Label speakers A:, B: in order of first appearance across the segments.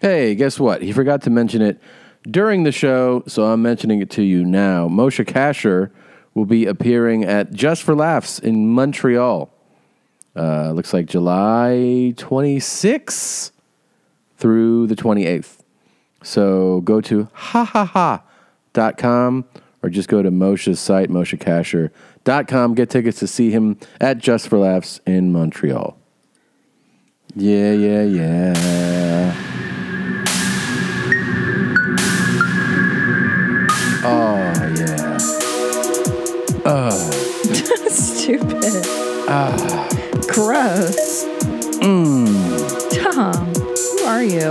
A: Hey, guess what? He forgot to mention it during the show, so I'm mentioning it to you now. Moshe Kasher will be appearing at Just for Laughs in Montreal. Uh, looks like July 26th through the 28th. So go to hahaha.com or just go to Moshe's site, moshekasher.com. Get tickets to see him at Just for Laughs in Montreal. Yeah, yeah, yeah. Oh, yeah. Oh,
B: Stupid.
A: Ah.
B: Gross.
A: Hmm.
B: Tom, who are you?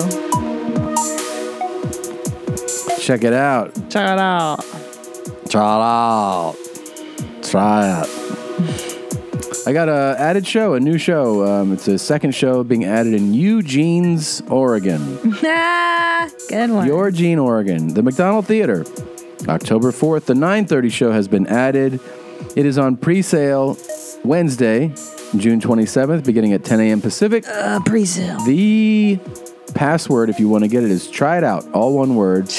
A: check it out.
B: Check it out.
A: Try it out. Try it. I got a added show, a new show. Um, it's a second show being added in Eugene's, Oregon.
B: Nah, Ah, good one.
A: Eugene, Oregon. The McDonald Theater. October 4th, the 9:30 show has been added. It is on pre-sale Wednesday, June 27th, beginning at 10 a.m. Pacific.
B: uh, Brazil.
A: The password, if you want to get it, is try it out. All one word.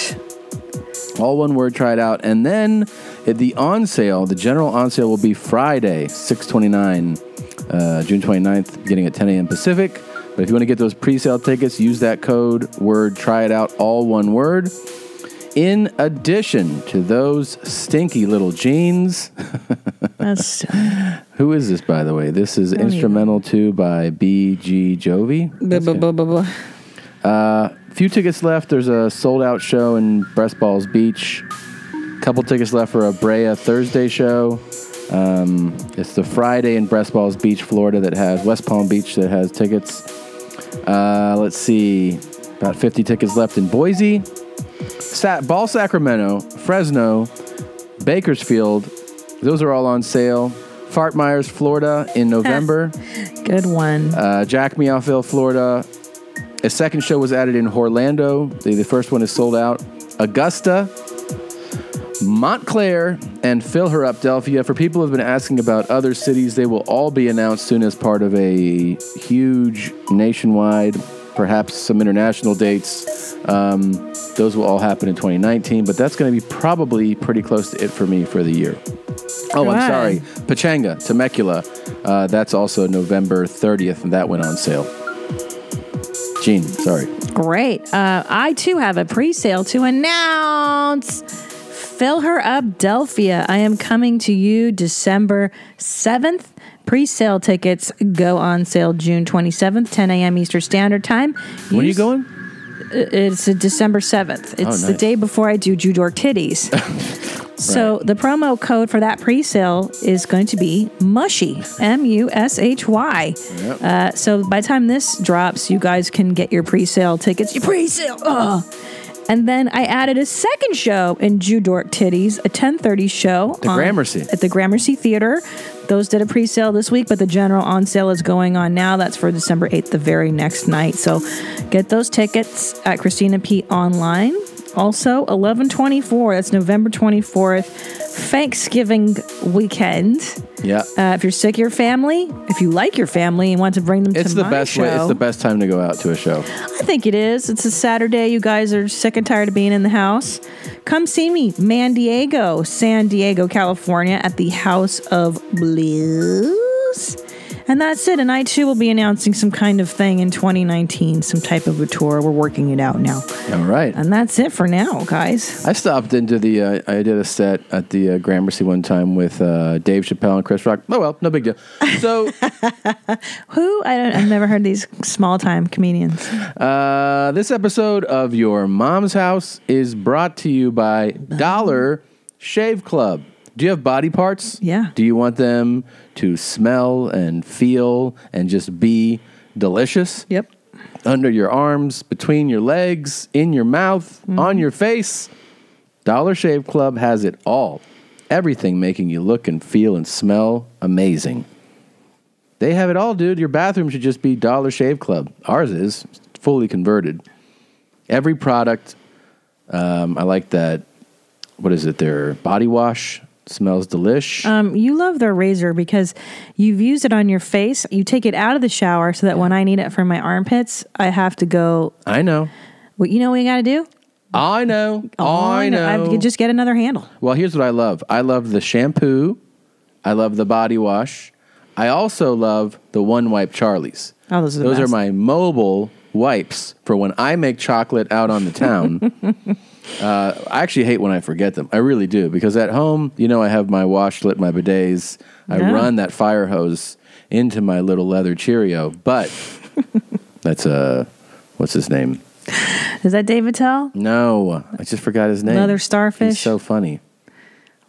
A: All one word, try it out. And then at the on sale, the general on sale will be Friday, 629, uh, June 29th, beginning at 10 a.m. Pacific. But if you want to get those pre sale tickets, use that code word, try it out, all one word. In addition to those stinky little jeans,
B: That's so
A: who is this, by the way? This is
B: even-
A: instrumental to by B.G. Jovi.
B: bu- bu- bu- bu- bu-
A: few tickets left. There's a sold out show in Breast Balls Beach. Couple tickets left for a Brea Thursday show. Um, it's the Friday in Breast Balls Beach, Florida, that has West Palm Beach that has tickets. Uh, let's see, about 50 tickets left in Boise, Sa- Ball Sacramento, Fresno, Bakersfield. Those are all on sale. Fart Myers, Florida, in November.
B: Good one.
A: Uh, Jack Meowville, Florida. A second show was added in Orlando. The, the first one is sold out. Augusta, Montclair, and Fill Her Up, Delphia. For people who have been asking about other cities, they will all be announced soon as part of a huge nationwide, perhaps some international dates. Um, those will all happen in 2019, but that's going to be probably pretty close to it for me for the year. Oh,
B: Right.
A: I'm sorry. Pachanga, Temecula. Uh, that's also November 30th, and that went on sale. Gene, sorry.
B: Great. Uh, I too have a pre sale to announce. Fill her up, Delphia. I am coming to you December 7th. Pre sale tickets go on sale June 27th, 10 a.m. Eastern Standard Time.
A: When are you
B: Use-
A: going?
B: It's uh, December 7th. It's the
A: Oh, nice.
B: day before I do Judor Titties. So the promo code for that pre sale is going to be mushy, M U S H Y.
A: Yep.
B: Uh, so by the time this drops, you guys can get your pre sale tickets. Your pre sale! And then I added a second show in Jew Dork Titties, a 1030 show.
A: The
B: on-
A: Gramercy.
B: At the Gramercy Theater. Those did a pre-sale this week, but the general on sale is going on now. That's for December 8th, the very next night. So get those tickets at Christina P. Online. Also, 1124, that's November 24th, Thanksgiving weekend.
A: Yeah.
B: Uh, if you're sick of your family, if you like your family and want to bring them
A: it's
B: to
A: the
B: my
A: best
B: show,
A: way. It's the best time to go out to a show.
B: I think it is. It's a Saturday. You guys are sick and tired of being in the house. Come see me, Man Diego, San Diego, California, at the House of Blues. And that's it. And I too will be announcing some kind of thing in 2019, some type of a tour. We're working it out now.
A: All right.
B: And that's it for now, guys.
A: I stopped into the. Uh, I did a set at the uh, Gramercy one time with uh, Dave Chappelle and Chris Rock. Oh well, no big deal. So
B: Who? I don't, I've never heard these small time comedians.
A: uh, this episode of Your Mom's House is brought to you by Dollar Shave Club. Do you have body parts?
B: Yeah.
A: Do you want them to smell and feel and just be delicious?
B: Yep.
A: under your arms, between your legs, in your mouth, on your face. Dollar Shave Club has it all. Everything making you look and feel and smell amazing. They have it all, dude. Your bathroom should just be Dollar Shave Club. Ours is fully converted. Every product, um, I like that. What is it? Their body wash smells delish.
B: Um, you love their razor because you've used it on your face. You take it out of the shower so that when I need it for my armpits, I have to go
A: I know.
B: Well, you know what you got to do?
A: I know. I know.
B: I- just get another handle.
A: Well, here's what I love. I love the shampoo. I love the body wash. I also love the one wipe Charlies.
B: Oh, those are the
A: those
B: best.
A: are my mobile wipes for when I make chocolate out on the town. uh, I actually hate when I forget them. I really do because at home, you know, I have my washlet, my bidets. I
B: Yeah.
A: run that fire hose into my little leather Cheerio. But that's uh, what's his name?
B: Is that David Tell?
A: No, I just forgot his name.
B: Leather
A: He's
B: starfish?
A: so funny.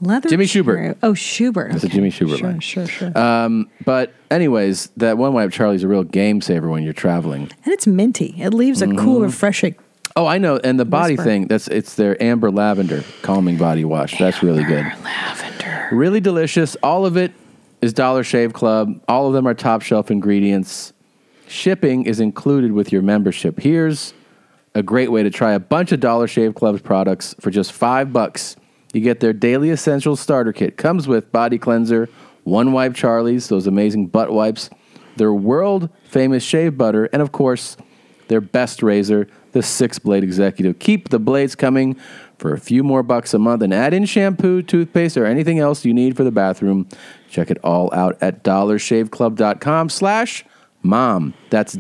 B: Leather.
A: Jimmy Schubert.
B: Chiro- Oh, Schubert.
A: That's a Jimmy Schubert
B: sure,
A: line. Uh,
B: Sure, sure.
A: But anyways, that one wipe Charlie's a real game saver when you're traveling.
B: and it's minty. It leaves a
A: Mm-hmm.
B: cool, refreshing.
A: Oh, I know. And the body
B: Whisper.
A: thing, that's it's their amber lavender calming body wash. That's really good.
B: Lavender.
A: Really delicious. All of it is Dollar Shave Club. All of them are top shelf ingredients. Shipping is included with your membership. Here's a great way to try a bunch of Dollar Shave Club's products for just five bucks. You get their daily essentials starter kit. Comes with body cleanser, one wipe Charlie's, those amazing butt wipes, their world famous shave butter, and of course, their best razor, the six blade executive. Keep the blades coming for a few more bucks a month and add in shampoo, toothpaste, or anything else you need for the bathroom. Check it all out at dollarshaveclub.com slash mom. That's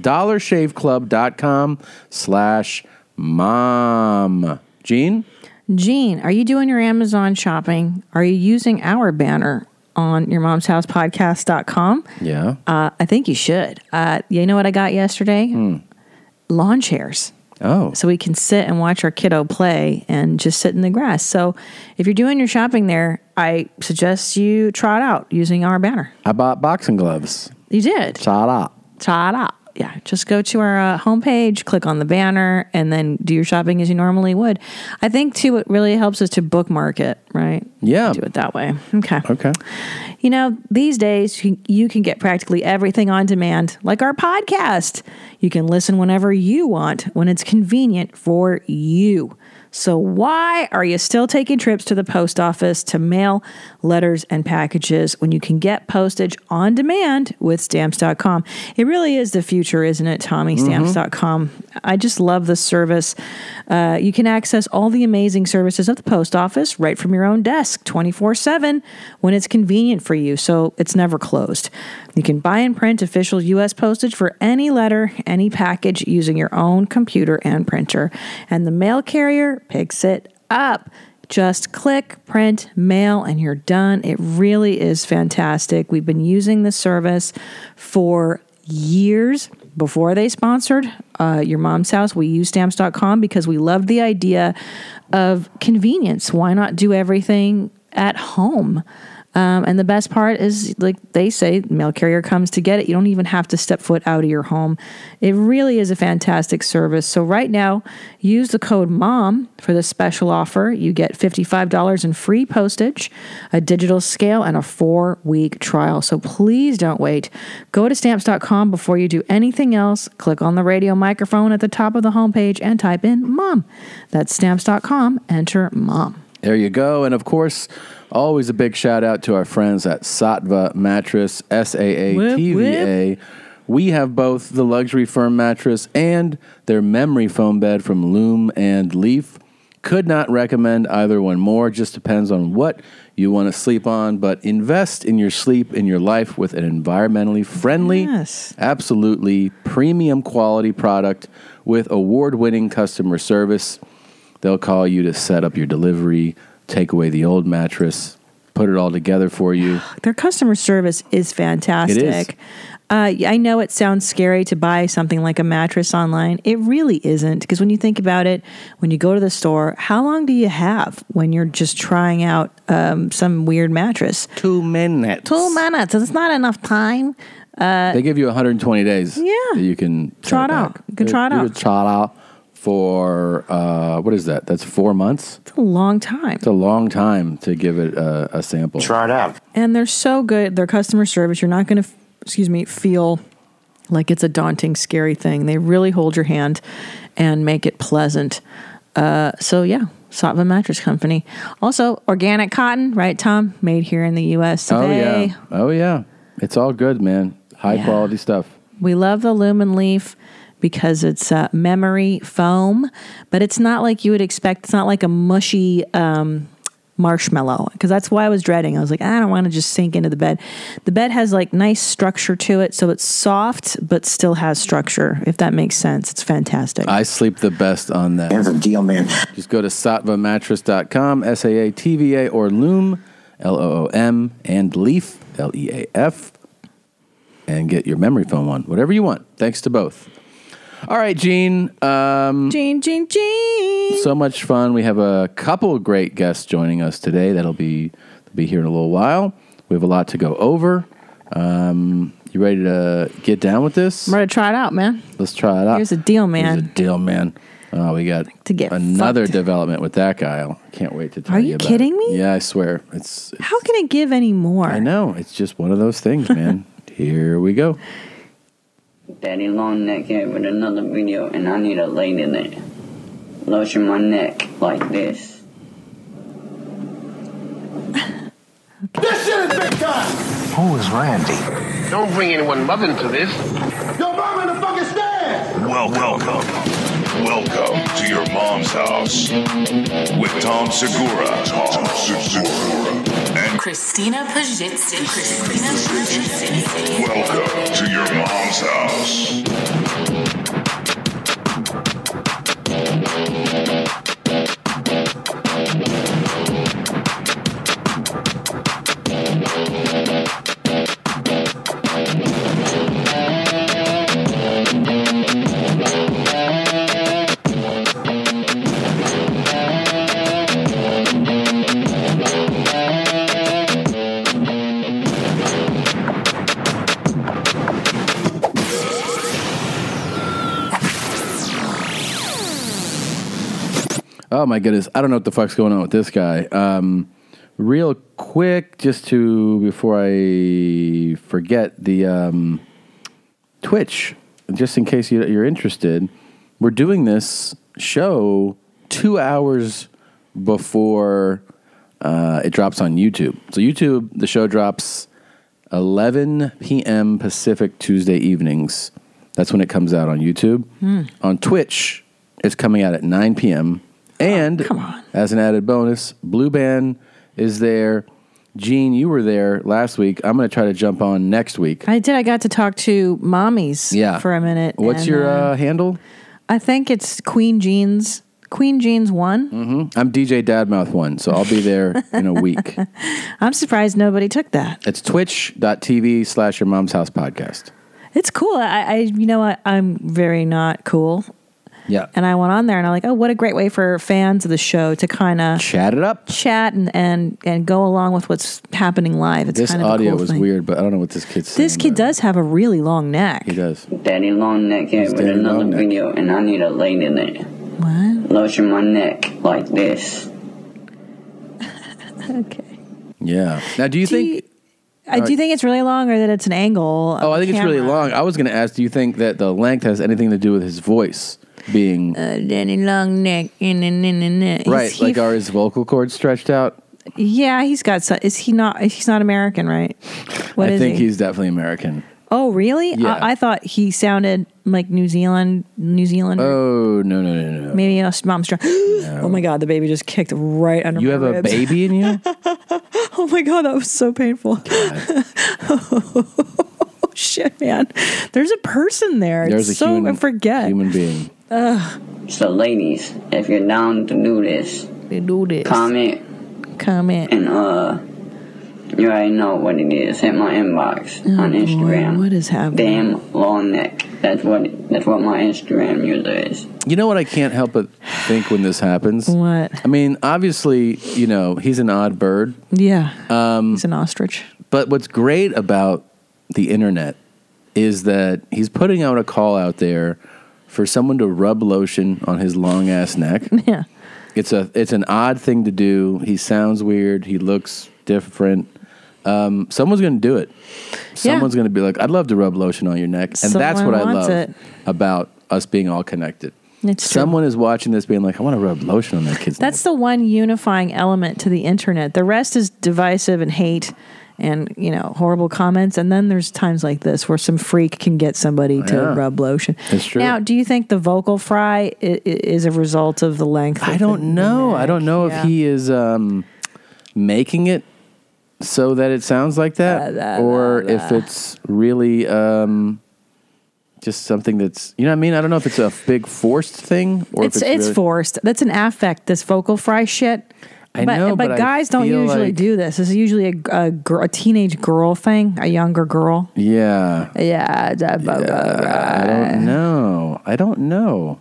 A: dollarshaveclub.com slash mom. Gene?
B: Gene, are you doing your Amazon shopping? Are you using our banner on your mom's house podcast.com?
A: Yeah.
B: Uh, I think you should. Uh, you know what I got yesterday?
A: Hmm.
B: Lawn chairs.
A: Oh.
B: So we can sit and watch our kiddo play and just sit in the grass. So if you're doing your shopping there, I suggest you try it out using our banner.
A: I bought boxing gloves.
B: You did.
A: Shut up.
B: Try it out. Yeah, just go to our uh, homepage, click on the banner, and then do your shopping as you normally would. I think too, it really helps is to bookmark it, right?
A: Yeah.
B: Do it that way. Okay.
A: Okay.
B: You know, these days you- you can get practically everything on demand, like our podcast. You can listen whenever you want, when it's convenient for you. So, why are you still taking trips to the post office to mail letters and packages when you can get postage on demand with stamps.com? It really is the future, isn't it, Tommy? Stamps.com. I just love this service. Uh, you can access all the amazing services of the post office right from your own desk 24 7 when it's convenient for you, so it's never closed. You can buy and print official U.S. postage for any letter, any package using your own computer and printer. And the mail carrier picks it up. Just click, print, mail, and you're done. It really is fantastic. We've been using this service for years before they sponsored uh, your mom's house we used stamps.com because we loved the idea of convenience why not do everything at home um, and the best part is like they say mail carrier comes to get it you don't even have to step foot out of your home it really is a fantastic service so right now use the code mom for this special offer you get $55 in free postage a digital scale and a four week trial so please don't wait go to stamps.com before you do anything else click on the radio microphone at the top of the homepage and type in mom that's stamps.com enter mom
A: There you go. And of course, always a big shout out to our friends at Satva Mattress, S A A T V A. We have both the luxury firm mattress and their memory foam bed from Loom and Leaf. Could not recommend either one more. Just depends on what you want to sleep on, but invest in your sleep, in your life with an environmentally friendly
B: Yes.
A: absolutely premium quality product with award winning customer service. They'll call you to set up your delivery, take away the old mattress, put it all together for you.
B: their customer service is fantastic Uh, I know it sounds scary to buy something like a mattress online. It really isn't because when you think about it, when you go to the store, how long do you have when you're just trying out um, some weird mattress?
A: Two minutes.
B: Two minutes. It's not enough time.
A: They give you 120 days. Yeah. you can
B: Try it out. You can try it out.
A: Try it out for, uh, what is that? That's four months.
B: It's a long time.
A: It's a long time to give it a, a sample.
C: Try it out.
B: and they're so good. Their customer service, you're not going to, excuse me, feel like it's a daunting, scary thing. They really hold your hand and make it pleasant. Uh, so yeah, Satva Mattress Company. Also, organic cotton, right, Tom? Made here in the U.S.
A: Oh,
B: today.
A: yeah. Oh, yeah. It's all good, man. High
B: Yeah.
A: quality stuff.
B: We love the lumen leaf. because it's uh, memory foam, but it's not like you would expect. It's not like a mushy um, marshmallow because that's why I was dreading. I was like, I don't want to just sink into the bed. The bed has like nice structure to it, so it's soft but still has structure. If that makes sense, it's fantastic.
A: I sleep the best on that.
C: There's a deal, man.
A: Just go to satvamattress.com, S A A T V A, or Loom, L O O M, and Leaf, L E A F, and get your memory foam on, whatever you want. Thanks to both. All right, Gene. Um,
B: Gene, Gene, Gene.
A: so much fun. We have a couple of great guests joining us today. That'll be be here in a little while. We have a lot to go over. Um, you ready to get down with this?
B: I'm gonna try it out, man.
A: Let's try it out.
B: Here's a deal, man.
A: Here's a deal, man. Oh, we got
B: to get
A: another
B: fucked.
A: development with that guy. I can't wait to tell
B: Are
A: you.
B: you
A: about
B: kidding
A: it.
B: me?
A: Yeah, I swear. It's, it's
B: How can it give any more?
A: I know. It's just one of those things, man. Here we go.
D: Daddy long neck here with another video and I need a light in it. Lotion my neck like this.
E: This shit is big time.
F: Who is Randy?
G: Don't bring anyone love into this.
E: Yo, mom in the fucking stands.
H: Welcome. Welcome to your mom's house with Tom Segura. Tom Segura. And
I: Christina Pajitsky. Christina Pajitsky.
H: welcome to your mom's house.
A: Oh my goodness, I don't know what the fuck's going on with this guy. Um, real quick, just to before I forget the um, Twitch, just in case you, you're interested, we're doing this show two hours before uh, it drops on YouTube. So YouTube, the show drops 11 p.m. Pacific Tuesday evenings. That's when it comes out on YouTube.
B: Hmm.
A: On Twitch, it's coming out at 9 p.m. And
B: come on.
A: as an added bonus, Blue Band is there. Gene, you were there last week. I'm going to try to jump on next week.
B: I did. I got to talk to mommies
A: Yeah.
B: for a minute.
A: What's
B: and,
A: your uh, handle?
B: I think it's Queen Jeans. Queen Jeans one.
A: I'm DJ Dadmouth One, so I'll be there in a week.
B: I'm surprised nobody took that.
A: It's twitch.tv slash your mom's house podcast.
B: It's cool. I, I you know what? I'm very not cool,
A: Yeah.
B: and I went on there and I'm like, oh, what a great way for fans of the show to kind of
A: Chat it up.
B: chat and, and and go along with what's happening live. It's
A: This
B: kind of a
A: audio
B: cool
A: was
B: thing.
A: weird, but I don't know what this kid's
B: This
A: saying,
B: kid
A: but
B: does have a really long neck.
A: He does.
D: Daddy long neck here
A: It's
D: with
A: daddy
D: another
A: long neck.
D: video and I need a light in it.
B: What?
D: Lotion my neck like this.
B: Okay.
A: Yeah. Now, do you
B: Do
A: think?
B: you, I do you think it's really long or that it's an angle? of
A: oh, I
B: the
A: think it's really
B: camera?
A: long. I was going to ask, do you think that the length has anything to do with his voice being
B: Danny long neck. in in in in in. Is
A: right?
B: Uh, he-
A: Like, are his vocal cords stretched out?
B: yeah, he's got. so- Is he not? He's not American, right? What
A: I
B: is
A: think
B: he?
A: he's definitely American.
B: Oh, really?
A: Yeah.
B: I, I thought he sounded like New Zealand, New Zealander.
A: Oh no no no no!
B: Maybe us mom's trying. Oh my god, the baby just kicked right under
A: You
B: my
A: have a
B: ribs.
A: baby in you?
B: Oh my god, that was so painful. oh shit, man. There's a person there.
A: There's a
B: it's so
A: human,
B: I forget.
A: human being.
D: So ladies, if you're down to do this,
B: They do this.
D: comment
B: Comment.
D: and uh you already know what it is. Hit my inbox on
B: Oh, boy,
D: Instagram.
B: what is happening?
D: Damn long neck. That's what that's what my Instagram user is.
A: You know what I can't help but think when this happens?
B: What?
A: I mean, obviously, you know, he's an odd bird,
B: Yeah. Um, he's an ostrich.
A: but what's great about the internet is that he's putting out a call out there for someone to rub lotion on his long ass neck.
B: Yeah.
A: It's a it's an odd thing to do. He sounds weird, he looks different. Um, someone's going to do it.
B: Yeah.
A: Someone's going to be like, "I'd love to rub lotion on your neck." And that's
B: Someone
A: what I
B: wants
A: love
B: it.
A: about us being all connected.
B: It's true.
A: Someone is watching this being like, I want to rub lotion on that kid's
B: That's the one unifying element to the internet. The rest is divisive and hate and you know horrible comments. And then there's times like this where some freak can get somebody to
A: Yeah.
B: rub lotion.
A: It's true.
B: Now, do you think the vocal fry i- i- is a result of the length?
A: I
B: of the-
A: don't know. I don't know
B: Yeah.
A: if he is um, making it so that it sounds like that, or if it's really um, just something that's you know what I mean. I don't know if it's a big forced thing or
B: It's
A: if
B: it's,
A: it's, really-
B: forced. That's an affect. This vocal fry shit.
A: I
B: but,
A: know,
B: but,
A: but I
B: guys don't
A: feel
B: usually
A: like-
B: do this. This is usually a, a, gir- a teenage girl thing, a younger girl.
A: Yeah, Uh,
B: Yeah, da- blah, blah,
A: I don't know. I don't know.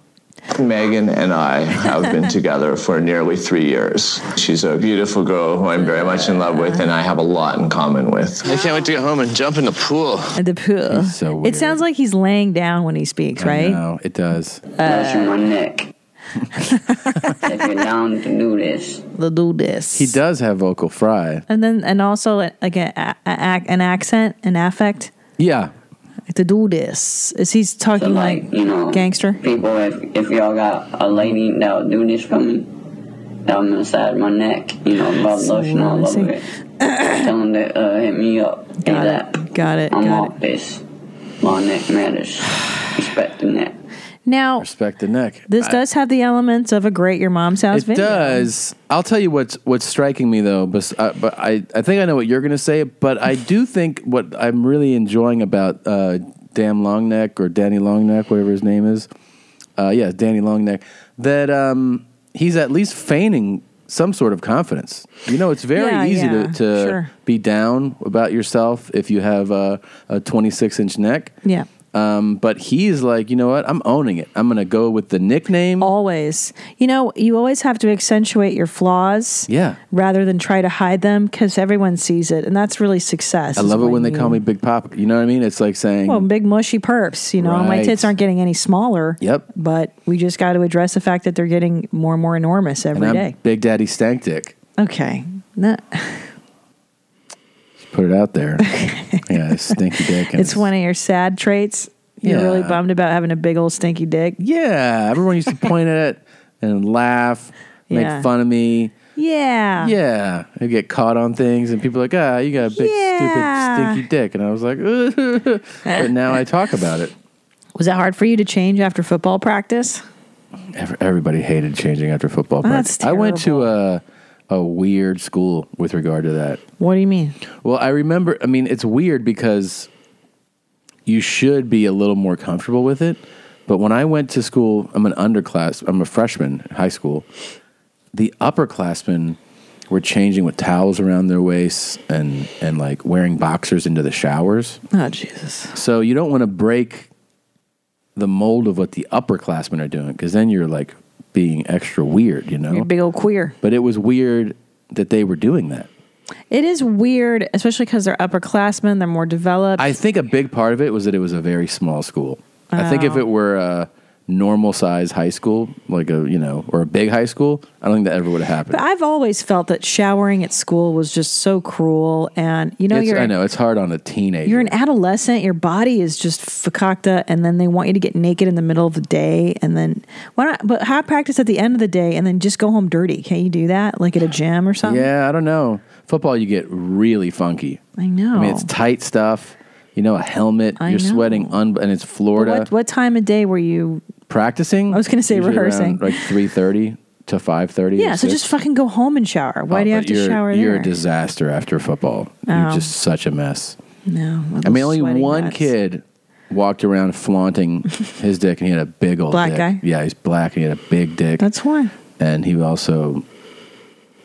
C: Megan and I have been together for nearly three years. She's a beautiful girl who I'm very much in love with, and I have a lot in common with.
F: I can't wait to get home and jump in the pool.
B: blah. the poo.
A: He's so
B: It
A: weird.
B: sounds like he's laying down when he speaks,
A: I
B: right?
A: know, it does.
D: Lotion my
B: Uh.
D: neck. if you're down to do this,
B: They'll do this.
A: He does have vocal fry.
B: And then, and also like a, a, a, an accent, an affect.
A: Yeah,
B: Like, to do this. Is he's
D: so
B: talking
D: like,
B: like
D: you know,
B: gangster?
D: people, if if y'all got a lady that'll do this for me, that'll massage my neck, you know, rub lotion all
B: let's
D: over
B: see.
D: it. Tell them to uh, hit me up.
B: Got
D: ASAP.
B: it. Got it.
D: I'm
B: Got
D: off
B: it.
D: this. My neck matters. Respect the neck.
B: Now,
A: respect the neck.
B: this does have the elements of a great your mom's house
A: it
B: video.
A: does. I'll tell you what's what's striking me though, but uh, but I I think I know what you're going to say, but I do think what I'm really enjoying about uh, Damn Longneck or Danny Longneck, whatever his name is, uh, yeah, Danny Longneck, that um, he's at least feigning some sort of confidence. You know, it's very
B: Yeah,
A: easy
B: yeah,
A: to, to
B: sure.
A: be down about yourself if you have a, a 26 inch neck.
B: Yeah.
A: Um, but he's like, you know what? I'm owning it. I'm going to go with the nickname.
B: Oh. Always. You know, you always have to accentuate your flaws.
A: yeah.
B: rather than try to hide them because everyone sees it, and that's really success.
A: I
B: is
A: love it when they
B: you-
A: call me Big Papa. You know what I mean? It's like saying,
B: Well, big mushy perps. You know, my
A: Right.
B: tits aren't getting any smaller.
A: "Yep,"
B: But we just got to address the fact that they're getting more and more enormous
A: and
B: every
A: I'm
B: day.
A: Big Daddy Stank Dick.
B: Okay. No,
A: Just put it out there. yeah, it's stinky dick. and
B: it's one of your sad traits. You're really
A: Yeah.
B: bummed about having a big old stinky dick.
A: Yeah, everyone used to point at it and laugh,
B: Yeah. Uh.
A: make fun of me.
B: Yeah.
A: Yeah, I get caught on things, and people are like, "Ah, you got a big
B: Yeah.
A: stupid stinky dick," and I was like, "But now I talk about it."
B: Was that hard for you to change after football practice?
A: Ev- Everybody hated changing after football.
B: That's
A: practice. I went to a a weird school with regard to that.
B: What do you mean?
A: Well, I remember. I mean, it's weird because you should be a little more comfortable with it. But when I went to school, I'm an underclass. I'm a freshman in high school. The upperclassmen were changing with towels around their waists and and like wearing boxers into the showers.
B: Oh Jesus.
A: So you don't want to break the mold of what the upperclassmen are doing because then you're like being extra weird, you
B: You're a
A: know.
B: big old queer.
A: But it was weird that they were doing that.
B: It is weird, especially because they're upperclassmen. They're more developed.
A: I think a big part of it was that it was a very small school. I think if
B: Oh.
A: it were a normal size high school, like a you know, or a big high school, I don't think that ever would have happened.
B: But I've always felt that showering at school was just so cruel, and you know,
A: It's-
B: you're
A: I know it's hard on a teenager.
B: you're an adolescent. Your body is just fakakta, and then they want you to get naked in the middle of the day, and then why not? But have practice at the end of the day, and then just go home dirty. Can't you do that, like at a gym or something?
A: yeah, I don't know. Football, you get really funky.
B: I know.
A: I mean, it's tight stuff. You know, a helmet.
B: Oh. I
A: you're
B: know.
A: sweating, un- and it's
B: But
A: Florida.
B: What what time of day were you?
A: Practicing.
B: I was gonna say
A: usually around,
B: rehearsing.
A: like three thirty to five thirty.
B: Yeah, so just fucking go home and shower. Why do you have to
A: Oh, you're,
B: shower
A: You're
B: there?
A: a disaster after football.
B: Oh.
A: You're just such a mess.
B: no,
A: I mean, only
B: sweaty
A: one
B: nuts.
A: kid walked around flaunting his dick, and he had a big old
B: Black
A: dick.
B: guy?
A: Yeah, he's black, and he had a big dick,
B: That's why.
A: and he also,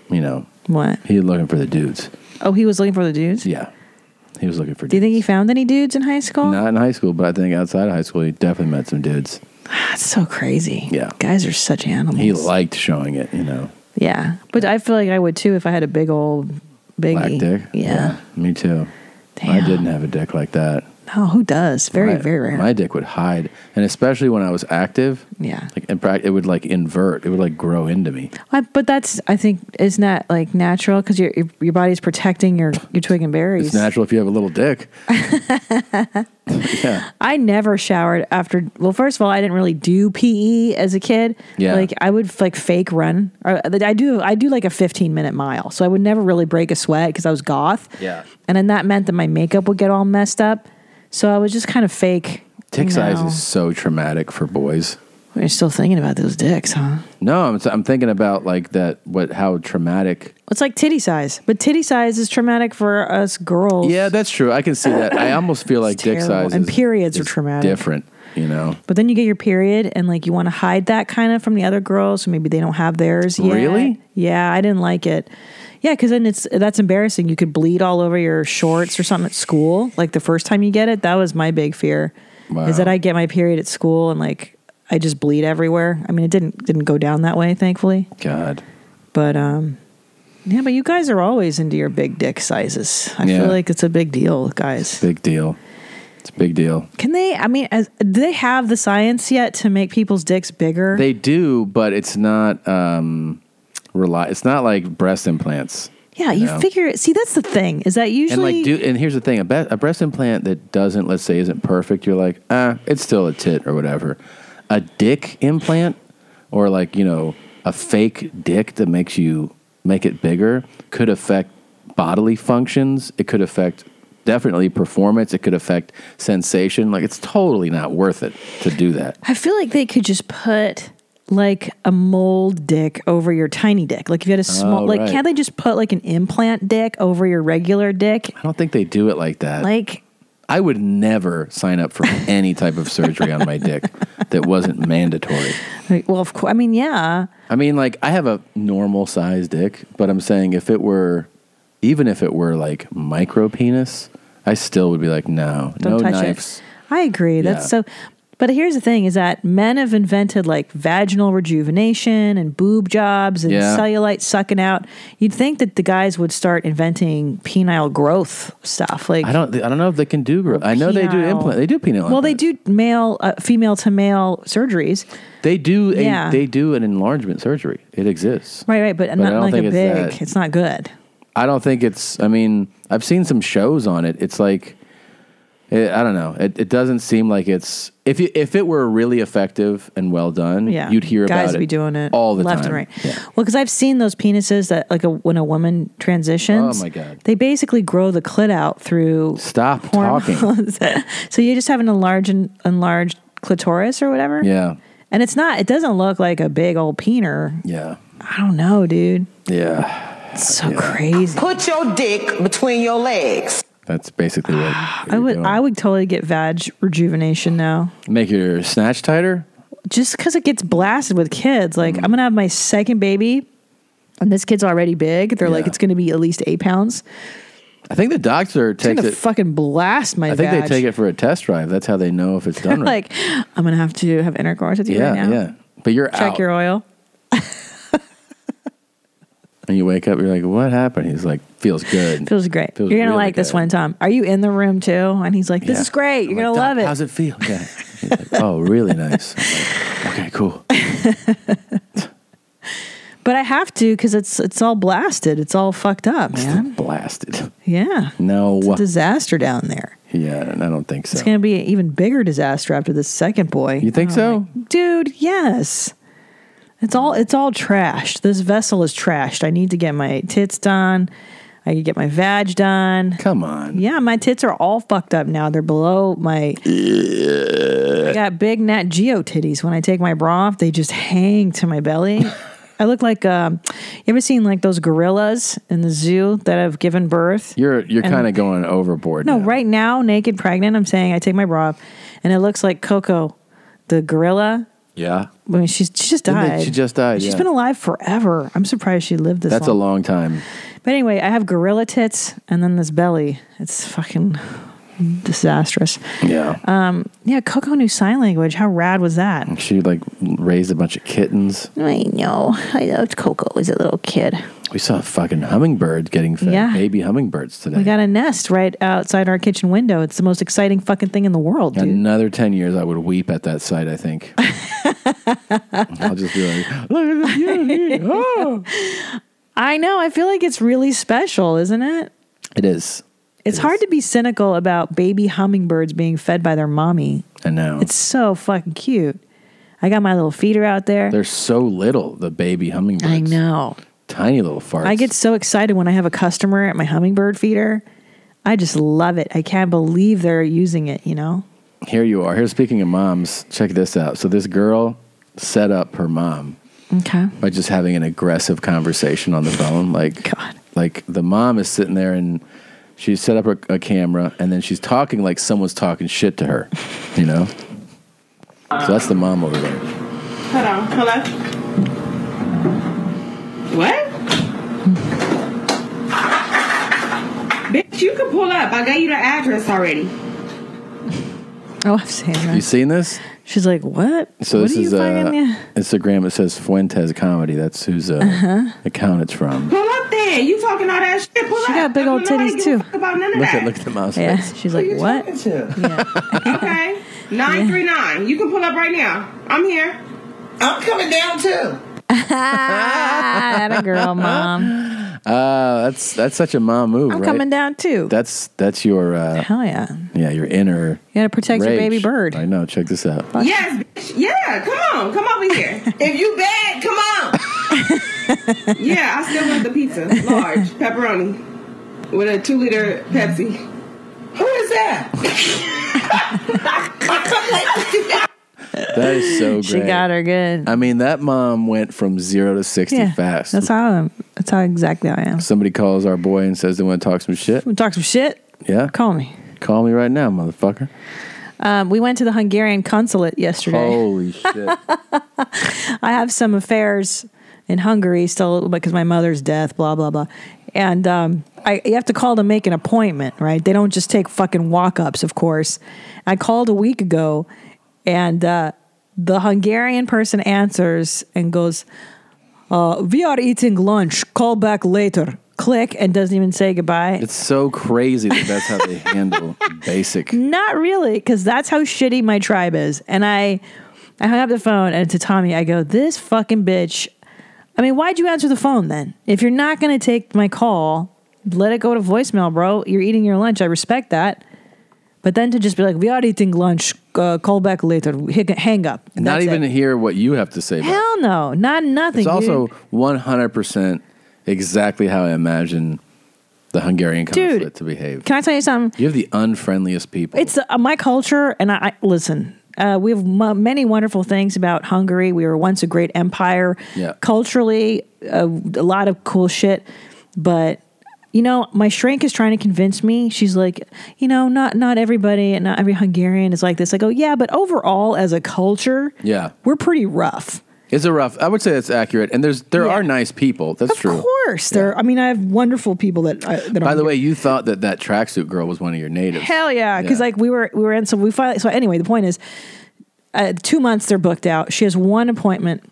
A: you know,
B: What?
A: he was looking for the dudes.
B: Oh, he was looking for the dudes.
A: Yeah, he was looking for.
B: Do you
A: dudes.
B: think he found any dudes in high school?
A: Not in high school, but I think outside of high school, he definitely met some dudes.
B: That's so crazy.
A: Yeah.
B: Guys are such animals.
A: He liked showing it, you know,
B: Yeah. But I feel like I would too if I had a big old biggie.
A: black dick.
B: Yeah.
A: me too. I
B: Damn.
A: didn't have a dick like that.
B: No, who does? Very,
A: my,
B: very rare.
A: My dick would hide, and especially when I was active.
B: Yeah.
A: Like in fact, it would like invert. It would like grow into me.
B: I, but that's I think isn't that like natural because your, your your body's protecting your your twig and berries.
A: It's natural if you have a little dick. yeah.
B: I never showered after. Well, first of all, I didn't really do PE as a kid.
A: Yeah.
B: like I would like fake run. Or, I do I do like a fifteen minute mile, so I would never really break a sweat because I was goth.
A: Yeah.
B: and then that meant that my makeup would get all messed up, so I was just kind of fake.
A: Dick
B: you
A: size
B: know.
A: is so traumatic for boys.
B: We're still thinking about those dicks, huh?
A: No, I'm, I'm thinking about like that. What? How traumatic?
B: It's like titty size, but titty size is traumatic for us girls.
A: Yeah, that's true. I can see that. I almost feel like dick
B: terrible.
A: size
B: And
A: is-
B: periods are
A: is
B: traumatic.
A: Different, you know.
B: But then you get your period, and like you want to hide that kind of from the other girls, so maybe they don't have theirs. Yet.
A: Really?
B: Yeah, I didn't like it. Yeah, because then it's that's embarrassing. You could bleed all over your shorts or something at school. Like the first time you get it, that was my big fear.
A: Wow.
B: Is that I get my period at school and like I just bleed everywhere. I mean, it didn't didn't go down that way, thankfully.
A: God.
B: But um, yeah. But you guys are always into your big dick sizes. I
A: Yeah.
B: feel like it's a big deal, guys.
A: Big deal. It's a big deal.
B: Can they? I mean, as, do they have the science yet to make people's dicks bigger?
A: They do, but it's not um rely it's not like breast implants.
B: yeah, you
A: No.
B: figure. See, that's the thing is that usually
A: And like do and here's the thing, a, be- a breast implant that doesn't let's say isn't perfect, you're like, "Ah, it's still a tit or whatever." A dick implant or like, you know, a fake dick that makes you make it bigger could affect bodily functions. It could affect definitely performance. It could affect sensation. Like it's totally not worth it to do that.
B: I feel like they could just put like a mold dick over your tiny dick. Like if you had a small,
A: Oh,
B: like
A: right.
B: can't they just put like an implant dick over your regular dick?
A: I don't think they do it like that.
B: Like
A: I would never sign up for any type of surgery on my dick that wasn't mandatory.
B: Like, well, of course. I mean, yeah.
A: I mean, like, I have a normal sized dick, but I'm saying if it were, even if it were like micro penis, I still would be like, no,
B: Don't
A: no
B: touch
A: knives.
B: it. I agree. That's
A: Yeah.
B: so. But here's the thing: is that men have invented like vaginal rejuvenation and boob jobs and
A: Yeah.
B: cellulite sucking out. You'd think that the guys would start inventing penile growth stuff. Like
A: I don't, I don't know if they can do growth. I know they do
B: penile-
A: implant. They do penile.
B: Well, they
A: implants.
B: do male, uh, female to male surgeries.
A: They do. A,
B: Yeah.
A: They do an enlargement surgery. It exists.
B: Right, right, but,
A: I
B: not
A: don't
B: like a
A: think
B: big.
A: it's that.
B: It's not good.
A: I don't think it's. I mean, I've seen some shows on it. It's like, it, I don't know. It, it doesn't seem like it's. If you, if it were really effective and well done,
B: Yeah,
A: you'd hear
B: guys
A: about it.
B: be doing it
A: all the
B: left
A: time.
B: and right.
A: Yeah.
B: Well, because I've seen those penises that like a, when a woman transitions.
A: Oh, my God.
B: They basically grow the clit out through
A: Stop talking.
B: hormones. so you just have an enlarged enlarged clitoris or whatever.
A: Yeah,
B: And it's not. It doesn't look like a big old peener.
A: yeah,
B: I don't know, dude.
A: yeah.
B: It's so crazy.
J: Put your dick between your legs.
A: That's basically what.
B: I would. I would totally get vag rejuvenation now.
A: make your snatch tighter.
B: just because it gets blasted with kids. Like
A: Mm-hmm.
B: I'm gonna have my second baby, and this kid's already big. They're like
A: Yeah.
B: it's gonna be at least eight pounds.
A: I think the doctor
B: It's
A: takes
B: gonna
A: it.
B: fucking blast my.
A: I think
B: vag.
A: they take it for a test drive. That's how they know if it's done right.
B: like I'm gonna have to have intercourse with you
A: yeah,
B: right now.
A: yeah. But you're
B: Check
A: out,
B: your oil.
A: and you wake up. You're like, "What happened?" He's like, "Feels good.
B: Feels great.
A: Feels
B: You're gonna
A: really
B: like this
A: good.
B: one, Tom. Are you in the room too? And he's like, "This
A: Yeah.
B: is great. You're
A: I'm
B: gonna
A: like,
B: love
A: "Doc,
B: it."
A: How's it feel? Yeah. He's like, oh, really nice. I'm like, okay, cool.
B: But I have to because it's it's all blasted. It's all fucked up, man.
A: Blasted.
B: Yeah.
A: No.
B: It's a disaster down there.
A: yeah, I don't- I don't think so.
B: It's going to be an even bigger disaster after this second boy. Oh
A: you think so?
B: dude yes it's all it's all trashed this vessel is trashed i need to get my tits done i could get my vag done
A: Come on.
B: yeah my tits are all fucked up now they're below my i got big nat geo titties when i take my bra off they just hang to my belly i look like um you ever seen like those gorillas in the zoo that have given birth
A: You're you're
B: And-
A: kind of going overboard.
B: no,
A: now.
B: right now, naked, pregnant, I'm saying I take my bra off, and it looks like Coco, the gorilla.
A: Yeah,
B: I mean, she's she just
A: Didn't they-
B: died.
A: she just died,
B: She's
A: yeah.
B: been alive forever. I'm surprised she lived this.
A: that's a
B: long.
A: long time.
B: But anyway, I have gorilla tits and then this belly. It's fucking disastrous.
A: Yeah.
B: Um, yeah, Coco knew sign language. How rad was that?
A: She like raised a bunch of kittens.
B: I know. I loved Coco as a little kid.
A: We saw a fucking hummingbird getting fed
B: Yeah.
A: baby hummingbirds today.
B: We got a nest right outside our kitchen window. It's the most exciting fucking thing in the world, dude.
A: Another ten years, I would weep at that sight. I think. I'll just be like, look at this.
B: I know. I feel like it's really special, isn't it?
A: it is.
B: It's hard to be cynical about baby hummingbirds being fed by their mommy.
A: I know.
B: It's so fucking cute. I got my little feeder out there.
A: They're so little. The baby hummingbirds.
B: I know.
A: Tiny little farts.
B: I get so excited when I have a customer at my hummingbird feeder. I just love it. I can't believe they're using it, you know?
A: Here you are. Here, speaking of moms, check this out. So this girl set up her mom
B: Okay.
A: by just having an aggressive conversation on the phone. Like,
B: God.
A: like the mom is sitting there and she set up a, a camera and then she's talking like someone's talking shit to her, you know? So that's the mom over there.
K: Hold on. Hello. What? Bitch, you can pull up. I gave you the address already.
B: Oh, I've seen
A: You
B: that.
A: seen this?
B: She's like, what?
A: So
B: what
A: this
B: are you
A: is
B: fucking-
A: uh,
B: yeah.
A: Instagram. It says Fuentes Comedy. That's whose uh,
B: Uh-huh.
A: account it's from.
K: Pull up there. You talking all that shit. Pull
B: She
K: up.
B: got big old
K: Nobody
B: titties,
K: give
B: too.
K: a fuck About none of
A: Look
K: that.
A: at look at the mouse.
B: Yeah.
A: face.
B: She's like, what?
K: okay. 939. You can pull up right now. I'm here. I'm coming down too.
B: Ah, that a girl, mom.
A: Uh, that's that's such a mom move.
B: I'm
A: right?
B: coming down too.
A: That's that's your uh,
B: Hell yeah.
A: yeah your inner.
B: You gotta protect your
A: rage.
B: baby bird.
A: I know. Check this out.
K: Yes, bitch. Yeah, come on. Come over here. if you bad, come on. yeah, I still want the pizza. Large, pepperoni, with a two liter Pepsi. Who is that?
A: That is so great.
B: She got her good.
A: I mean, that mom went from zero to sixty fast.
B: That's how I'm, that's how exactly I am.
A: Somebody calls our boy and says they want to talk some shit.
B: Talk some shit.
A: Yeah,
B: Call me.
A: call me right now, motherfucker.
B: Um, we went to the Hungarian consulate yesterday.
A: Holy shit!
B: I have some affairs in Hungary still because my mother's death, blah blah blah. And um, I you have to call to make an appointment, right? They don't just take fucking walk ups, of course. I called a week ago, and uh, the Hungarian person answers and goes, uh, "We are eating lunch. Call back later." Click and doesn't even say goodbye.
A: It's so crazy that that's how they handle basic.
B: Not really, because that's how shitty my tribe is. And I, I hung up the phone, and to Tommy, I go, "This fucking bitch." I mean, why'd you answer the phone then? If you're not gonna take my call, let it go to voicemail, bro. You're eating your lunch. I respect that. But then to just be like, "We are eating lunch. Uh, call back later." Hic- Hang up. And
A: Not
B: that's
A: even
B: it.
A: hear what you have to say. about it.
B: Hell no, not nothing.
A: It's also
B: dude.
A: 100% exactly how I imagine the Hungarian consulate
B: Dude,
A: to behave.
B: Can I tell you something?
A: You have the unfriendliest people.
B: It's uh, my culture, and I, I listen. Uh, we have m- many wonderful things about Hungary. We were once a great empire.
A: Yeah.
B: Culturally, uh, a lot of cool shit. But you know, my shrink is trying to convince me. She's like, you know, not not everybody and not every Hungarian is like this. I go, yeah, but overall, as a culture,
A: yeah.
B: we're pretty rough.
A: It's a rough. I would say that's accurate. And there's there
B: Yeah.
A: are nice people. That's true.
B: Of course, there. I mean, I have wonderful people that. I, that
A: By
B: are
A: the way, you thought that that tracksuit girl was one of your natives.
B: Hell yeah, because
A: Yeah.
B: like we were we were in so we finally so anyway the point is, uh, two months they're booked out. She has one appointment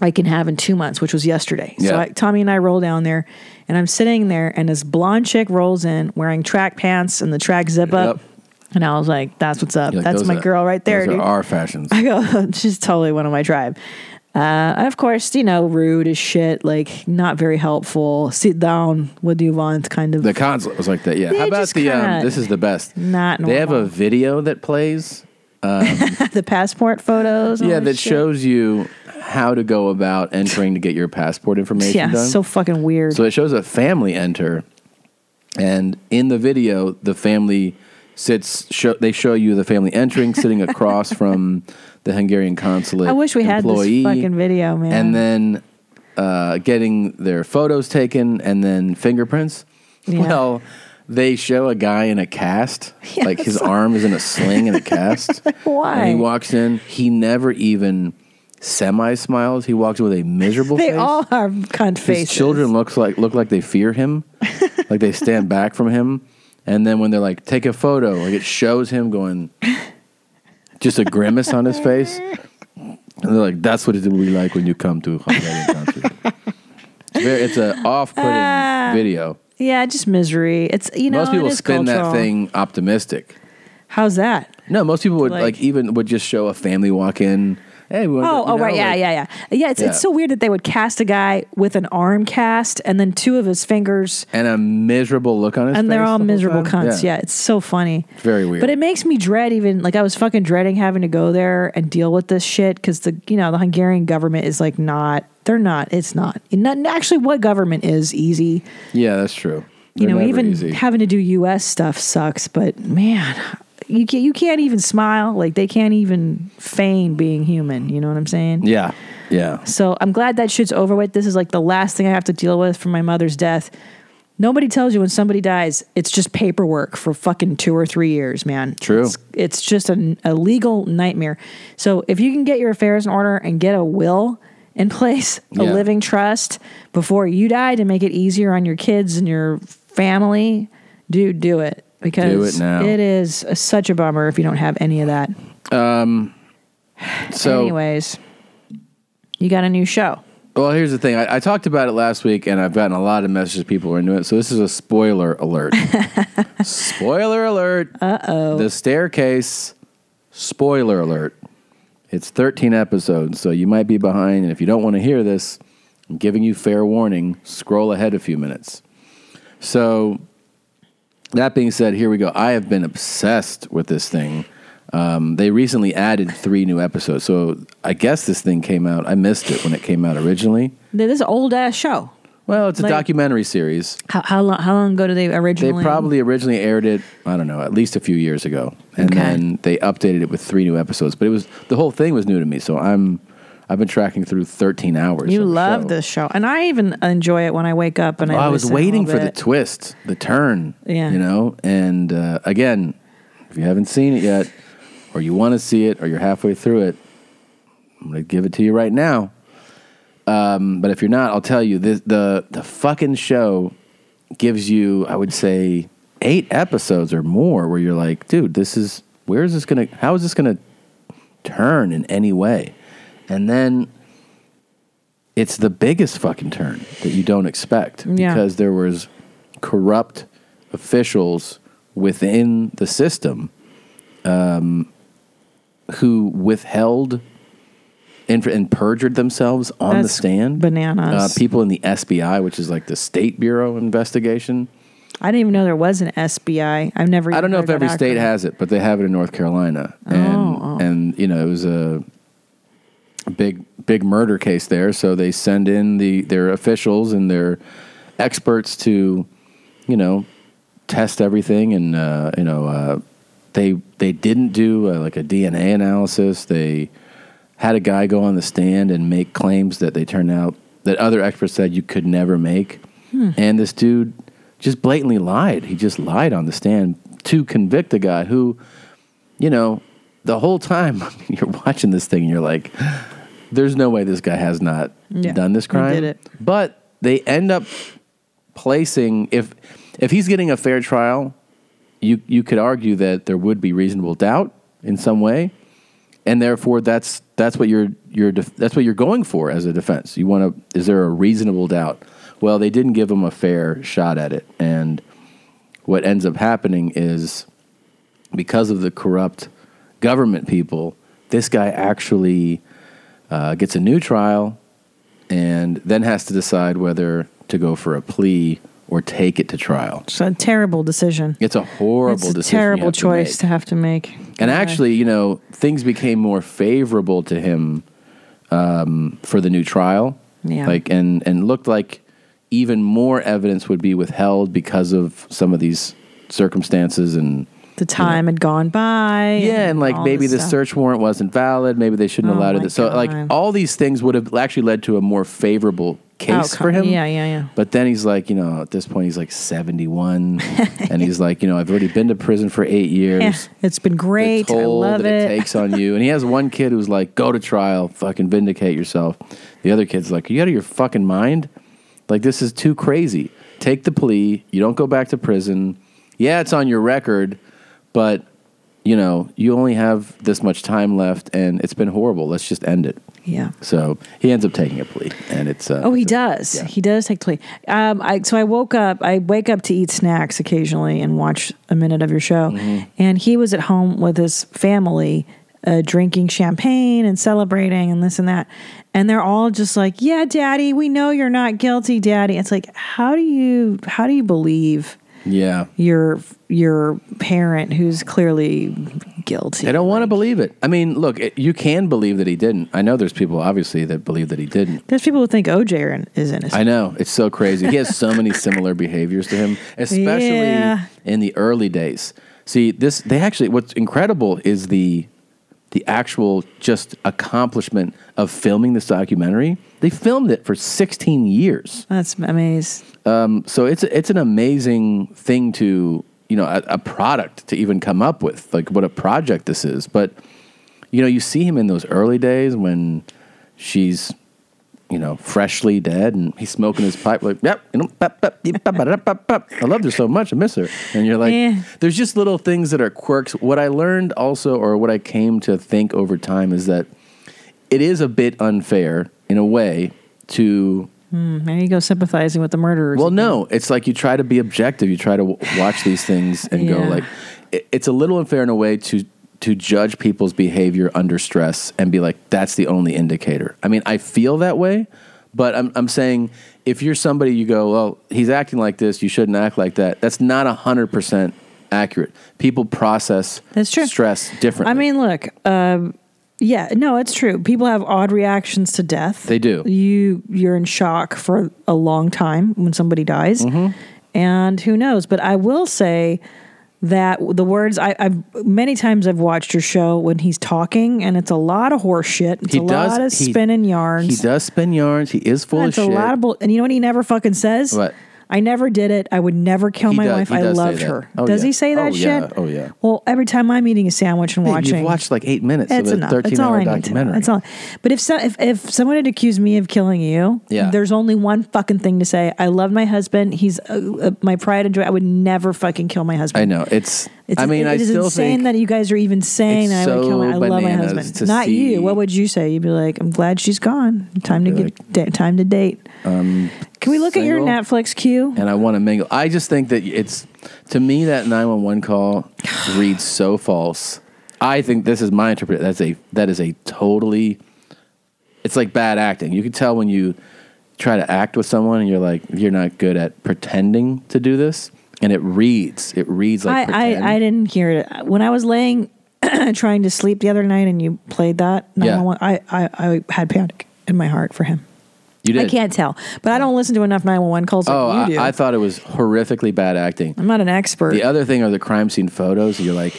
B: I can have in two months, which was yesterday. So
A: Yeah.
B: I, Tommy and I roll down there, and I'm sitting there, and this blonde chick rolls in wearing track pants and the track zip up,
A: Yep.
B: and I was like, "That's what's up.
A: You're like,
B: That's
A: those
B: my
A: are-
B: girl right there,
A: Those
B: dude."
A: are our fashions.
B: I go, she's totally one of my tribe. Uh, and of course, you know, rude as shit, like not very helpful. Sit down. What do you want? Kind of
A: The consulate was like that. Yeah.
B: They
A: How about
B: just
A: the um,
B: kinda-
A: this is the best.
B: not. Normal.
A: They have a video that plays.
B: the passport photos. and all
A: Yeah, that
B: Oh, shit.
A: shows you how to go about entering to get your passport information
B: Yeah,
A: done.
B: so fucking weird.
A: So it shows a family enter, and in the video, the family sits. Show, they show you the family entering, sitting across from the Hungarian consulate.
B: I wish we had
A: employee,
B: this fucking video, man.
A: And then uh, getting their photos taken, and then fingerprints.
B: Yeah.
A: Well, they show a guy in a cast,
B: Yeah,
A: like his
B: it's like-
A: arm is in a sling in a cast.
B: Why?
A: And he walks in. He never even semi smiles. He walks in with a miserable.
B: they
A: face.
B: all are cunt
A: His
B: faces.
A: children looks like look like they fear him, like they stand back from him, And then when they're like, take a photo, like it shows him going, just a grimace on his face. And they're like, that's what it will be like when you come to Hungarian country. It's, very, it's an off-putting
B: Ah.
A: video.
B: Yeah, just misery. It's you know
A: most people
B: it is
A: spin
B: cultural.
A: that thing optimistic.
B: How's that?
A: No, most people would
B: Like-
A: like, even would just show a family walk in. Hey, we want
B: Oh, oh, right, yeah, yeah, yeah, yeah. It's
A: Yeah.
B: it's so weird that they would cast a guy with an arm cast and then two of his fingers,
A: and a miserable look on his face.
B: and they're all
A: the whole
B: miserable
A: time.
B: cunts. Yeah. it's so funny.
A: It's very weird.
B: But it makes me dread even like I was fucking dreading having to go there and deal with this shit because the you know the Hungarian government is like not they're not it's not, not actually what government is easy.
A: yeah, that's true.
B: you
A: They're
B: know,
A: never
B: even
A: easy.
B: having to do U.S. stuff sucks. But man, you can't you can't even smile. Like they can't even feign being human. You know what I'm saying?
A: yeah, yeah.
B: So I'm glad that shit's over with. This is like the last thing I have to deal with from my mother's death. Nobody tells you when somebody dies, it's just paperwork for fucking two or three years, man.
A: True.
B: It's, it's just an, a legal nightmare. So if you can get your affairs in order and get a will in place, a
A: Yeah.
B: living trust before you die to make it easier on your kids and your family, dude, do it. Because
A: now.
B: it is a- such a bummer if you don't have any of that.
A: Um, so
B: Anyways, you got a new show.
A: Well, here's the thing. I, I talked about it last week, and I've gotten a lot of messages. People who are into it. So this is a spoiler alert. spoiler alert. Uh oh. The staircase. Spoiler alert. It's 13 episodes, so you might be behind. And if you don't want to hear this, I'm giving you fair warning. Scroll ahead a few minutes. So that being said, here we go. I have been obsessed with this thing. Um, they recently added three new episodes, so I guess this thing came out. I missed it when it came out originally.
B: This is an old ass show.
A: Well, it's a
B: Like-
A: documentary series.
B: How, how long? How long ago did they
A: They
B: originally?
A: probably originally aired it, I don't know, at least a few years ago, and
B: Okay.
A: then they updated it with three new episodes. But it was the whole thing was new to me, so I'm I've been tracking through 13 hours.
B: You
A: of the
B: love
A: show.
B: this show, and I even enjoy it when I wake up and I.
A: Well, I was
B: listen a
A: waiting for
B: little
A: the
B: bit.
A: twist, the turn.
B: Yeah.
A: You know, and uh, again, if you haven't seen it yet, or you want to see it, or you're halfway through it, I'm going to give it to you right now. Um, but if you're not, I'll tell you this, the the fucking show gives you, I would say, eight episodes or more where you're like, dude, this is where is this gonna? How is this gonna turn in any way? And then it's the biggest fucking turn that you don't expect
B: Yeah.
A: because there was corrupt officials within the system um, who withheld and, and perjured themselves on the
B: That's
A: stand.
B: bananas.
A: Uh, people in the SBI, which is like the State Bureau investigation.
B: I didn't even know there was an SBI. I've never.
A: I don't
B: even
A: know
B: heard
A: if every
B: that
A: state
B: acronym.
A: has it, but they have it in North Carolina, and and you know it was a big big murder case there, so they send in the their officials and their experts to you know test everything, and uh, you know uh, they they didn't do uh, like a DNA analysis. They had a guy go on the stand and make claims that they turned out that other experts said you could never make.
L: Hmm.
A: And this dude just blatantly lied. He just lied on the stand to convict a guy who, you know, the whole time you're watching this thing and you're like, there's no way this guy has not
L: Yeah,
A: done this
L: he
A: crime.
L: did it.
A: But they end up placing if if he's getting a fair trial, you you could argue that there would be reasonable doubt in some way, and therefore that's that's what you're you're def- that's what you're going for as a defense. You want to is there a reasonable doubt? Well, they didn't give him a fair shot at it, and what ends up happening is because of the corrupt government people, this guy actually uh, gets a new trial and then has to decide whether to go for a plea or take it to trial.
B: It's a terrible decision.
A: It's a horrible
B: it's a
A: decision. you
B: terrible
A: have to
B: choice
A: make.
B: to have to make.
A: And
B: Yeah.
A: actually, you know, things became more favorable to him um, for the new trial.
B: Yeah.
A: Like, and and looked like even more evidence would be withheld because of some of these circumstances and
B: the time had gone by.
A: yeah, and like
B: all
A: maybe
B: this
A: the
B: stuff.
A: search warrant wasn't valid. Maybe they shouldn't
B: Oh
A: have allowed
B: my
A: it. So
B: God.
A: like all these things would have actually led to a more favorable case
B: Outcome.
A: for him.
B: Oh, Yeah, yeah, yeah.
A: But then he's like, you know, at this point he's like seventy one, and he's like, you know, I've already been to prison for eight years.
B: Yeah, it's been great.
A: The
B: I
A: toll
B: love
A: that
B: it.
A: it. takes on you. And he has one kid who's like, "Go to trial, fucking vindicate yourself." The other kid's like, "Are you out of your fucking mind? Like this is too crazy. Take the plea. You don't go back to prison. yeah, it's on your record, but you know, you only have this much time left, and it's been horrible. Let's just end it.
B: Yeah.
A: So he ends up taking a plea, and it's uh,
B: Oh, he does. He does take plea. Um, I so I woke up. I wake up to eat snacks occasionally and watch a minute of your show.
A: Mhm.
B: And he was at home with his family, uh, drinking champagne and celebrating and this and that. And they're all just like, "Yeah, Daddy, we know you're not guilty, Daddy." It's like, how do you how do you believe
A: yeah.
B: your your parent who's clearly guilty?
A: I don't want to believe it. I mean, look, it, you can believe that he didn't. I know there's people obviously that believe that he didn't.
B: There's people who think OJ are in- is innocent.
A: I know it's so crazy. He has so many similar behaviors to him, especially
B: Yeah.
A: in the early days. See, this they actually what's incredible is the the actual just accomplishment of filming this documentary. They filmed it for 16 years.
B: That's amazing.
A: Um, so it's it's an amazing thing to you know a, a product to even come up with like what a project this is. But you know you see him in those early days when she's you know freshly dead and he's smoking his pipe like yep you know, pop, pop, yep, pop, pop, pop, pop. I loved her so much I miss her and you're like
B: Yeah.
A: there's just little things that are quirks. What I learned also or what I came to think over time is that it is a bit unfair in a way to
B: Hmm, there you go, sympathizing with the murderers.
A: well, no, it's like you try to be objective. You try to w- watch these things and go
B: Yeah.
A: like, it, it's a little unfair in a way to to judge people's behavior under stress and be like, that's the only indicator. I mean, I feel that way, but I'm I'm saying if you're somebody, you go, well, he's acting like this. You shouldn't act like that. That's not hundred percent accurate. People process that's true. stress differently.
B: I mean, look, um, yeah, no, it's true. People have odd reactions to death.
A: They do.
B: You you're in shock for a long time when somebody dies,
A: Mm-hmm.
B: and who knows? But I will say that the words I, I've many times I've watched your show when he's talking, and it's a lot of horse shit. It's
A: He
B: a
A: does-
B: lot of
A: he-
B: spinning yarns.
A: he does spin yarns. He is full
B: It's
A: of
B: a
A: shit.
B: lot of bull- and you know what he never fucking says?
A: What?
B: I never did it. I would never kill
A: He
B: my
A: does-
B: wife.
A: he
B: I
A: does say
B: loved
A: that.
B: her.
A: Oh,
B: does
A: yeah.
B: he say that
A: Oh,
B: shit?
A: yeah. Oh, yeah.
B: Well, every time I'm eating a sandwich and
A: Hey,
B: watching,
A: You've watched like eight minutes
B: it's
A: of a
B: enough. It's all I
A: thirteen-hour
B: need to know.
A: documentary.
B: That's all. But if so, if if someone had accused me of killing you,
A: Yeah.
B: there's only one fucking thing to say. I love my husband. He's uh, uh, my pride and joy. I would never fucking kill my husband.
A: I know it's. I mean,
B: it
A: I
B: is
A: still
B: insane
A: think
B: that you guys are even saying
A: It's
B: that I would kill
A: so
B: my. I love my
A: bananas to
B: husband. Not
A: see-
B: you. What would you say? You'd be like, "I'm glad she's gone. Time to
A: I'd be
B: get da- time to date."
A: um,
B: Can we look at your
A: single.
B: Netflix queue?
A: and I want to mingle. I just think that it's to me that 911 call reads so false. I think this is my interpret. That's a that is a totally. It's like bad acting. You can tell when you try to act with someone and you're like you're not good at pretending to do this, and it reads. It reads like
B: I,
A: pretend.
B: I I didn't hear it when I was laying trying to sleep the other night, and you played that.
A: Yeah.
B: 911, I, I I had panic in my heart for him.
A: you did.
B: I can't tell, but I don't listen to enough 911 calls
A: Oh,
B: like you do.
A: I, I thought it was horrifically bad acting.
B: I'm not an expert.
A: The other thing are the crime scene photos. You're like,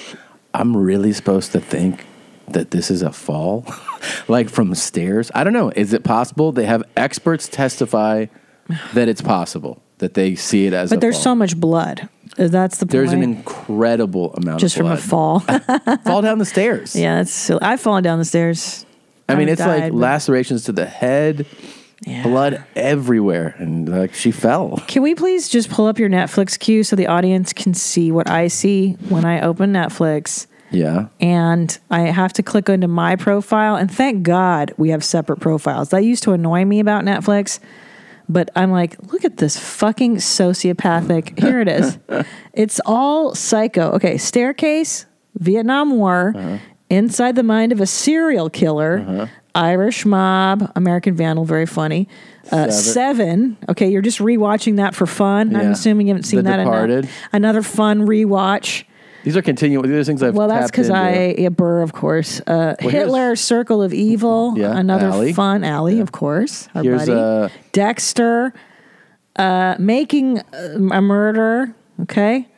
A: I'm really supposed to think that this is a fall, like from stairs. I don't know. Is it possible? They have experts testify that it's possible that they see it as.
B: but
A: a
B: there's
A: fall.
B: so much blood. Uh, That's the
A: There's
B: point.
A: an incredible amount
B: just
A: of
B: from a
A: blood.
B: fall.
A: fall down the stairs.
B: Yeah, that's silly. I've fallen down the stairs.
A: I mean,
B: haven't
A: it's
B: died,
A: like
B: but-
A: lacerations to the head, blood everywhere, and like she fell.
B: Can we please just pull up your Netflix queue so the audience can see what I see when I open Netflix?
A: Yeah.
B: and I have to click into my profile. And thank God we have separate profiles. That used to annoy me about Netflix, but I'm like, look at this fucking sociopathic. Here it is. it's all psycho. Okay, staircase, Vietnam War,
A: Uh-huh.
B: inside the mind of a serial killer. Irish Mob, American Vandal, very funny.
A: Sever-
B: Uh, seven. Okay, you're just rewatching that for fun. I'm
A: Yeah.
B: assuming you haven't seen
A: The
B: that. enough.
A: Departed.
B: Another fun rewatch
A: These are continuing. These are things I've
B: well, that's
A: because
B: because I yeah, Burr, of course. Uh,
A: Well, here's-
B: Hitler, Circle of Evil,
A: Yeah,
B: another
A: Ally.
B: fun alley, of course. Our
A: Here's,
B: buddy
A: uh,
B: Dexter, uh, making uh, a murder. Okay,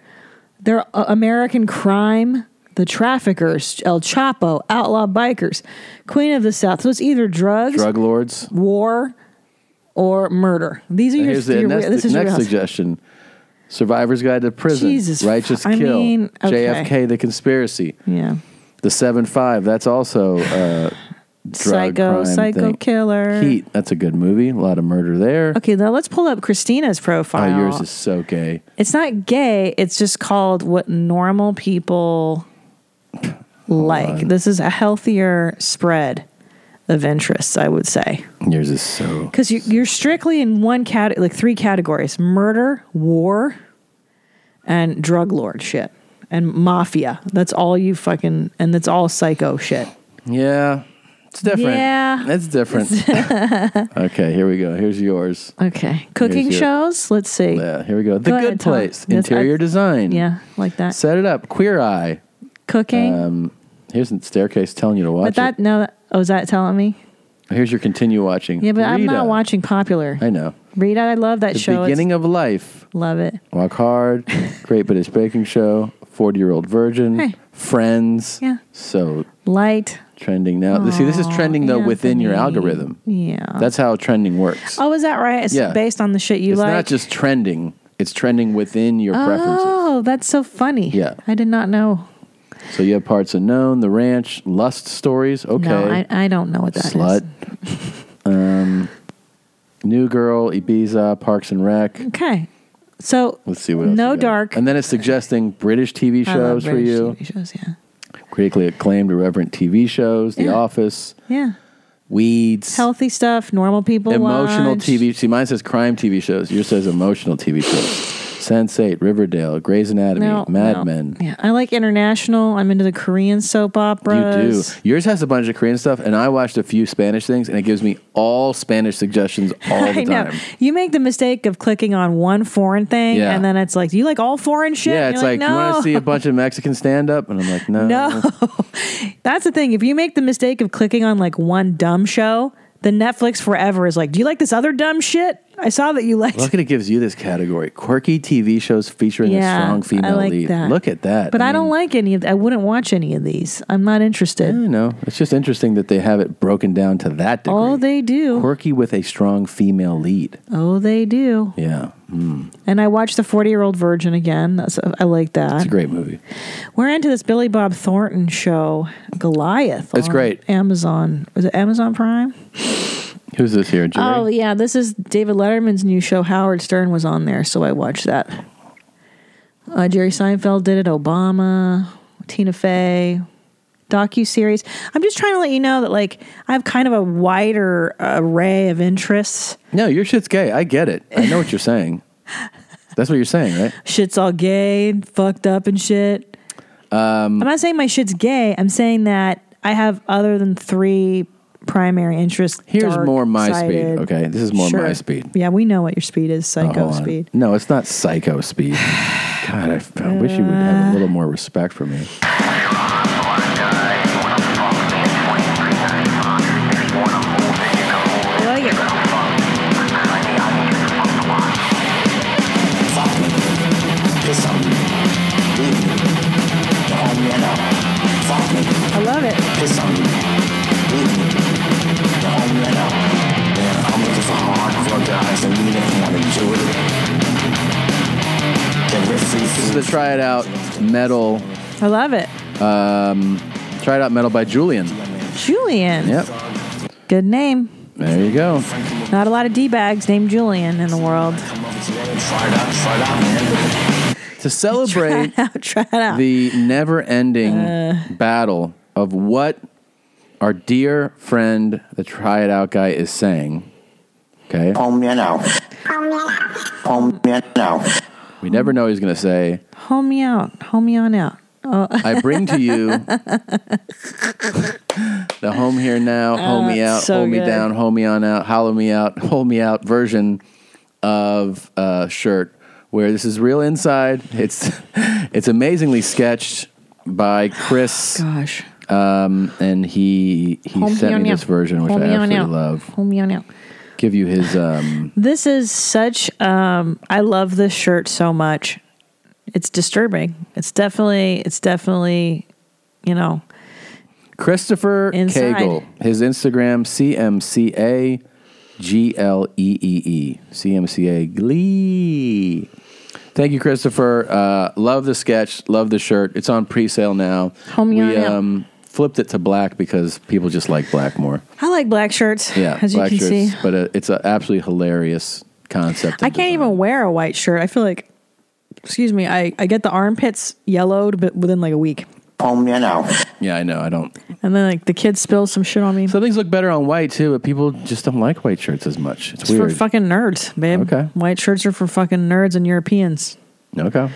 B: there uh, American crime, the traffickers, El Chapo, outlaw bikers, Queen of the South. So it's either drugs,
A: drug lords.
B: war, or murder. These are your,
A: Here's the
B: your
A: next,
B: this is
A: next
B: your house.
A: suggestion. Survivor's Guide to Prison.
B: Jesus
A: Righteous
B: fu- I
A: Kill.
B: mean, okay.
A: JFK The Conspiracy.
B: Yeah.
A: The Seven Five. That's also uh, drug
B: Psycho-
A: crime
B: psycho
A: thing.
B: killer.
A: Heat. That's a good movie. A lot of murder there.
B: Okay, now let's pull up Christina's profile.
A: Oh, yours is so gay.
B: It's not gay. It's just called what normal people like. This is a healthier spread of interests, I would say.
A: Yours is so.
B: Because you, you're strictly in one category, like three categories murder, war, and drug lord shit, and mafia. That's all you fucking, and that's all psycho shit.
A: Yeah. It's different.
B: Yeah.
A: It's different. okay, here we go. Here's yours.
B: okay. Cooking
A: Here's your-
B: shows? Let's see.
A: Yeah, here we go. The
B: Go
A: Good
B: ahead, Tom.
A: Place.
B: That's-
A: Interior
B: I-
A: design.
B: Yeah, like that.
A: Set it up. Queer Eye.
B: Cooking.
A: Um, here's a staircase telling you to watch
B: but that,
A: it.
B: no, that- oh, is that telling me?
A: Here's your continue watching.
B: Yeah, but I'm not
A: Rita.
B: watching popular.
A: I know.
B: Rita, I love that
A: the
B: show. It's-
A: beginning of life.
B: love it.
A: Walk Hard. Great British Baking Show. Forty Year Old Virgin.
B: Hey.
A: Friends.
B: Yeah.
A: So
B: Light.
A: trending now. See, this is trending though within your algorithm.
B: Yeah.
A: That's how trending works.
B: Oh, is that right? It's
A: Yeah.
B: based on the shit you
A: it's
B: like.
A: not just trending; it's trending within your preferences.
B: oh, that's so funny.
A: Yeah.
B: I did not know.
A: So you have parts unknown, the ranch, lust stories. Okay,
B: No, I, I don't know what that is.
A: slut. um, new girl, Ibiza, Parks and Rec.
B: Okay. So
A: Let's see what else.
B: No
A: we got.
B: dark.
A: and then it's suggesting British TV
B: I love
A: shows for
B: British
A: you.
B: TV shows, yeah.
A: Critically acclaimed, irreverent TV shows, The
B: Yeah.
A: Office,
B: Yeah.
A: Weeds,
B: Healthy stuff, normal people.
A: emotional
B: watch.
A: TV. See, mine says crime TV shows. Yours says emotional TV shows. Sense8, Riverdale, Grey's Anatomy,
B: No,
A: Mad
B: no.
A: Men.
B: Yeah. I like international. I'm into the Korean soap operas.
A: You do. Yours has a bunch of Korean stuff, and I watched a few Spanish things, and it gives me all Spanish suggestions all the
B: I know.
A: time.
B: You make the mistake of clicking on one foreign thing,
A: Yeah.
B: and then it's like, do you like all foreign shit?
A: Yeah,
B: And
A: it's
B: you're
A: like, you want
B: no.
A: to see a bunch of Mexican stand up, and I'm like, no,
B: No. That's the thing. If you make the mistake of clicking on like one dumb show, the Netflix forever is like, do you like this other dumb shit? I saw that you liked.
A: Look at it gives you this category: quirky TV shows featuring a
B: Yeah,
A: strong
B: I
A: female
B: like
A: lead.
B: that.
A: Look at that.
B: but I, don't like any of. I wouldn't watch any of these. I'm not interested.
A: You know, it's just interesting that they have it broken down to that degree.
B: oh, they do.
A: quirky with a strong female lead.
B: Oh, they do.
A: Yeah, mm.
B: And I watched the Forty Year Old Virgin again. That's, I like that.
A: it's a great movie.
B: We're into this Billy Bob Thornton show, Goliath.
A: It's
B: on
A: great.
B: Amazon. Was it Amazon Prime?
A: Who's this here, Jerry?
B: Oh, yeah. This is David Letterman's new show. Howard Stern was on there, so I watched that. Uh, Jerry Seinfeld did it. Obama, Tina Fey, docu series. I'm just trying to let you know that, like, I have kind of a wider array of interests.
A: No, your shit's gay. I get it. I know what you're saying. That's what you're saying, right?
B: Shit's all gay and fucked up and shit.
A: Um,
B: I'm not saying my shit's gay. I'm saying that I have other than three primary interests.
A: Here's more my
B: dark-sided.
A: speed, okay? This is more
B: Sure.
A: my speed.
B: Yeah, we know what your speed is.
A: Oh,
B: Psycho
A: hold on.
B: speed.
A: No, it's not psycho speed. God, I, I wish you would have a little more respect for me.
B: I love it.
E: I'm looking for hardcore guys that need it and enjoy it. That we're free
A: This is the try it out metal.
B: I love it.
A: Um, try it out metal by Julian.
B: Julian.
A: Yep,
B: Good name.
A: there you go.
B: Not a lot of D bags named Julian in the world.
E: Try it out, try it out, man.
A: To celebrate
B: Try it out.
A: the never-ending
B: Uh.
A: battle of what our dear friend, the try it out guy, is saying. Okay,
E: Home me now. Home me now.
A: we never know what he's going to say.
B: Home me out. Home me on out. Oh,
A: I bring to you the home here now, home me out,
B: that's Ah, so
A: hold me
B: good.
A: down, hold me on out, hollow me out, hold me out version of uh, shirt where this is real inside. It's it's amazingly sketched by Chris,
B: gosh.
A: um, and he he
B: Home
A: sent
B: me
A: me
B: on
A: this
B: out.
A: version, which
B: Home
A: I
B: me on
A: absolutely
B: out.
A: love.
B: Home me on out.
A: Give you his um,
B: This is such. Um, I love this shirt so much. It's disturbing. It's definitely. It's definitely. You know.
A: Christopher
B: Inside.
A: Cagle. His Instagram C M C A G L E E E C M C A Glee. E Thank you, Christopher. Uh, love the sketch. Love the shirt. It's on pre-sale now.
B: Home me
A: we
B: on out.
A: um, flipped it to black because people just like black more.
B: I like black shirts.
A: Yeah,
B: as
A: black
B: you can
A: shirts,
B: see.
A: but uh it's an absolutely hilarious concept.
B: I can't even wear a white shirt. I feel like, excuse me, I, I get the armpits yellowed, but within like a week.
A: Um, you know. Yeah, I know. I don't.
B: And then like the kids spill some shit on me.
A: Some things look better on white too, but people just don't like white shirts as much. It's,
B: It's for
A: weird.
B: fucking nerds, babe.
A: Okay.
B: White shirts are for fucking nerds and Europeans.
A: okay.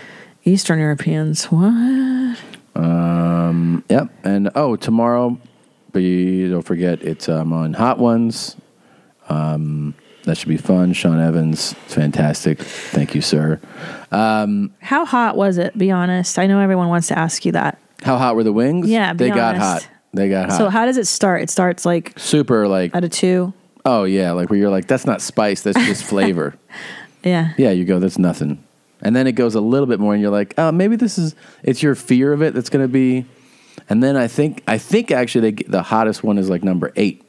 B: Eastern Europeans. What?
A: Um. Yep. And oh, tomorrow, be don't forget it's um, on Hot Ones. Um, that should be fun. Sean Evans, fantastic. Thank you, sir. Um,
B: How hot was it? Be honest. I know everyone wants to ask you that.
A: how hot were the wings?
B: Yeah, be
A: they got
B: honest.
A: hot. They got hot.
B: So how does it start? It starts like
A: Super like
B: at a two.
A: oh yeah, like where you're like that's not spice, that's just flavor.
B: Yeah.
A: Yeah, you go, that's nothing. And then it goes a little bit more and you're like, oh, maybe this is it's your fear of it that's gonna be and then I think I think actually they get, the hottest one is like number eight.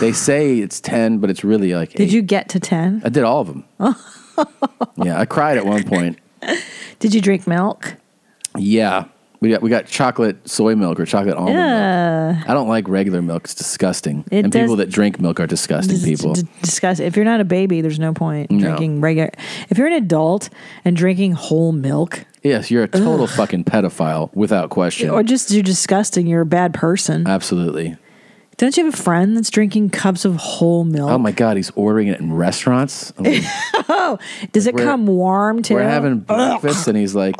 A: They say it's ten, but it's really like
B: Did
A: eight.
B: you Oh. get to ten?
A: I did all of them. yeah, I cried at one point.
B: Did you drink milk?
A: Yeah. We got we got chocolate soy milk or chocolate almond
B: Yeah.
A: milk. I don't like regular milk, it's disgusting.
B: It
A: and
B: does-
A: people that drink milk are disgusting people.
B: Discuss. If you're not a baby, there's no point in
A: No.
B: drinking regular. If you're an adult and drinking whole milk,
A: Yes, you're a total
B: Ugh.
A: fucking pedophile without question.
B: or just you're disgusting, you're a bad
A: Uh,
B: person.
A: Absolutely.
B: Don't you have a friend that's drinking cups of whole milk?
A: Oh my god, he's ordering it in restaurants. I'm like,
B: oh, does it
A: We're-
B: come warm too?
A: We're having breakfast, and he's like,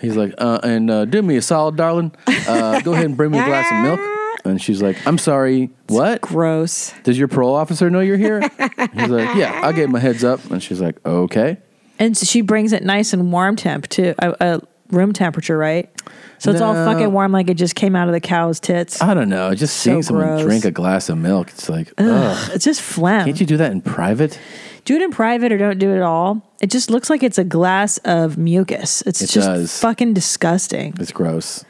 A: he's like, uh, and uh, do me a solid, darling. Uh, go ahead and bring me a glass of milk. And she's like, I'm sorry, what?
B: gross.
A: Does your parole officer know you're here? he's like, yeah, I gave him a heads up. And she's like, okay.
B: And so she brings it nice and warm temp too, uh, uh, room temperature, right? So it's all
A: No. Ah.
B: fucking warm, like it just came out of the cow's tits.
A: I don't know. Just
B: So
A: seeing someone
B: gross.
A: drink a glass of milk, it's like,
B: Ugh,
A: ugh.
B: it's just phlegm.
A: Can't you do that in private?
B: do it in private or don't do it at all. It just looks like it's a glass of mucus. It's
A: It
B: just
A: does.
B: fucking disgusting.
A: It's gross.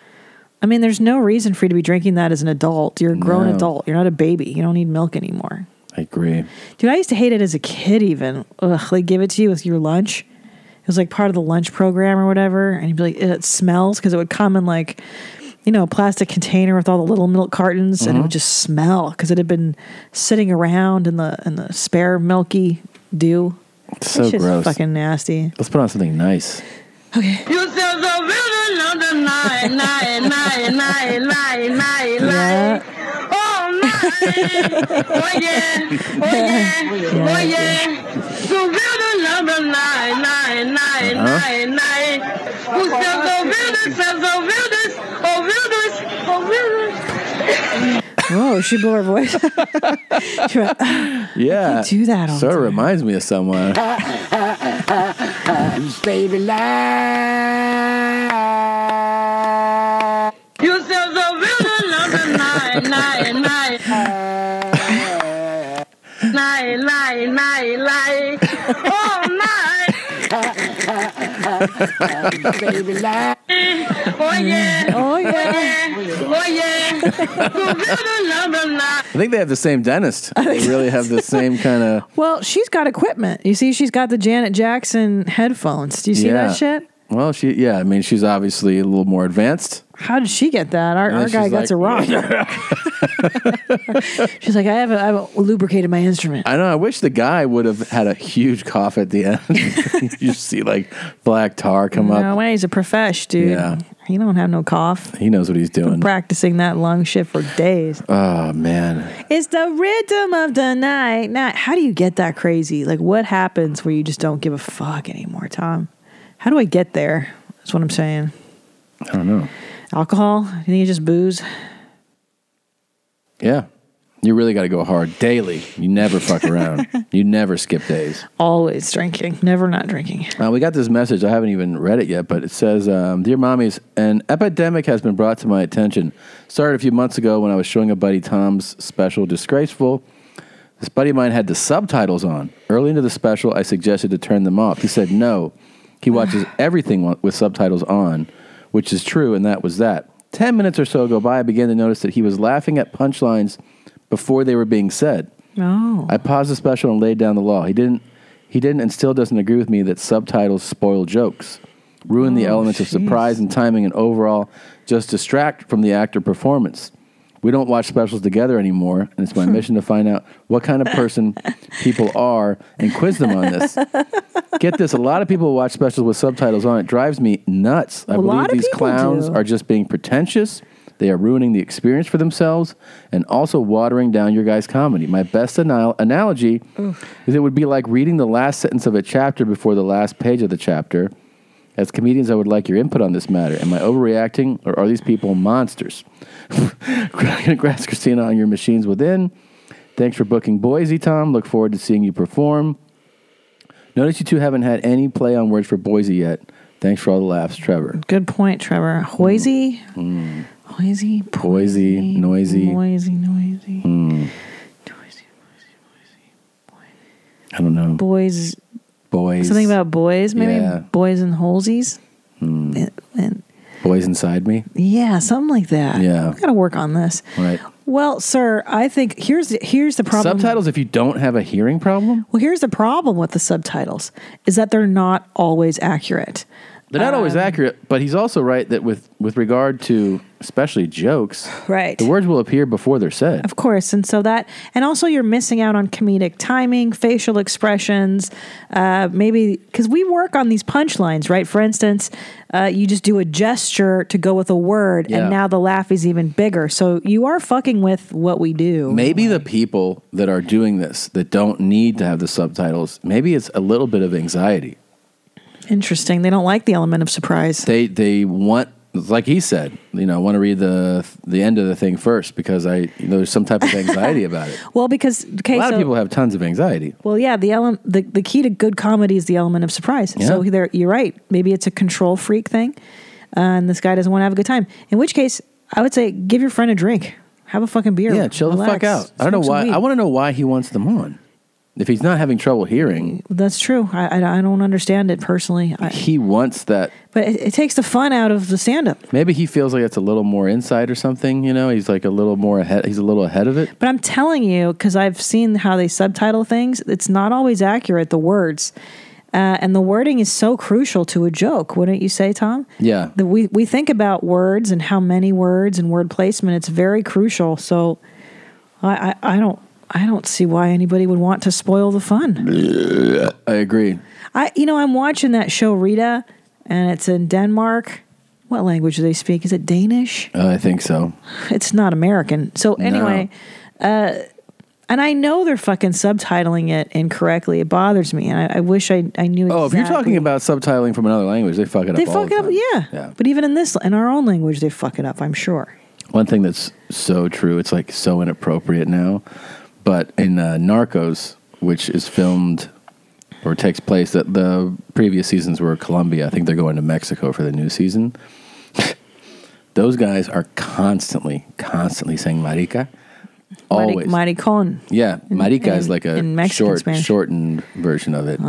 B: I mean, there's no reason for you to be drinking that as an adult. You're a grown
A: No.
B: adult. You're not a baby. You don't need milk anymore.
A: I agree.
B: Dude, I used to hate it as a kid even. Ugh, they give it to you with your lunch. It was like part of the lunch program or whatever. And you'd be like, "Ew, it smells because it would come in like, you know, a plastic container with all the little milk cartons and it
A: Mm-hmm.
B: would
L: Mhm.
B: just smell because it had been sitting around in the in the spare milky dew.
A: It's so
B: just
A: gross.
B: fucking nasty.
A: Let's put on something nice.
L: You sound so beautiful on the night, night, night, night, night, night, night. Oh, night. Oh, yeah. Oh, yeah. Oh, yeah. So beautiful on the night, night, night,
M: Uh-huh.
L: night, night. Who sounds so beautiful, sounds so beautiful, oh, beautiful, oh, beautiful.
B: Whoa, she blew her voice. She went,
A: Yeah.
B: do that all
A: so it reminds me of someone.
L: Baby, You sound so beautiful on the night, night, night. Night, night, night, night. Oh, night. Baby, night. Oh, yeah.
B: Oh,
L: yeah. Oh, yeah. So beautiful on the night.
A: I think they have the same dentist. They really have the same kind of.
B: Well, she's got equipment. You see, she's got the Janet Jackson headphones. Do you see that shit?
A: Well, she yeah, I mean she's obviously a little more advanced.
B: How did she get that? Our,
A: And
B: our
A: she's
B: guy gets a rock.
A: like-
B: she's like, I haven't, I haven't lubricated my instrument.
A: I know. I wish the guy would have had a huge cough at the end. you see like black tar come
B: No
A: up.
B: way. He's a profesh, dude.
A: Yeah.
B: He don't have no cough.
A: He knows what he's doing.
B: Practicing that lung shit for days.
A: Oh man,
B: It's the rhythm of the night. Night. How do you get that crazy? Like, what happens where you just don't give a fuck anymore, Tom? How do I get there? That's what I'm saying.
A: I don't know.
B: Alcohol? You think it's just booze?
A: Yeah, you really got to go hard daily. You never fuck around. you never skip days.
B: Always drinking. Never not drinking.
A: Uh, we got this message. I haven't even read it yet, but it says, um, "Dear mommies, an epidemic has been brought to my attention. Started a few months ago when I was showing a buddy Tom's special, Disgraceful. This buddy of mine had the subtitles on. Early into the special, I suggested to turn them off. He said no. He watches everything wa- with subtitles on, which is true, and that was that. Ten minutes or so go by, I began to notice that he was laughing at punchlines before they were being said.
B: No.
A: I paused the special and laid down the law. He didn't. He didn't, and still doesn't agree with me that subtitles spoil jokes, ruin the elements of surprise and timing, and overall just distract from the actor performance. We don't watch specials together anymore, and it's my mission to find out what kind of person people are and quiz them on this. Get this: a lot of people watch specials with subtitles on. It drives me nuts. I
B: A
A: believe
B: lot of
A: these
B: people
A: clowns
B: do.
A: are just being pretentious. They are ruining the experience for themselves and also watering down your guys' comedy. My best anal- analogy is it would be like reading the last sentence of a chapter before the last page of the chapter. As comedians, I would like your input on this matter. Am I overreacting, or are these people monsters? Congrats, Christina, on your machines within. Thanks for booking Boise, Tom. Look forward to seeing you perform. Notice you two haven't had any play on words for Boise yet. Thanks for all the laughs, Trevor.
B: Good point, Trevor. Hoisey,
A: Mm.
B: Hoisey,
A: Boise, noisy.
B: noisy, noisy.
A: Mm. I don't know.
B: Boys,
A: Boys.
B: something about boys, maybe
A: Yeah.
B: boys and holesies.
A: Mm.
B: And, and-
A: Boys inside me.
B: yeah, something like that.
A: Yeah.
B: I got to work on this.
A: Right.
B: Well, sir, I think here's the, here's the problem.
A: Subtitles if you don't have a hearing problem?
B: Well, here's the problem with the subtitles is that they're not always accurate.
A: They're not
B: Um,
A: always accurate, but he's also right that with, with regard to especially jokes,
B: Right.
A: the words will appear before they're said.
B: Of course. And so that, and also you're missing out on comedic timing, facial expressions, uh, maybe because we work on these punchlines, right? For instance, uh, you just do a gesture to go with a word,
A: Yeah.
B: and now the laugh is even bigger. So you are fucking with what we do.
A: Maybe the people that are doing this that don't need to have the subtitles, maybe it's a little bit of anxiety.
B: Interesting. They don't like the element of surprise.
A: They they want like he said, you know, I want to read the the end of the thing first because I you know, there's some type of anxiety about it.
B: Well, because, okay,
A: a lot
B: so.
A: of people have tons of anxiety.
B: well, yeah, the, ele- the the key to good comedy is the element of surprise. So
A: Yeah.
B: there, you're right. Maybe it's a control freak thing, uh, and this guy doesn't want to have a good time. In which case, I would say give your friend a drink, have a fucking beer.
A: Yeah, chill the fuck out.
B: relax,
A: I don't
B: smoke
A: know
B: some
A: why.
B: weed.
A: I want to know why he wants them on. If he's not having trouble hearing,
B: That's true. I, I, I don't understand it personally, I,
A: he wants that.
B: but it, it takes the fun out of the stand up.
A: Maybe he feels like it's a little more insight or something. You know, he's like a little more ahead. He's a little ahead of it.
B: But I'm telling you, because I've seen how they subtitle things, it's not always accurate. The words. Uh, and the wording is so crucial to a joke, wouldn't you say, Tom?
A: Yeah,
B: the, we we think about words and how many words and word placement. It's very crucial. So, I I, I don't I don't see why anybody would want to spoil the fun.
A: I agree.
B: I you know I'm watching that show Rita, and it's in Denmark. What language do they speak? Is it Danish?
A: Uh, I think so.
B: It's not American. So
A: No.
B: anyway, uh, and I know they're fucking subtitling it incorrectly. It bothers me, and I, I wish I I knew.
A: Oh, if you're
B: exactly-
A: talking about subtitling from another language, they fuck it up.
B: they
A: all
B: fuck
A: the
B: it up,
A: time.
B: yeah.
A: Yeah.
B: But even in this, in our own language, they fuck it up. I'm sure.
A: One thing that's so true, it's like so inappropriate now, but in uh, Narcos, which is filmed or takes place, that the previous seasons were Colombia. I think they're going to Mexico for the new season. Those guys are constantly, constantly saying marica. Always.
B: Mighty Con.
A: yeah,
B: in-
A: marica is
B: in-
A: like a
B: in Mexican
A: short,
B: Spanish.
A: shortened version of it.
B: Oh.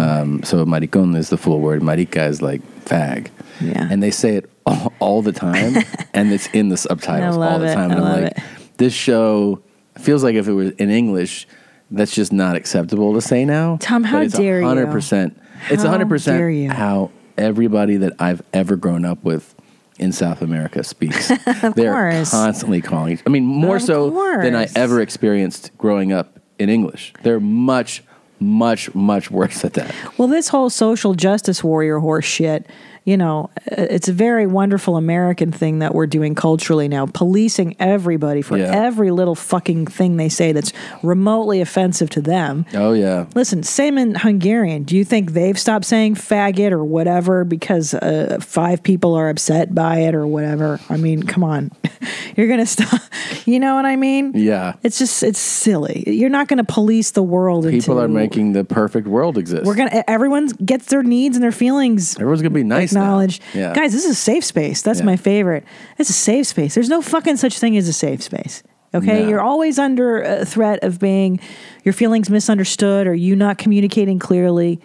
A: Um, so maricon is the full word. Marica is like fag.
B: Yeah.
A: And they say it all, all the time, and it's in the subtitles
B: I love
A: all the
B: it.
A: time.
B: I
A: And
B: love
A: I'm like, this show feels like if it was in English, that's just not acceptable to say now.
B: Tom, how
A: but it's
B: dare you.
A: 100%, It's
B: How
A: 100%
B: dare you.
A: how everybody that I've ever grown up with in South America speaks. They're
B: course.
A: constantly calling. I mean, more
B: Of
A: so than I
B: course.
A: ever experienced growing up in English. They're much, much, much worse at that.
B: Well, this whole social justice warrior horse shit, you know, uh, it's a very wonderful American thing that we're doing culturally now, policing everybody for
A: Yeah.
B: every little fucking thing they say that's remotely offensive to them.
A: Oh yeah.
B: Listen, same in Hungarian. Do you think they've stopped saying faggot or whatever because uh, five people are upset by it or whatever? I mean, come on. You're going to stop. You know what I mean?
A: Yeah.
B: It's just, it's silly. You're not going to police the world.
A: People
B: into-
A: are making the perfect world exist.
B: We're gonna. e, Everyone gets their needs and their feelings.
A: Everyone's gonna be nice now.
B: Acknowledged.
A: Yeah.
B: Guys, this is a safe space. That's
A: Yeah.
B: my favorite. It's a safe space. There's no fucking such thing as a safe space. Okay,
A: No.
B: you're always under a threat of being your feelings misunderstood or you not communicating clearly.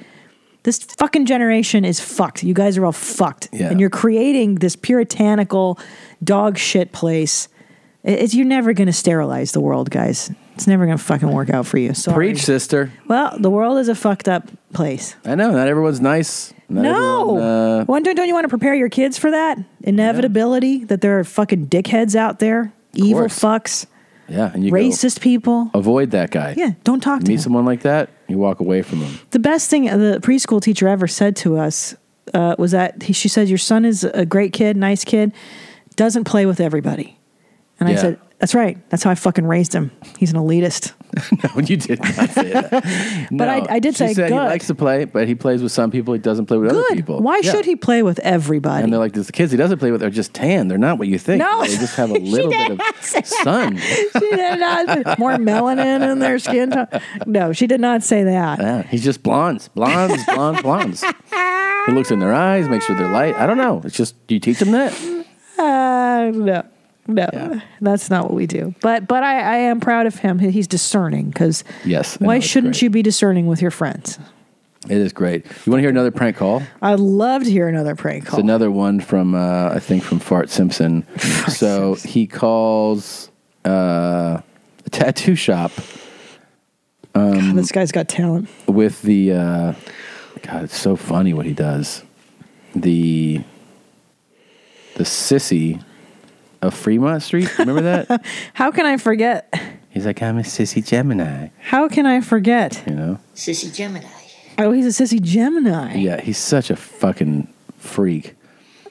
B: This fucking generation is fucked. You guys are all fucked,
A: Yeah.
B: and you're creating this puritanical dog shit place. It- It's, you're never gonna sterilize the world, guys. It's never gonna fucking work out for you. So
A: Preach, sister.
B: Well, the world is a fucked up place.
A: I know not everyone's nice. Not
B: No.
A: everyone, uh,
B: Well, don't, don't you want to prepare your kids for that inevitability that there are fucking dickheads out there? evil
A: course.
B: fucks,
A: Yeah, and you go,
B: racist people.
A: avoid that guy.
B: Yeah, don't talk to
A: Meet
B: him.
A: someone like that, you walk away from them.
B: The best thing the preschool teacher ever said to us uh, was that he, she said, Your son is a great kid, nice kid, doesn't play with everybody. And I
A: Yeah.
B: said, That's right. That's how I fucking raised him. He's an elitist.
A: no, you did not say that. No,
B: But I- I did
A: she
B: say
A: said he
B: good.
A: likes to play, but he plays with some people. He doesn't play with other
B: Good.
A: people.
B: Why
A: Yeah.
B: should he play with everybody?
A: And they're like, the kids he doesn't play with are just tan. They're not what you think.
B: No.
A: they just have a little bit of sun.
B: she did not put more melanin in their skin. tone. No, she did not say that.
A: Yeah, he's just blondes, blondes, blondes, blondes. He looks in their eyes, makes sure they're light. I don't know. It's just, do you teach them that?
B: Uh, no, no, that's not what we do. But but I, I am proud of him. He- He's discerning because
A: Yes. I know,
B: why
A: it's
B: shouldn't you be discerning with your friends?
A: It is great. You want to hear another prank call?
B: I'd love to hear another prank
A: It's
B: call.
A: another one from uh, I think from Fart Simpson. so he calls uh, a tattoo shop. Um,
B: this guy's got talent.
A: With the uh, God, it's so funny what he does. The the sissy of Fremont Street. Remember that?
B: How can I forget?
A: He's like, I'm a sissy Gemini.
B: How can I forget?
A: You know?
B: Sissy Gemini. Oh, he's a sissy Gemini.
A: Yeah, he's such a fucking freak.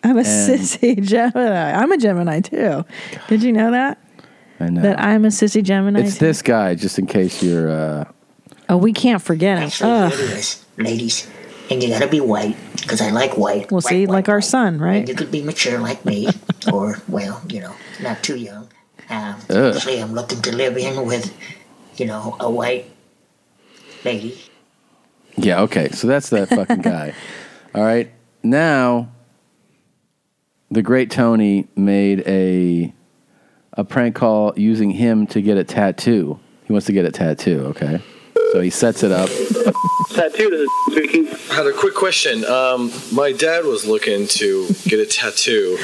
B: I'm a
A: And-
B: sissy Gemini. I'm a Gemini too. Did you know that?
A: I know.
B: That I'm a sissy Gemini.
A: it's
B: too?
A: this guy, just in case you're. Uh,
B: Oh, we can't forget him. Ugh.
M: ladies, and you gotta be white because I like white.
B: Well,
M: White,
B: see,
M: white,
B: like our son,
M: And
B: right?
M: you could be mature like me, or well, you know, not too young. Um,
B: Ugh.
M: usually, I'm looking to live in with, you know, a white lady.
A: Yeah, okay. So that's that fucking guy. All right. Now the great Tony made a a prank call using him to get a tattoo. He wants to get a tattoo, okay? So he sets it up.
N: Tattoo this is speaking.
O: I had a quick question. Um, my dad was looking to get a tattoo.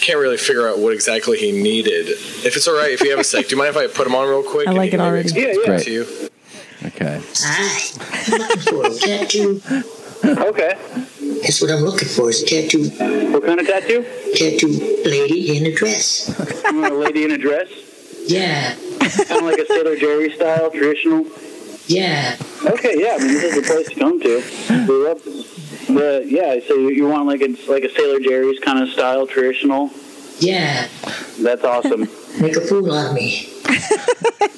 O: Can't really figure out what exactly he needed. If it's all right, if you have a sec, do you mind if I put him on real quick?
B: I
O: and
B: like
O: you can
B: it
O: maybe explain
B: already. Yeah,
O: it
B: yeah.
O: To you?
A: Okay.
M: tattoo.
N: Okay.
M: That's what I'm looking for is a tattoo.
N: What kind of tattoo?
M: Tattoo lady in a dress.
N: You want a lady in a dress?
M: Yeah.
N: kind of like a Sailor Jerry style, traditional.
M: Yeah.
N: Okay, yeah. I mean, this is the place to come to. We love the yeah. So you, you want like a like a Sailor Jerry's kind of style, traditional.
M: Yeah.
N: That's awesome.
M: Make a fool out of me.
N: yeah,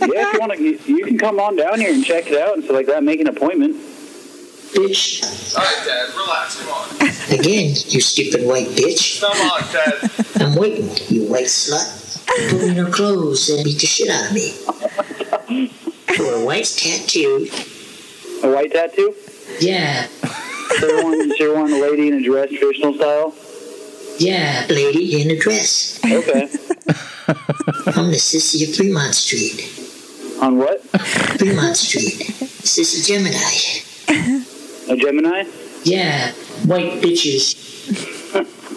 N: if you want to, you, you can come on down here and check it out and stuff like that. Make an appointment.
M: Bitch.
O: All right, Dad, relax. Come on.
M: Again, you stupid white bitch.
O: Come on, Dad.
M: I'm waiting, you white slut. Put me in her clothes and beat the shit out of me. For a white tattoo.
N: A white tattoo.
M: Yeah,
N: So you're wanting, so you're wanting a lady in a dress, traditional style.
M: yeah, lady in a dress.
N: Okay.
M: I'm the sissy of Fremont Street.
N: On what?
M: Fremont Street. Sissy Gemini.
N: A Gemini.
M: Yeah, white bitches.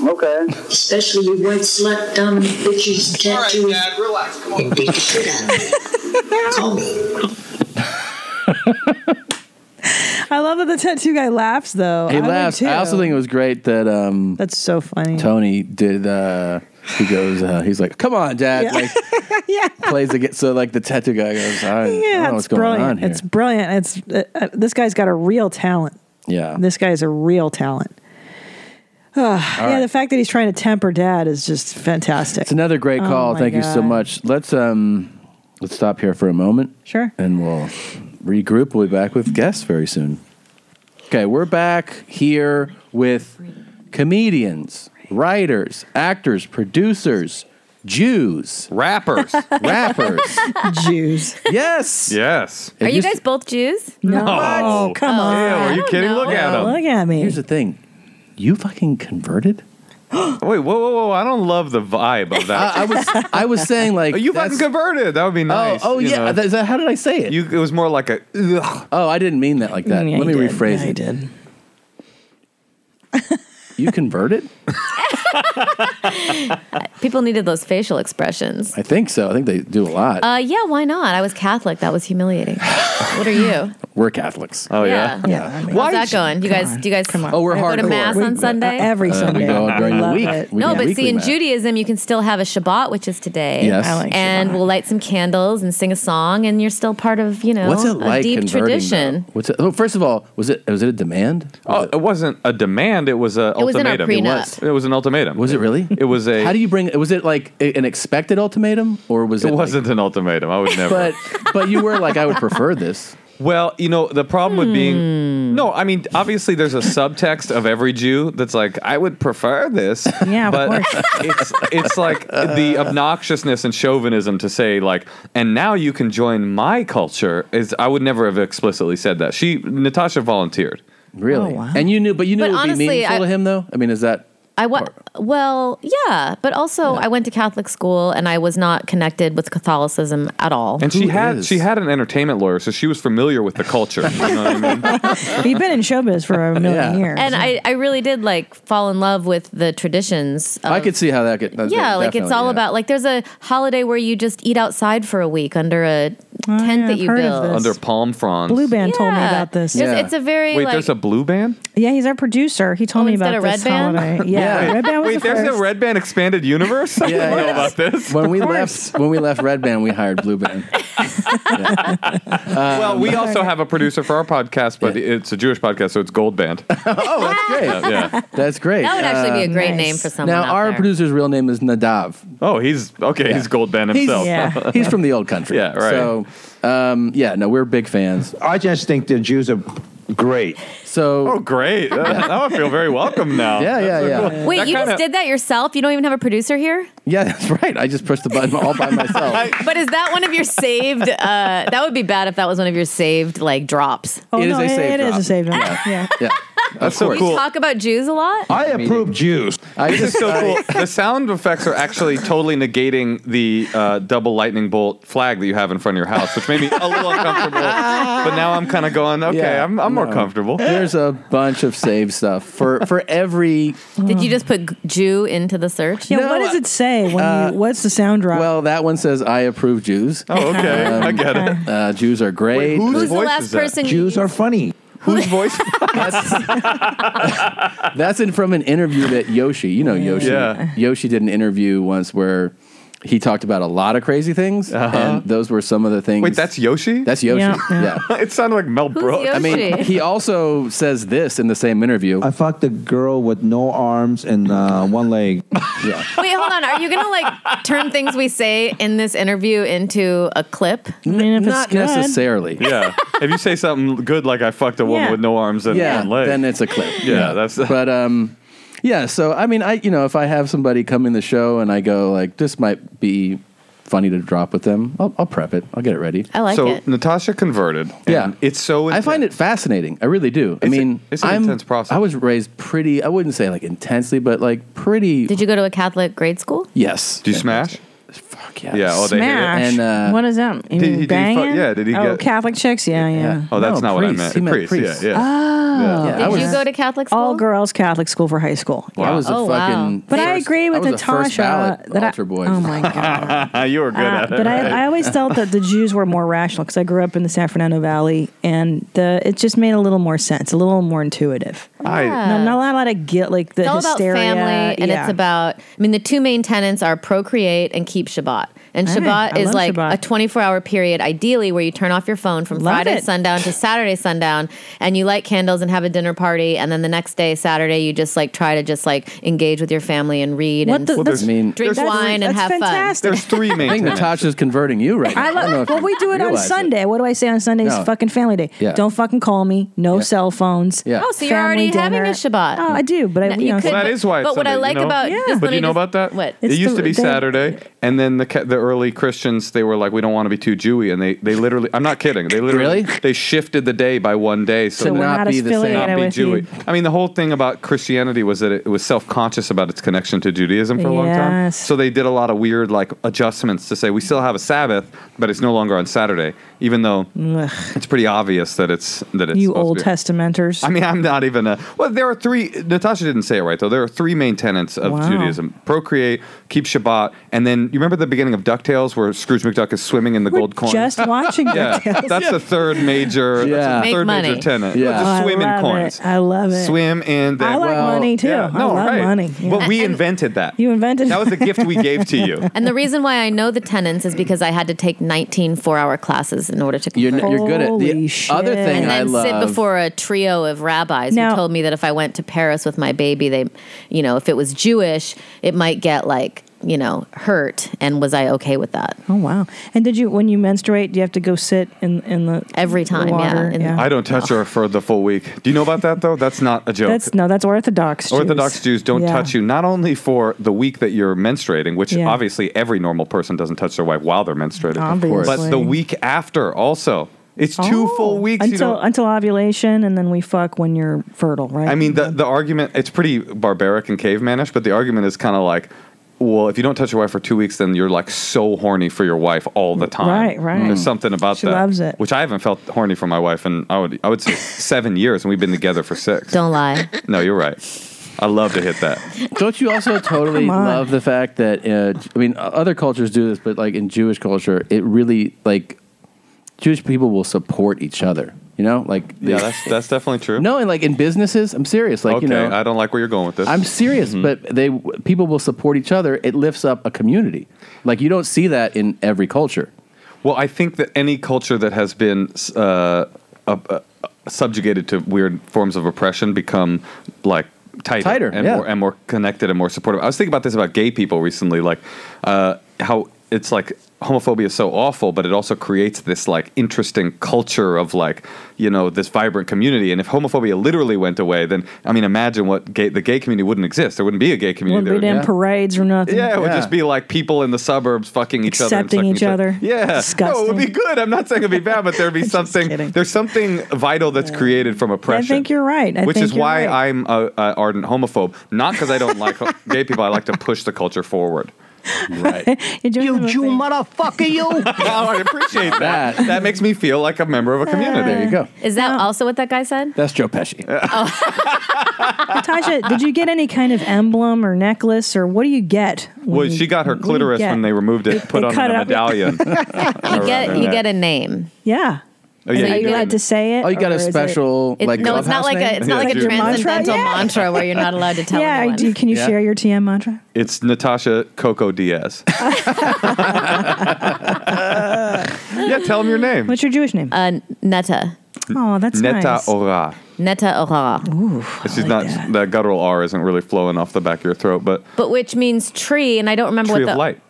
N: Okay.
M: Especially you white slut dumb bitches tattoo.
O: Dad, relax. Come
M: And beat the shit out of me. Call me.
B: I love that the tattoo guy laughs though.
A: He
B: I would,
A: laughs.
B: too.
A: I also think it was great that um
B: That's so funny.
A: Tony did uh he goes uh, he's like, "Come on, dad."
B: Yeah.
A: Like plays again so like the tattoo guy goes, "I, I don't
B: yeah,
A: know
B: it's
A: what's going on
B: brilliant.
A: here."
B: It's brilliant. It's uh, uh, this guy's got a real talent.
A: yeah.
B: This guy's a real talent. Ugh,
A: All
B: yeah,
A: right.
B: the fact that he's trying to temper dad is just fantastic.
A: It's another great
B: Oh
A: call.
B: my
A: Thank you so
B: God.
A: much. Let's um let's stop here for a moment.
B: Sure.
A: And we'll regroup. We'll be back with guests very soon. Okay, we're back here with comedians, writers, actors, producers, Jews,
P: rappers,
A: rappers,
B: Jews.
A: Yes.
P: Yes.
Q: Are you guys both Jews?
B: No.
P: What?
B: come
Q: Oh.
B: on.
P: Ew, Oh, are you kidding? Look at him.
B: Look at me.
A: um, Here's the thing. You fucking converted?
P: Wait, whoa, whoa, whoa! I don't love the vibe of that.
A: I, I was I was saying like
P: Oh, you fucking
A: that's-
P: converted. That would be nice.
A: oh,
P: you
A: yeah.
P: know.
A: That- how did I say it?
P: You, it was more like a. Ugh.
A: Oh, I didn't mean that like that.
P: Yeah,
A: Let me
P: you did.
A: rephrase
P: Yeah,
A: it.
P: you
A: did. You converted?
Q: People needed those facial expressions.
A: I think so. I think they do a lot.
Q: Uh, yeah, why not? I was Catholic. That was humiliating. what are you?
A: We're Catholics.
P: Oh yeah.
Q: Yeah. How's that going? You guys? Do you guys? Come on.
A: Oh, we're
Q: go to
A: hardcore.
Q: mass
A: We-
Q: on Sunday.
B: every
A: Uh, we go out during the week. We
Q: no,
A: do
Q: but
A: weekly
Q: see, in
A: mass.
Q: Judaism, you can still have a Shabbat, which is today.
A: Yes. I like
Q: and we'll light some candles and sing a song, and you're still part of you know
A: What's it like
Q: a deep
A: converting,
Q: tradition.
A: though? What's it, oh, first of all, was it was it a demand?
P: Oh, it wasn't a demand. It was an
Q: It was in our
P: ultimatum.
Q: prenup.
P: It was. It was an ultimatum.
A: Was it really?
P: It was a.
A: How do you bring? Was it like a- an expected ultimatum, or was it?
P: It wasn't an ultimatum. I would
A: Like,
P: never.
A: but but you were like, I would prefer this.
P: Well, you know, the problem with being no, I mean, obviously there's a subtext of every Jew that's like, I would prefer this.
B: Yeah, of
P: but it's it's like the obnoxiousness and chauvinism to say like, and now you can join my culture is I would never have explicitly said that. She Natasha volunteered.
A: Really? And you knew, but you knew
Q: Oh, But
A: it would
Q: honestly,
A: be meaningful
Q: I-
A: to him, though. I mean, is that?
Q: I wa- well, yeah, but also I went to Catholic school, and I was not connected with Catholicism at all.
P: And she had she had an entertainment lawyer, so she was familiar with the culture. You know what I mean?
B: You've been in showbiz for a million years.
Q: And I, I really did like fall in love with the traditions. Of,
A: I could see how that could. that-
Q: yeah, like it's
A: definitely,
Q: all
A: yeah.
Q: about like there's a holiday where you just eat outside for a week under a tent
B: Oh, yeah,
Q: that
B: I've
Q: you
B: heard of
Q: build.
B: this.
P: Under palm fronds.
B: Blue Band told me
Q: Yeah.
B: about this.
Q: There's- It's a very
P: Wait,
Q: like
P: there's a blue band?
B: Yeah, he's our producer. He told
Q: Oh,
B: me
Q: instead
B: about
Q: of
B: this
Q: Red Band?
B: holiday. Yeah, Red Band was
P: Wait,
B: the
P: there's
B: first.
P: a red band expanded universe? I
A: Yeah,
P: didn't know
A: yeah.
P: about this.
A: When we left, when we left Red Band, we hired Blue Band.
P: Well, we
R: Um,
P: also have a producer for our podcast, but it's a Jewish podcast, so it's Gold Band.
A: oh, that's great.
P: Yeah, yeah.
A: That's great. Uh,
Q: that would actually be a great
B: nice.
Q: name for someone.
A: now,
Q: out
A: our
Q: there.
A: producer's real name is Nadav.
P: Oh, he's okay. He's Gold Band
A: He's-
P: himself.
B: Yeah.
A: He's from the old country.
P: Yeah, right.
A: So, um, yeah, no, we're big fans.
R: I just think the Jews are great.
A: So,
P: Oh, great! Uh, now I feel very welcome. Now,
A: Yeah, yeah,
P: That's so
A: yeah.
P: cool.
Q: Wait,
P: That
Q: you
P: kinda-
Q: just did that yourself? You don't even have a producer here?
A: yeah, that's right. I just pushed the button all by myself.
Q: But is that one of your saved? Uh, that would be bad if that was one of your saved like drops.
B: Oh,
A: It is
B: no,
A: a save
B: it is
A: drop.
B: a save drop. Yeah.
A: Yeah,
P: That's so
Q: You
P: cool.
Q: talk about Jews a lot.
R: I approve Jews.
A: I
P: This is
A: just
P: so cool. The sound effects are actually totally negating the uh, double lightning bolt flag that you have in front of your house, which made me a little uncomfortable. But now I'm kind of going, okay,
A: Yeah,
P: I'm, I'm more
A: no.
P: comfortable.
A: There's a bunch of save stuff for for every.
Q: Did you just put g- Jew into the search?
B: Yeah,
A: No,
B: what does
A: I-
B: it say when you? What's the sound drop?
A: Well, that one says I approve Jews.
P: Oh, okay, I get it.
A: Uh, Jews are great.
R: who's-
Q: Who's the
R: voice
Q: last
R: is that?
Q: person?
R: Jews are funny.
P: Whose voice?
A: That's in from an interview that Yoshi, you know Yoshi,
P: Yeah.
A: Yoshi did an interview once where he talked about a lot of crazy things, and those were some of the things.
P: Uh-huh. Wait, that's Yoshi.
A: that's Yoshi.
B: Yeah, yeah.
A: yeah.
P: it sounded like Mel Brooks.
Q: Yoshi?
A: I mean,
Q: Yoshi.
A: he also says this in the same interview.
R: I fucked a girl with no arms and uh, one leg.
A: Yeah.
Q: Wait, hold on. Are you gonna like turn things we say in this interview into a clip?
B: I mean, if
A: Not
B: it's good,
A: necessarily.
P: Yeah. If you say something good like I fucked a woman
B: Yeah.
P: with no arms and
A: Yeah.
P: one leg.
A: Then it's a clip.
P: yeah, that's
A: but um yeah so i mean i you know if i have somebody come in the show and i go like this might be funny to drop with them i'll, I'll prep it i'll get it ready
Q: I like
P: so
Q: it.
P: Natasha converted. and
A: Yeah.
P: It's so
A: i find it fascinating i really do
P: It's
A: i
P: a-
A: mean
P: it's an
A: I'm-
P: intense process.
A: i was raised pretty i wouldn't say like intensely but like pretty
Q: Did you go to a Catholic grade school?
A: yes
P: Do you smash?
A: Fuck yes.
P: Yeah, oh, they hate it.
B: smash.
A: And, uh,
B: what is that? You
P: Did
B: mean
P: he- did he fu-
B: banging?
P: yeah, did he
B: oh,
P: get-
B: Catholic chicks? Yeah, yeah.
P: Oh, that's
A: No,
P: not
A: priest.
P: what I meant.
A: He meant priest.
P: Yeah, yeah.
A: Yeah,
Q: Did
A: I was,
Q: you go to Catholic school?
B: All girls Catholic school for high school.
A: I was a
Q: Oh, wow.
A: fucking
B: But I
A: first-
B: agree with
A: I was a first
B: Natasha
A: ballot
B: that I-
A: altar boy.
B: Oh my god.
P: you were good
B: Uh,
Q: Ah,
P: at it.
B: but I, I always felt that the Jews were more rational because I grew up in the San Fernando Valley, and the, it just made a little more sense, a little more intuitive.
P: I-
Q: Yeah.
B: No, not a lot of guilt, like the
Q: it's all
B: hysteria,
Q: about family and
B: yeah.
Q: it's about i mean the two main tenets are procreate and keep shabbat and
B: Hey,
Q: shabbat
B: I
Q: is
B: love
Q: like
B: Shabbat.
Q: a 24 hour period ideally where you turn off your phone from
B: Love
Q: friday
B: it.
Q: sundown to saturday sundown and you light candles and have a dinner party and then the next day saturday you just like try to just like engage with your family and read
B: What
Q: and
B: the- Well,
A: I mean,
Q: drink
P: There's-
Q: wine and
B: that's
Q: have
B: fantastic.
P: There's three main
A: I think
P: tenets.
A: Natasha's converting you right now.
B: I
A: don't know
B: love.
A: if
B: Well,
A: you
B: we do it on
A: realize
B: Sunday. What do I say on Sunday? It's
A: No.
B: fucking family day.
A: Yeah.
B: Don't fucking call me. No cell phones.
A: Yeah.
Q: fun oh so you're
B: family
Q: already having a
B: dinner.
Q: shabbat
B: Oh, I do, but I,
Q: No,
B: you know,
Q: could-
P: Well, that is why. It's
Q: but what I
P: Sunday,
Q: like
P: you know?
Q: about- Yeah. just
P: but
Q: let
P: do you
Q: me
P: know
Q: just-
P: about that?
Q: What?
P: it
B: It's
P: used
B: the-
P: to be
B: they-
P: Saturday, and then the ca- the early Christians they were like, we don't want to be too Jewy, and they, they literally, I'm not kidding, they literally they shifted the day by one day so,
B: So
P: that
B: we're not
P: be the same,
B: affiliated
P: not be
B: with you.
P: Jewy. I mean, the whole thing about Christianity was that it, it was self conscious about its connection to Judaism for a long time.
B: Yes.
P: So they did a lot of weird like adjustments to say we still have a Sabbath, but it's no longer on Saturday, even though
B: Ugh.
P: it's pretty obvious that it's that it's
B: you
P: supposed to
B: Old
P: be-
B: Testamenters.
P: I mean, I'm not even a. Well, there are three. Natasha didn't say it right, though. There are three main tenets of
B: Wow.
P: Judaism procreate, keep Shabbat, and then you remember the beginning of DuckTales where Scrooge McDuck is swimming in the gold coin?
B: just watching
P: yeah,
B: DuckTales.
P: That's the third major, yeah.
B: Yeah.
P: that's the
B: Make
P: third
B: money.
P: major tenet.
B: Yeah.
P: Yeah.
B: Oh, I
P: Just swim in
B: love
P: coins.
B: it. I love it.
P: Swim in the.
B: I like money, too. I
P: no,
B: love
P: right.
B: money. Yeah.
P: But we invented that.
B: You invented
P: That was a gift we gave to you.
Q: And the reason why I know the tenants is because I had to take 19 four hour classes in order to
A: You're,
Q: convert.
A: you're good at the other thing
Q: and
A: I
Q: then
A: love.
Q: sit before a trio of rabbis
B: Now-
Q: who told me that if I went to Paris with my baby, they, you know, if it was Jewish, it might get like, you know, hurt. And was I okay with that?
B: Oh wow! And did you when you menstruate? Do you have to go sit in in the every
Q: time, yeah, in the-
P: I don't touch her for the full week. Do you know about that, though? That's not a joke.
B: That's no, that's Orthodox. Jews.
P: Orthodox Jews don't
B: Yeah.
P: touch you not only for the week that you're menstruating, which
B: Yeah.
P: obviously every normal person doesn't touch their wife while they're menstruating,
B: Of course.
P: but the week after also. It's two full weeks. you
B: Oh, until
P: know.
B: until ovulation, and then we fuck when you're fertile, right?
P: I mean, the the argument it's pretty barbaric and cavemanish, but the argument is kind of like, well, if you don't touch your wife for two weeks, then you're like so horny for your wife all the time.
B: Right, right.
A: Mm.
P: There's something about
B: She
P: that.
B: loves it.
P: Which I haven't felt horny for my wife, and I would I would say seven years, and we've been together for six.
Q: Don't lie.
P: No, you're right. I love to hit that.
A: Don't you also totally
P: Come on.
A: love the fact that uh, I mean, other cultures do this, but like in Jewish culture, it really like Jewish people will support each other. You know, like
P: Yeah, that's that's definitely true.
A: no, and like in businesses, I'm serious. Like
P: okay,
A: you know,
P: I Mm-hmm. don't like where you're going with this.
A: I'm serious, but they people will support each other. It lifts up a community. Like you don't see that in every culture.
P: Well, I think that any culture that has been uh, up- uh, subjugated to weird forms of oppression become like tighter,
A: Tighter,
P: and
A: yeah.
P: more and more connected and more supportive. I was thinking about this about gay people recently, like uh, how it's like homophobia is so awful, but it also creates this like interesting culture of like you know this vibrant community. And if homophobia literally went away, then I mean, imagine what gay, the gay community wouldn't exist. There wouldn't be a gay community.
B: wouldn't be
P: There
B: damn
P: would-
B: parades or nothing.
P: yeah, it would just be like people in the suburbs fucking each other, and
B: Accepting
P: sucking
B: each other.
P: Yeah, no, it
B: Disgusting.
P: would be good. I'm not saying it'd be bad, but there'd be something. There's something vital that's created from
B: I
P: oppression.
B: think you're right. I
P: which
B: think
P: is
B: you're
P: why
B: right.
P: I'm a, a ardent homophobe, not because I don't like ho- gay people. I like to push the culture forward. Right.
B: you Jew
Q: motherfucker, you.
P: Oh, I appreciate that. That makes me feel like a member of a community. There you
B: Ah.
P: go.
Q: Is that also what that guy said?
A: That's Joe Pesci.
B: Natasha, did you get any kind of emblem or necklace or what do you get?
P: Well, she got her
B: do you
P: clitoris
B: get?
P: when they removed it, put
B: they
P: on
B: cut
P: a
B: it up.
P: medallion.
Q: You get, you get a name.
B: Yeah.
P: Oh, yeah,
B: Are
P: you
B: you
P: do.
B: allowed to say it?
A: Oh, you got
B: or
A: a
B: is it-
A: special
Q: It-
A: like
Q: no, it's not
A: clubhouse
Q: like a
A: name?
Q: it's not like a
B: Jew mantra,
Q: transcendental
B: yeah.
Q: mantra where you're not allowed to tell
B: yeah,
Q: anyone.
B: I do. Can you
P: Yeah.
B: share your TM mantra?
P: It's Natasha Coco Diaz. yeah, tell him your name.
B: What's your Jewish name?
Q: Uh, Netta.
B: Oh, that's
P: Neta
B: nice.
P: Ora.
Q: Netta O'Hara.
P: She's not that. guttural R isn't really flowing off the back of your throat, but
Q: But which means tree, and I don't remember
P: tree
Q: what the
P: of light.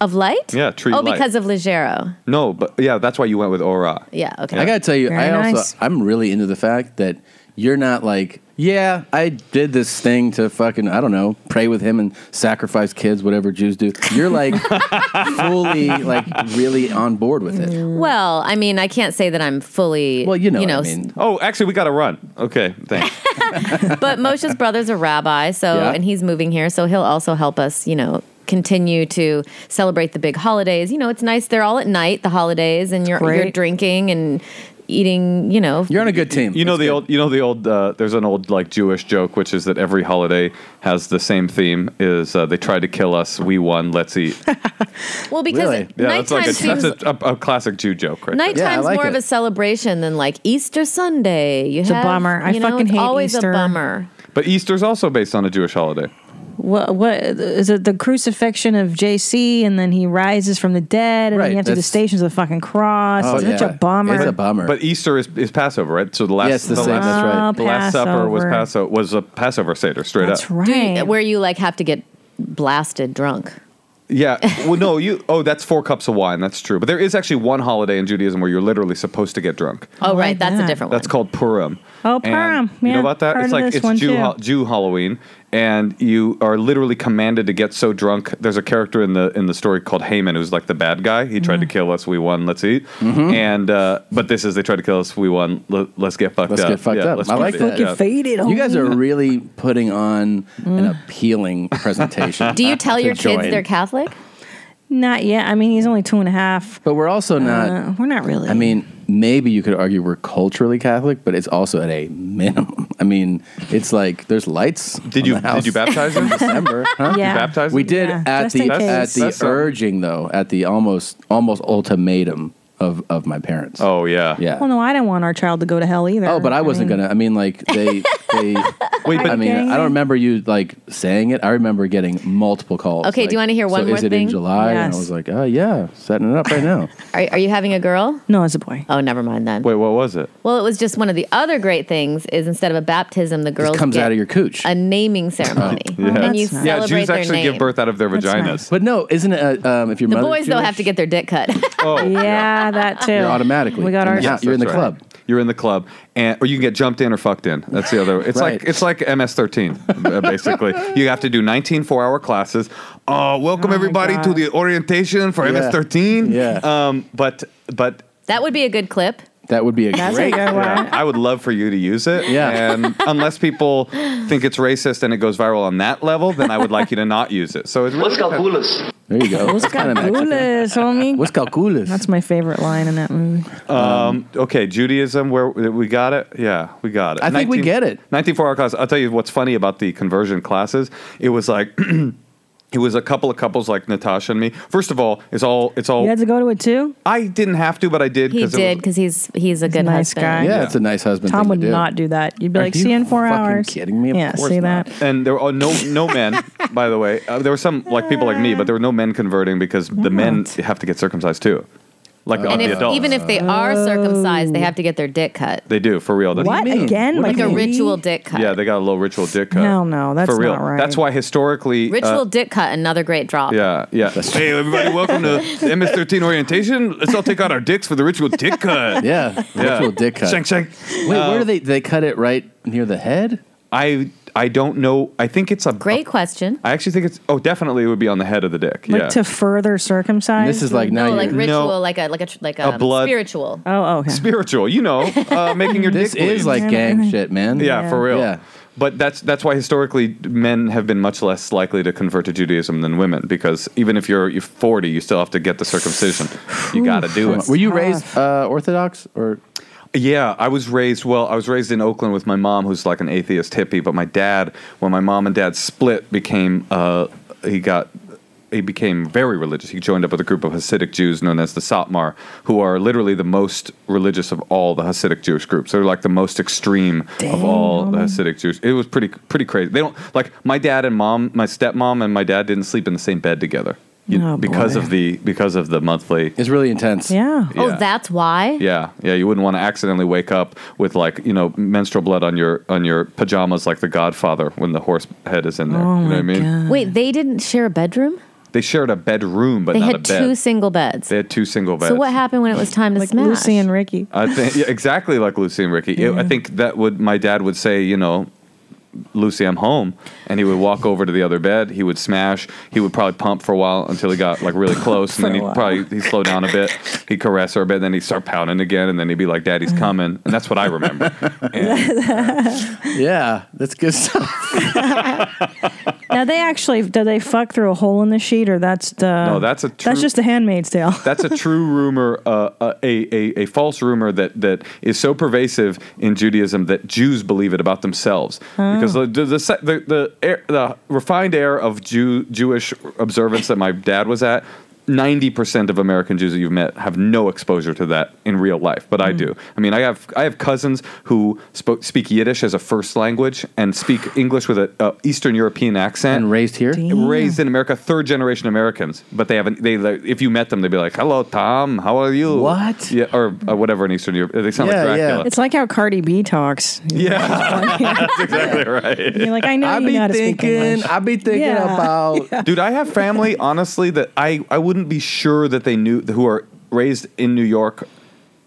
Q: Of light?
P: Yeah, tree
Q: oh,
P: of light.
Q: because of Legero.
P: No, but yeah, that's why you went with Ora.
Q: Yeah, okay.
A: I gotta tell you,
Q: Very
A: I also
Q: nice.
A: I'm really into the fact that you're not like, yeah, I did this thing to fucking I don't know, pray with him and sacrifice kids, whatever Jews do. You're like fully like really on board with it.
Q: Well, I mean, I can't say that I'm fully. Well, Mm. you know,
P: Oh, actually, we got to run. Okay, thanks.
Q: but Moshe's brother's a rabbi, so
P: Yeah.
Q: and he's moving here, so he'll also help us, you know, continue to celebrate the big holidays. You know, it's nice. They're all at night, the holidays, and you're you're
P: Great.
Q: drinking and eating. You know,
A: You're on a good team.
P: You know the old. You know the old. Uh, there's an old like Jewish joke, which is that every holiday has the same theme: is uh, they tried to kill us, we won, let's eat.
Q: well because
P: Yeah,
Q: nighttime
P: that's like a,
Q: seems
P: that's a, a, a classic Jew joke, right? there.
Q: Nighttime's more of a celebration than like Easter Sunday. You
B: It's a
Q: have-
B: bummer. I
Q: you know,
B: fucking
Q: it's
B: hate
Q: always
B: Easter.
Q: a bummer.
P: But Easter's also based on a Jewish holiday.
B: What, what is it? The crucifixion of JC, and then he rises from the dead, and
P: Right,
B: then you have to do the
P: that's-
B: Stations of the fucking Cross.
A: Oh,
B: it's such a bummer.
P: But Easter is, is Passover, right? So the last,
A: Yes, the same,
P: last,
A: that's right.
P: The last supper was Passover was a Passover seder, straight up.
Q: Do you- where you like have to get blasted drunk.
P: Yeah. Well, no, you. Oh, that's four cups of wine. That's true. But there is actually one holiday in Judaism where you're literally supposed to get drunk.
Q: Oh, right, that's a different one.
P: That's called Purim.
B: Oh, prom.
P: And You
B: Yeah,
P: know about that?
B: heard
P: It's
B: of
P: like
B: this
P: it's
B: one
P: Jew,
B: too.
P: ha- Jew Halloween, and you are literally commanded to get so drunk. There's a character in the in the story called Haman, who's like the bad guy. He
B: Mm-hmm.
P: tried to kill us. We won. Let's eat.
A: Mm-hmm.
P: And uh, but this is they tried to kill us. We won. Let, us get fucked
A: Let's
P: up.
A: get fucked
P: Yeah,
A: up.
P: let's
A: I like
P: party.
A: that.
P: Yeah.
A: You guys are really putting on an appealing presentation.
Q: Mm. Do you tell
A: to
Q: your kids
A: join.
Q: they're Catholic?
B: Not yet. I mean, he's only two and a half.
A: But we're also not.
B: Uh, we're not really.
A: I mean, maybe you could argue we're culturally Catholic, but it's also at a minimum. I mean, it's like there's lights. Did
P: you- did you baptize him?
A: in December? Huh?
P: You Yeah. baptized
A: We
P: him?
A: did
P: Yeah,
A: at
P: just in
A: the
P: case.
A: at the
P: That's something.
A: urging though, at the almost almost ultimatum of of my parents.
P: Oh yeah,
A: yeah.
B: Well, no, I don't want our child to go to hell either.
A: Oh, but I wasn't gonna. I mean, like they, they. Wait,
Q: but-
A: I mean, I don't remember you like saying it. I remember getting multiple calls.
Q: Okay, do
A: like,
Q: you wanna hear one
A: so
Q: more
A: Is it
Q: thing?"
A: in July? And
Q: Yes.
A: I was like, oh yeah, setting it up right now.
Q: Are, are you having a girl?
B: No, it's a boy.
Q: Oh, never mind then.
P: Wait, what was it?
Q: Well, it was just one of the other great things is instead of a baptism, the girls
A: comes
Q: get
A: out of your cooch.
Q: A naming ceremony, and you celebrate
P: yeah, Jews
Q: their
P: actually
Q: name.
P: give birth out of their
A: That's
P: vaginas.
A: But no, isn't it? Uh, um, if your
Q: the
A: mother's
Q: boys though
A: Jewish-
Q: have to get their dick cut.
P: Oh,
B: yeah, that too.
P: You're
A: automatically
B: We got our.
P: Yes,
A: you're in
P: that's
A: the club.
P: You're in the club, and or you can get jumped in or fucked in. That's the other. It's
A: Right.
P: like it's like MS13 uh, basically. You have to do 19 four-hour classes. Uh,
Q: Oh
P: welcome everybody to the orientation for
A: Yeah.
P: MS13. Yeah. Um, but but
Q: that would be a good clip.
A: that would be a
Q: That's a
P: great.
Q: good one.
P: yeah, I would love for you to use it.
A: Yeah.
P: And unless people think it's racist and it goes viral on that level, then I would like you to not use it. So it's really
A: There you go.
B: What's
A: That's kinda Mexican.
B: calculas, homie?
A: What's Oh. calculus?
B: That's my favorite line in that movie.
P: Um, okay, Judaism, where we got it? Yeah, we got it.
A: I think we get it.
P: 94 hour class. I'll tell you what's funny about the conversion classes. It was like, it was a couple of couples like Natasha and me. First of all, it's all, it's all,
B: You had to go to it too.
P: I didn't have to, but I did.
Q: He
P: 'cause it
Q: did because he's he's a good
B: nice
Q: husband.
B: guy.
A: Yeah, it's a nice husband.
B: Tom
A: thing
B: would
A: to do.
B: not do that. You'd be
A: Are
B: like,
A: you
B: see you in four
A: fucking
B: hours.
A: kidding me? Of
B: yeah,
A: course
B: see
A: not.
B: that.
P: was- And there were no no men, by the way. Uh, there were some like people like me, but there were no men converting because the men have to get circumcised too, like of
Q: And
P: the
Q: if,
P: adults.
Q: even if they are circumcised, they have to get their dick cut.
P: they do for real. That's-
Q: What?
B: Again?
Q: Like a ritual dick cut.
P: Yeah, they got a little ritual dick cut.
Q: Hell no, that's
P: for real.
Q: not right.
P: That's why historically uh,
Q: Ritual dick cut, another great drop.
P: Yeah, yeah. Hey, everybody, welcome to the MS13 orientation. Let's all take out our dicks for the ritual dick cut.
A: Yeah, ritual dick cut.
P: Shank, shank.
A: Wait, where do they? They cut it right near the head.
P: I I don't know. I think it's a
Q: Great question.
P: I actually think it's. Oh, definitely it would be on the head of the dick.
B: Like
P: yeah.
B: to further circumcise.
Q: no, like ritual,
P: No.
Q: like a like a tr- like
P: A
Q: a,
P: blood-
Q: spiritual.
B: Oh, okay.
P: spiritual. You know, uh, making your
A: This
P: dick. bleed.
A: is like gang shit, man.
P: Yeah, for real.
A: Yeah.
P: But that's that's why historically men have been much less likely to convert to Judaism than women because even if you're, you're 40, you still have to get the circumcision. You got to do it.
A: Were you raised uh, Orthodox or?
P: Yeah, I was raised well. I was raised in Oakland with my mom, who's like an atheist hippie. But my dad, when my mom and dad split, became uh, he got he became very religious. He joined up with a group of Hasidic Jews known as the Satmar, who are literally the most religious of all the Hasidic Jewish groups. They're like the most extreme of all the Hasidic Jews. It was pretty pretty crazy. They don't like my dad and mom, my stepmom and my dad didn't sleep in the same bed together you-
B: Oh,
P: because
B: boy.
P: of the because of the monthly.
A: It's really intense.
B: Yeah.
Q: Oh, that's why.
P: Yeah, yeah. You wouldn't want to accidentally wake up with like you know menstrual blood on your on your pajamas, like The Godfather, when the horse head is in there.
Q: Oh
P: you know what I
Q: my
P: mean?
Q: Wait, they didn't share a bedroom.
P: They shared a bedroom, but
Q: they
P: not
Q: had
P: a bed.
Q: two single beds.
P: they had two single beds.
Q: So what happened when it was time to smash?
B: Lucy and Ricky.
P: I think yeah, exactly like Lucy and Ricky. It- I think that would my dad would say, you know, Lucy, I'm home, and he would walk over to the other bed. He would smash. He would probably pump for a while until he got like really close, and then
B: For a
P: he'd
B: while.
P: probably he'd slow down a bit. He'd caress her a bit, then he'd start pounding again, and then he'd be like,
B: Mm.
P: "Daddy's coming," and that's what I remember.
A: Yeah, that's good stuff.
B: Now they actually do they fuck through a hole in the sheet or that's the
P: No, that's a true-
B: that's just the Handmaid's Tale.
P: That's a true rumor, uh, uh, a, a, a false rumor that, that is so pervasive in Judaism that Jews believe it about themselves. Because the, the, the, se- the, the, air, the refined air of Jew, Jewish observance that my dad was at, 90% of American Jews that you've met have no exposure to that in real life, but I do. I mean, I have I have cousins who spoke, speak Yiddish as a first language and speak English with an Eastern European accent. And
A: raised here?
P: Raised in America, third generation Americans, but they haven't. They like, if you met them, they'd be like, "Hello, Tom. How are you?"
B: What?
P: Yeah, or uh, whatever in Eastern Europe. They sound like Dracula.
B: It's like how Cardi B talks.
P: Yeah, that's exactly right.
B: You're like, I know
A: I
B: you
A: be
B: know how to speak
A: thinking.
B: English.
A: I be thinking
B: Yeah.
A: about.
P: Dude, I have family honestly that I I wouldn't be sure that they knew who are raised in New York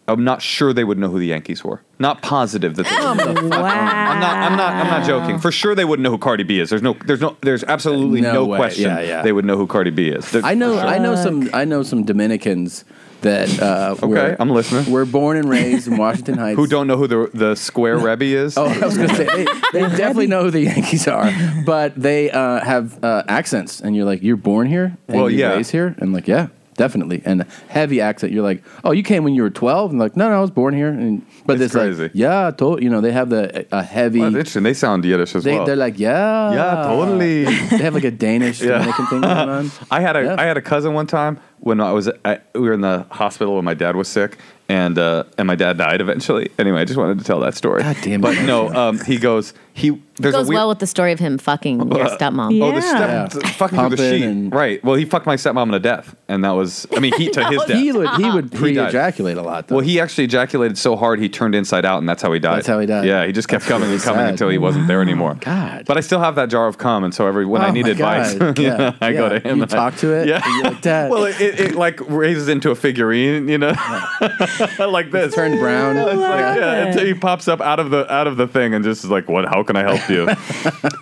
P: I'm not sure they would know who the Yankees were. Not positive that they would know.
B: wow.
P: I'm not I'm not I'm not joking. For sure they wouldn't know who Cardi B is. There's no there's no there's absolutely
A: No
P: no,
A: way.
P: question
A: Yeah, yeah.
P: they would know who Cardi B is. They're-
A: I know. I know
P: Fuck.
A: some. I know some Dominicans that. Uh, okay, were,
P: I'm listening.
A: Were born and raised in Washington Heights.
P: Who don't know who the the square Rebbe is?
A: Oh, I was going to say they, they definitely know who the Yankees are, but they uh, have uh, accents, and you're like, you're born here, and
P: Well,
A: you
P: yeah.
A: raised here, and like, yeah, definitely, and heavy accent. You're like, oh, you came when you were 12, and like, no, no, I was born here, and but it's, crazy. yeah, to-, you know, they have the a heavy.
P: Well, interesting. They sound Yiddish as
A: they,
P: well.
A: They're like, "Ah." yeah,
P: Yeah, totally.
A: They have like a Danish Dominican thing going on.
P: I had a I had a cousin one time when I was I, we were in the hospital when my dad was sick and uh, and my dad died eventually. Anyway, I just wanted to tell that story. God damn but no, um, he goes he
Q: It
P: there's
Q: goes
P: a weird,
Q: well with the story of him fucking your
P: Uh,
Q: stepmom.
P: Oh, the step fucking through the sheet. Right. Well, he fucked my stepmom to death, and that was. I mean, he to
Q: No,
P: his death.
Q: He would- he would
P: died.
A: pre-ejaculate a lot.
P: Well, he actually ejaculated so hard he turned inside out, and that's how he died.
A: That's how he died.
P: Yeah, he just kept coming and coming
A: sad.
P: until he wasn't there anymore. God. But I still have that jar of cum, and so every when
A: Oh,
P: I need
A: my
P: advice,
A: God.
P: you
A: Yeah,
P: know, I go
A: yeah.
P: to him.
A: You
P: and I-
A: talk to it,
P: Yeah.
A: and you're like, "Dad."
P: well, it, it, it like raises into a figurine, you know, like this.
A: turned brown.
P: It's like,
B: love
P: yeah,
B: it.
P: until he pops up out of the out of the thing and just is like, "What? How can I help you?"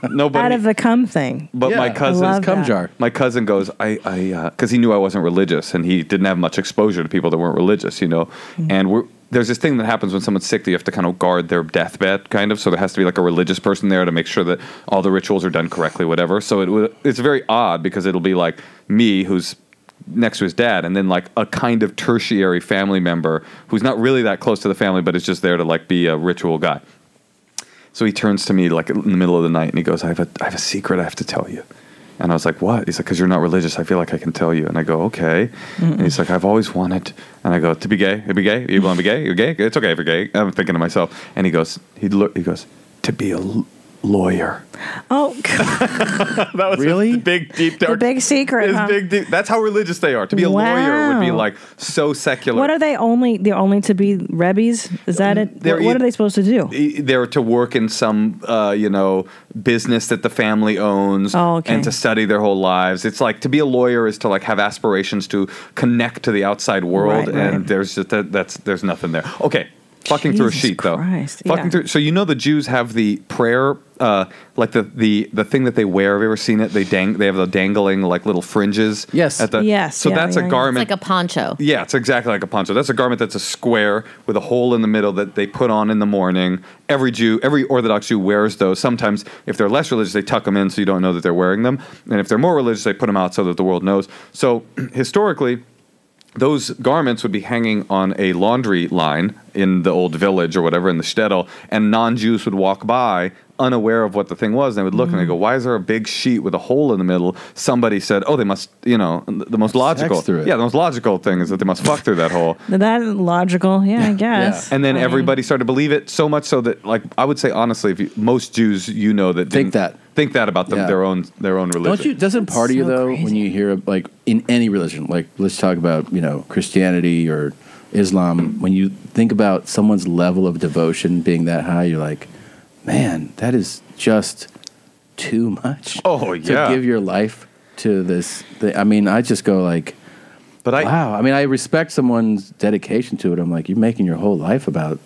P: Nobody.
B: Out of the cum thing.
P: But my cousin,
B: I love that.
P: My cousin goes, I, I, because he knew I wasn't religious, and he didn't have much exposure to people that weren't religious, you know. And we're there's this thing that happens when someone's sick that you have to kind of guard their deathbed, kind of. So there has to be like a religious person there to make sure that all the rituals are done correctly, whatever. So it wa- it's very odd because it'll be like me who's next to his dad and then like a kind of tertiary family member who's not really that close to the family but is just there to like be a ritual guy so he turns to me like in the middle of the night and he goes, I have a, I have a secret I have to tell you. And I was like, what? He's like, because you're not religious. I feel like I can tell you. And I go, okay. And he's like, I've always wanted. And I go, to be gay? To be gay? You want to be gay? You're gay? It's okay if you're gay. I'm thinking to myself. And he goes, he, look, he goes, to be a l- lawyer.
B: Oh,
P: that was really? big, deep,
B: the
P: dark.
B: big secret.
P: his
B: huh?
P: big, deep, that's how religious they are. To be a lawyer would be
B: Wow.
P: like so secular.
B: What are they only? They're only to be rebbies. Is that it?
P: They're e-
B: What,
P: eith-
B: what are they supposed to do?
P: they're to work in some uh, you know business that the family owns
B: Oh, okay.
P: and to study their whole lives it's like to be a lawyer is to like have aspirations to connect to the outside world
B: Right,
P: and
B: right.
P: there's just that, that's there's nothing there okay fucking through a
B: Jesus
P: sheet though
B: Christ,
P: fucking
B: yeah.
P: through so you know the jews have the prayer uh, like the, the the thing that they wear have you ever seen it they dang they have the dangling like little fringes yes at the
Q: yes.
P: so
Q: yeah,
P: that's
Q: yeah,
P: a
Q: yeah.
P: garment
Q: It's like a poncho.
P: yeah, it's exactly like a poncho. That's a garment that's a square with a hole in the middle that they put on in the morning. Every Jew, every Orthodox Jew wears those. Sometimes, if they're less religious, they tuck them in so you don't know that they're wearing them. And if they're more religious, they put them out so that the world knows. So historically, those garments would be hanging on a laundry line in the old village or whatever in the shtetl, and non-Jews would walk by unaware of what the thing was. And they would look and they go, "Why is there a big sheet with a hole in the middle?" Somebody said, "Oh, they must, you know, the most logical,
A: through it.
P: yeah, the most logical thing is that they must fuck through that hole."
B: That logical. Yeah, I guess.
P: And then
B: I mean,
P: everybody started to believe it so much so that, like, I would say honestly, if you, most Jews you know that think that think that about them,
A: Yeah.
P: their own their own religion.
A: Don't you? Doesn't part of you though when you hear like in any religion, like let's talk about you know Christianity or Islam, when you think about someone's level of devotion being that high, you're like, man, that is just too much.
P: Oh yeah.
A: to give your life to this. Thing. I mean, I just go like,
P: but I
A: wow. I mean, I respect someone's dedication to it. I'm like, you're making your whole life about.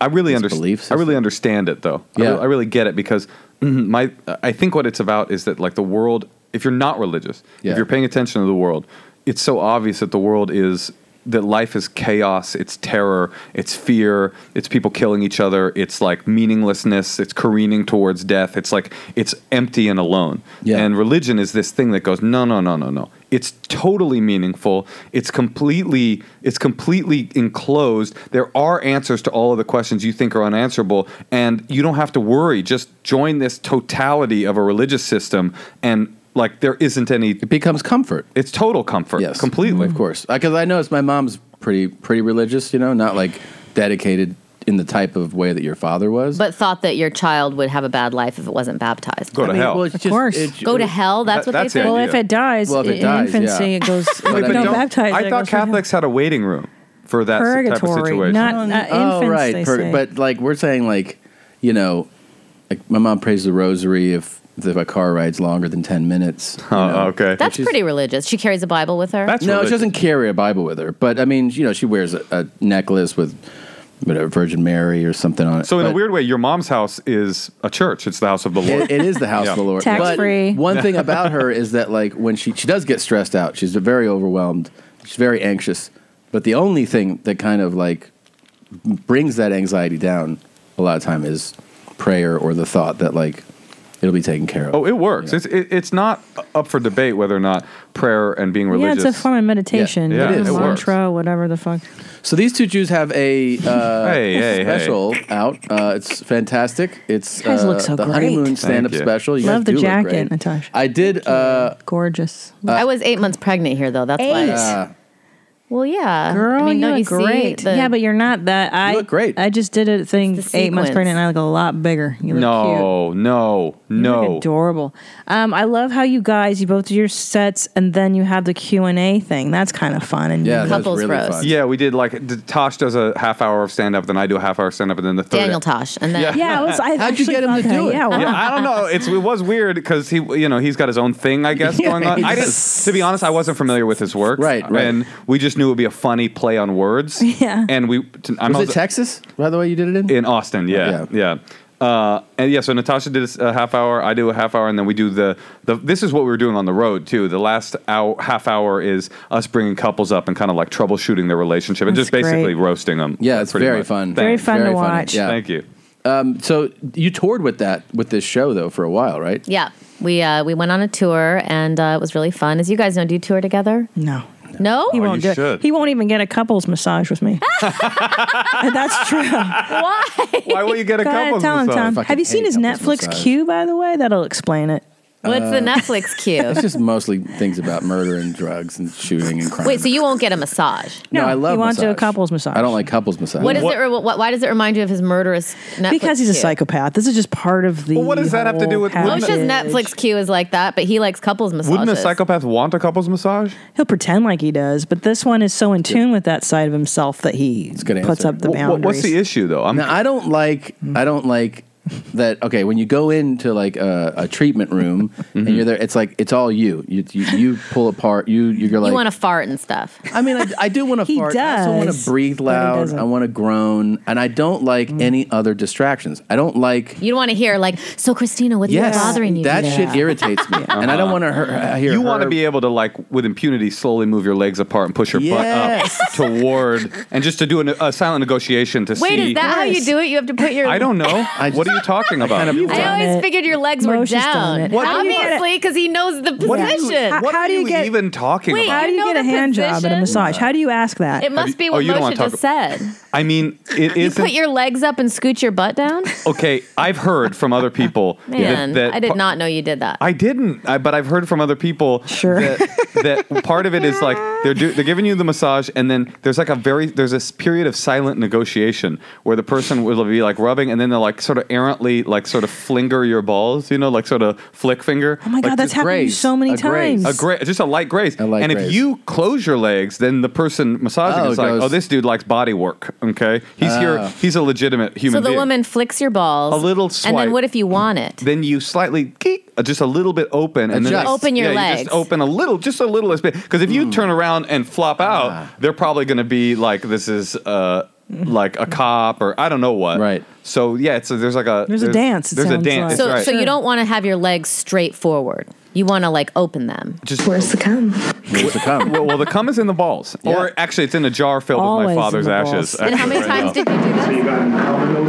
P: I really
A: His
P: understand. I really understand it though. I,
A: Yeah.
P: re- I really get it because mm, my I think what it's about is that like the world. If you're not religious,
A: Yeah.
P: if you're paying attention to the world, it's so obvious that the world is that life is chaos, it's terror, it's fear, it's people killing each other, it's like meaninglessness, it's careening towards death, it's like it's empty and alone.
A: Yeah.
P: And religion is this thing that goes, no, no, no, no, no. It's totally meaningful. It's completely, it's completely enclosed. There are answers to all of the questions you think are unanswerable, and you don't have to worry. Just join this totality of a religious system, and like there isn't any. It
A: becomes comfort.
P: It's total comfort.
A: Yes,
P: completely.
A: of
B: Mm.
A: course. Because I noticed my mom's pretty pretty religious. You know, not like dedicated in the type of way that your father was.
Q: But thought that your child would have a bad life if it wasn't baptized.
A: Go to I mean, hell. well, it's Of just- course. it-
Q: go to hell.
P: That-
Q: That's what
P: that's the
Q: they think.
P: Well, idea. if it
B: dies
P: Well, if it in dies, infancy, yeah. it
B: goes.
P: Wait, but
B: no,
P: don't-
B: baptized.
P: I thought Catholics had a waiting room for that s- type of
B: Purgatory,
P: situation.
B: not- uh, infants,
A: oh right,
B: they
A: per-
B: say.
A: but like we're saying, like you know, like my mom prays the rosary if if a car ride's longer than 10 minutes. you
P: Oh,
A: know.
P: okay.
Q: That's
A: Which is-
Q: pretty religious. She carries a Bible with her.
A: no, she doesn't carry a Bible with her, but I mean, you know, she wears a, a necklace with whatever Virgin Mary or something on it.
P: So in a
A: but
P: weird way, your mom's house is a church. It's the house of the Lord.
A: it, it is the house of the Lord.
P: Yeah.
A: But One thing about her is that, like, when she she does get stressed out, she's very overwhelmed, she's very anxious. But the only thing that kind of like brings that anxiety down a lot of time is prayer or the thought that like it'll be taken care of.
P: Oh, it works. It's it, it's not up for debate whether or not prayer and being
B: Yeah,
P: religious.
B: it's a form of meditation.
P: Yeah, it is. It works.
B: mantra, whatever the fuck.
A: So these two Jews have a uh,
P: Hey, hey, hey.
A: special out. Uh, it's fantastic. It's
B: You guys
A: uh,
B: look so
A: the
B: great.
A: honeymoon
B: Thank
A: stand-up
B: you.
A: special. You
B: Love
A: guys
B: the
A: do look
B: jacket,
A: great.
B: Natasha.
A: I did. Uh,
B: Gorgeous.
Q: I
P: uh,
Q: was eight months pregnant here, though. That's why.
A: Uh,
Q: Well, yeah.
B: Girl,
Q: I mean,
B: you
Q: don't you
B: look great.
Q: See the,
B: yeah, but you're not that. I look great. I just did a thing
Q: It's the
B: eight months
Q: sequence.
B: pregnant, and I look a lot bigger. You look cute.
P: no, no, no,
B: You look adorable. Um, I love how you guys you both do your sets, and then you have the Q and A thing. That's kind of fun. And unique.
P: Yeah, we did like d- Tosh does a half hour of stand up, then I do a half hour of stand up, and then the third
Q: Daniel Tosh, and then
P: Yeah.
B: Yeah, I was, I
A: How'd you
B: actually
A: get him
B: thought
A: to
B: that.
A: do it?
B: Yeah,
P: yeah, I don't know. It's it was weird because he, you know, he's got his own thing, I guess,
A: Yeah,
P: going on.
A: he
P: I
A: does.
P: didn't, to be honest, I wasn't familiar with his work, right?
A: right.
P: And we just knew it would be a funny play on words.
A: Yeah.
P: And we, t- I'm
A: was it
P: also-
A: Texas? By the way, you did it in.
P: in Austin. Yeah, yeah. Uh, and yeah, so Natasha did a half hour. I do a half hour, and then we do the, the. This is what we were doing on the road too. The last hour, half hour is us bringing couples up and kind of like troubleshooting their relationship and
A: That's
P: just basically
A: great.
P: roasting them.
A: Yeah, it's
P: pretty
A: very
P: much.
A: fun.
P: Thank-
B: Very fun to
A: funny.
B: watch.
A: Yeah.
P: Thank you.
A: Um, so you toured with that with this show though for a while, right?
Q: yeah. We uh, we went on a tour, and uh, it was really fun. As you guys know, do you tour together?
B: No.
Q: No,
P: Oh,
B: He won't do it. He won't even get a couple's massage with me. That's true. Why?
P: Why will you get a
B: Go ahead,
P: couple's
B: tell him,
P: massage?
B: Tom.
P: Fucking
B: Have you seen
P: hate
B: his
P: couples
B: Netflix
P: massage.
B: queue? By the way, that'll explain it.
Q: What's
B: Uh,
Q: the Netflix
A: It's
Q: cue?
A: just mostly things about murder and drugs and shooting and crime.
Q: Wait, so you won't get a massage?
A: no, I love.
B: he wants
A: massage.
B: a couple's massage.
A: I don't like couples massage.
Q: What is it? Re- what, why does it remind you of his murderous? Netflix
B: because he's a
Q: cue?
B: psychopath. This is just part of the.
Q: Well, what does that have to do
B: whole
Q: with-
B: package.
Q: Moshe's Netflix cue is like that, but he likes couples massages.
P: Wouldn't a psychopath want a couple's massage?
B: He'll pretend like he does, but this one is so in tune with that side of himself that he puts up the
A: Wh- wh-
B: boundaries.
P: issue though?
A: now, I don't like. I don't like that. Okay, when you go into like a, a treatment room
P: Mm-hmm.
A: and you're there, it's like it's all you. You you, you pull apart. You you're like.
Q: you want to fart and stuff.
A: I mean, I, I do want to
Q: He
A: fart. I also want to breathe loud. I want to groan, and I don't like
Q: Mm.
A: any other distractions. I don't like.
Q: You don't want to hear like, so Christina, what's
A: yes,
Q: bothering you?
A: that
Q: today?"
A: shit irritates me, and I don't want to
Q: Uh-huh.
A: hear.
P: You
A: her-
P: want to be able to like with impunity slowly move your legs apart and push your
A: Yes.
P: butt up toward, and just to do an, a silent negotiation to
Q: Wait,
P: see.
Q: is that how you do it? You have to put your.
P: I don't know. what are you talking about?
Q: I always figured your legs were
B: Moshe's done
Q: down.
B: it. How do you get
Q: Obviously, because he knows the position.
B: What do you-
P: what
B: How
P: are
B: do
P: you,
B: you get-
P: even talking
Q: Wait,
P: about?
B: How do you
Q: know
B: get a
Q: the
B: hand job and a
Q: position?
B: massage? How do you ask that?
Q: It must be
P: oh,
Q: what
P: you don't wanna
Q: Moshe
P: talk-
Q: just said.
P: I mean, it
Q: You
P: is
Q: put your legs up and scoot your butt down?
P: okay. I've heard from other people
Q: Man,
P: that, that
Q: I did
P: pa-
Q: not know you did that.
P: I didn't, I, but I've heard from other people that, that part of it is like they're do, they're giving you the massage, and then there's like a very there's this period of silent negotiation where the person will be like rubbing, and then they'll like sort of errantly like sort of flinger your balls, you know, like sort of flick finger. Oh
B: my God, that's happened to me
P: happening
B: so many A graze. times.
P: A gra- just a light graze. and if
A: graze.
P: you close your legs, then the person massaging
A: Oh,
P: is
A: it
P: like,
A: goes-
P: oh, this dude likes body work. Okay, he's
A: Ah.
P: here. He's a legitimate
Q: so
P: human.
Q: the
P: being.
Q: woman flicks your balls.
P: A little
Q: And
P: swipe.
Q: then what if you want it?
P: Then you slightly geek, uh, just a little bit open, and
Q: Adjust.
P: then
Q: Open
P: yeah,
Q: your
P: you
Q: legs. Hmm.
P: just open a little, just a little bit. Because if you turn around and
Q: Ah.
P: flop out, they're probably going to be like, "This is uh, like a cop," or I don't know what. Right. So yeah, it's there's like a
B: There's a dance, it
P: There's a
B: sounds
P: dance.
Q: So,
P: right.
Q: so you don't want to have your legs straight forward. You want to like open them.
P: Just
Q: where's the cum?
P: Where's the cum? well, well, the cum is in the balls, or actually, it's in a jar filled with
Q: Always
P: my
Q: in
P: father's
Q: the
P: ashes.
Q: balls. And how many times did you do that?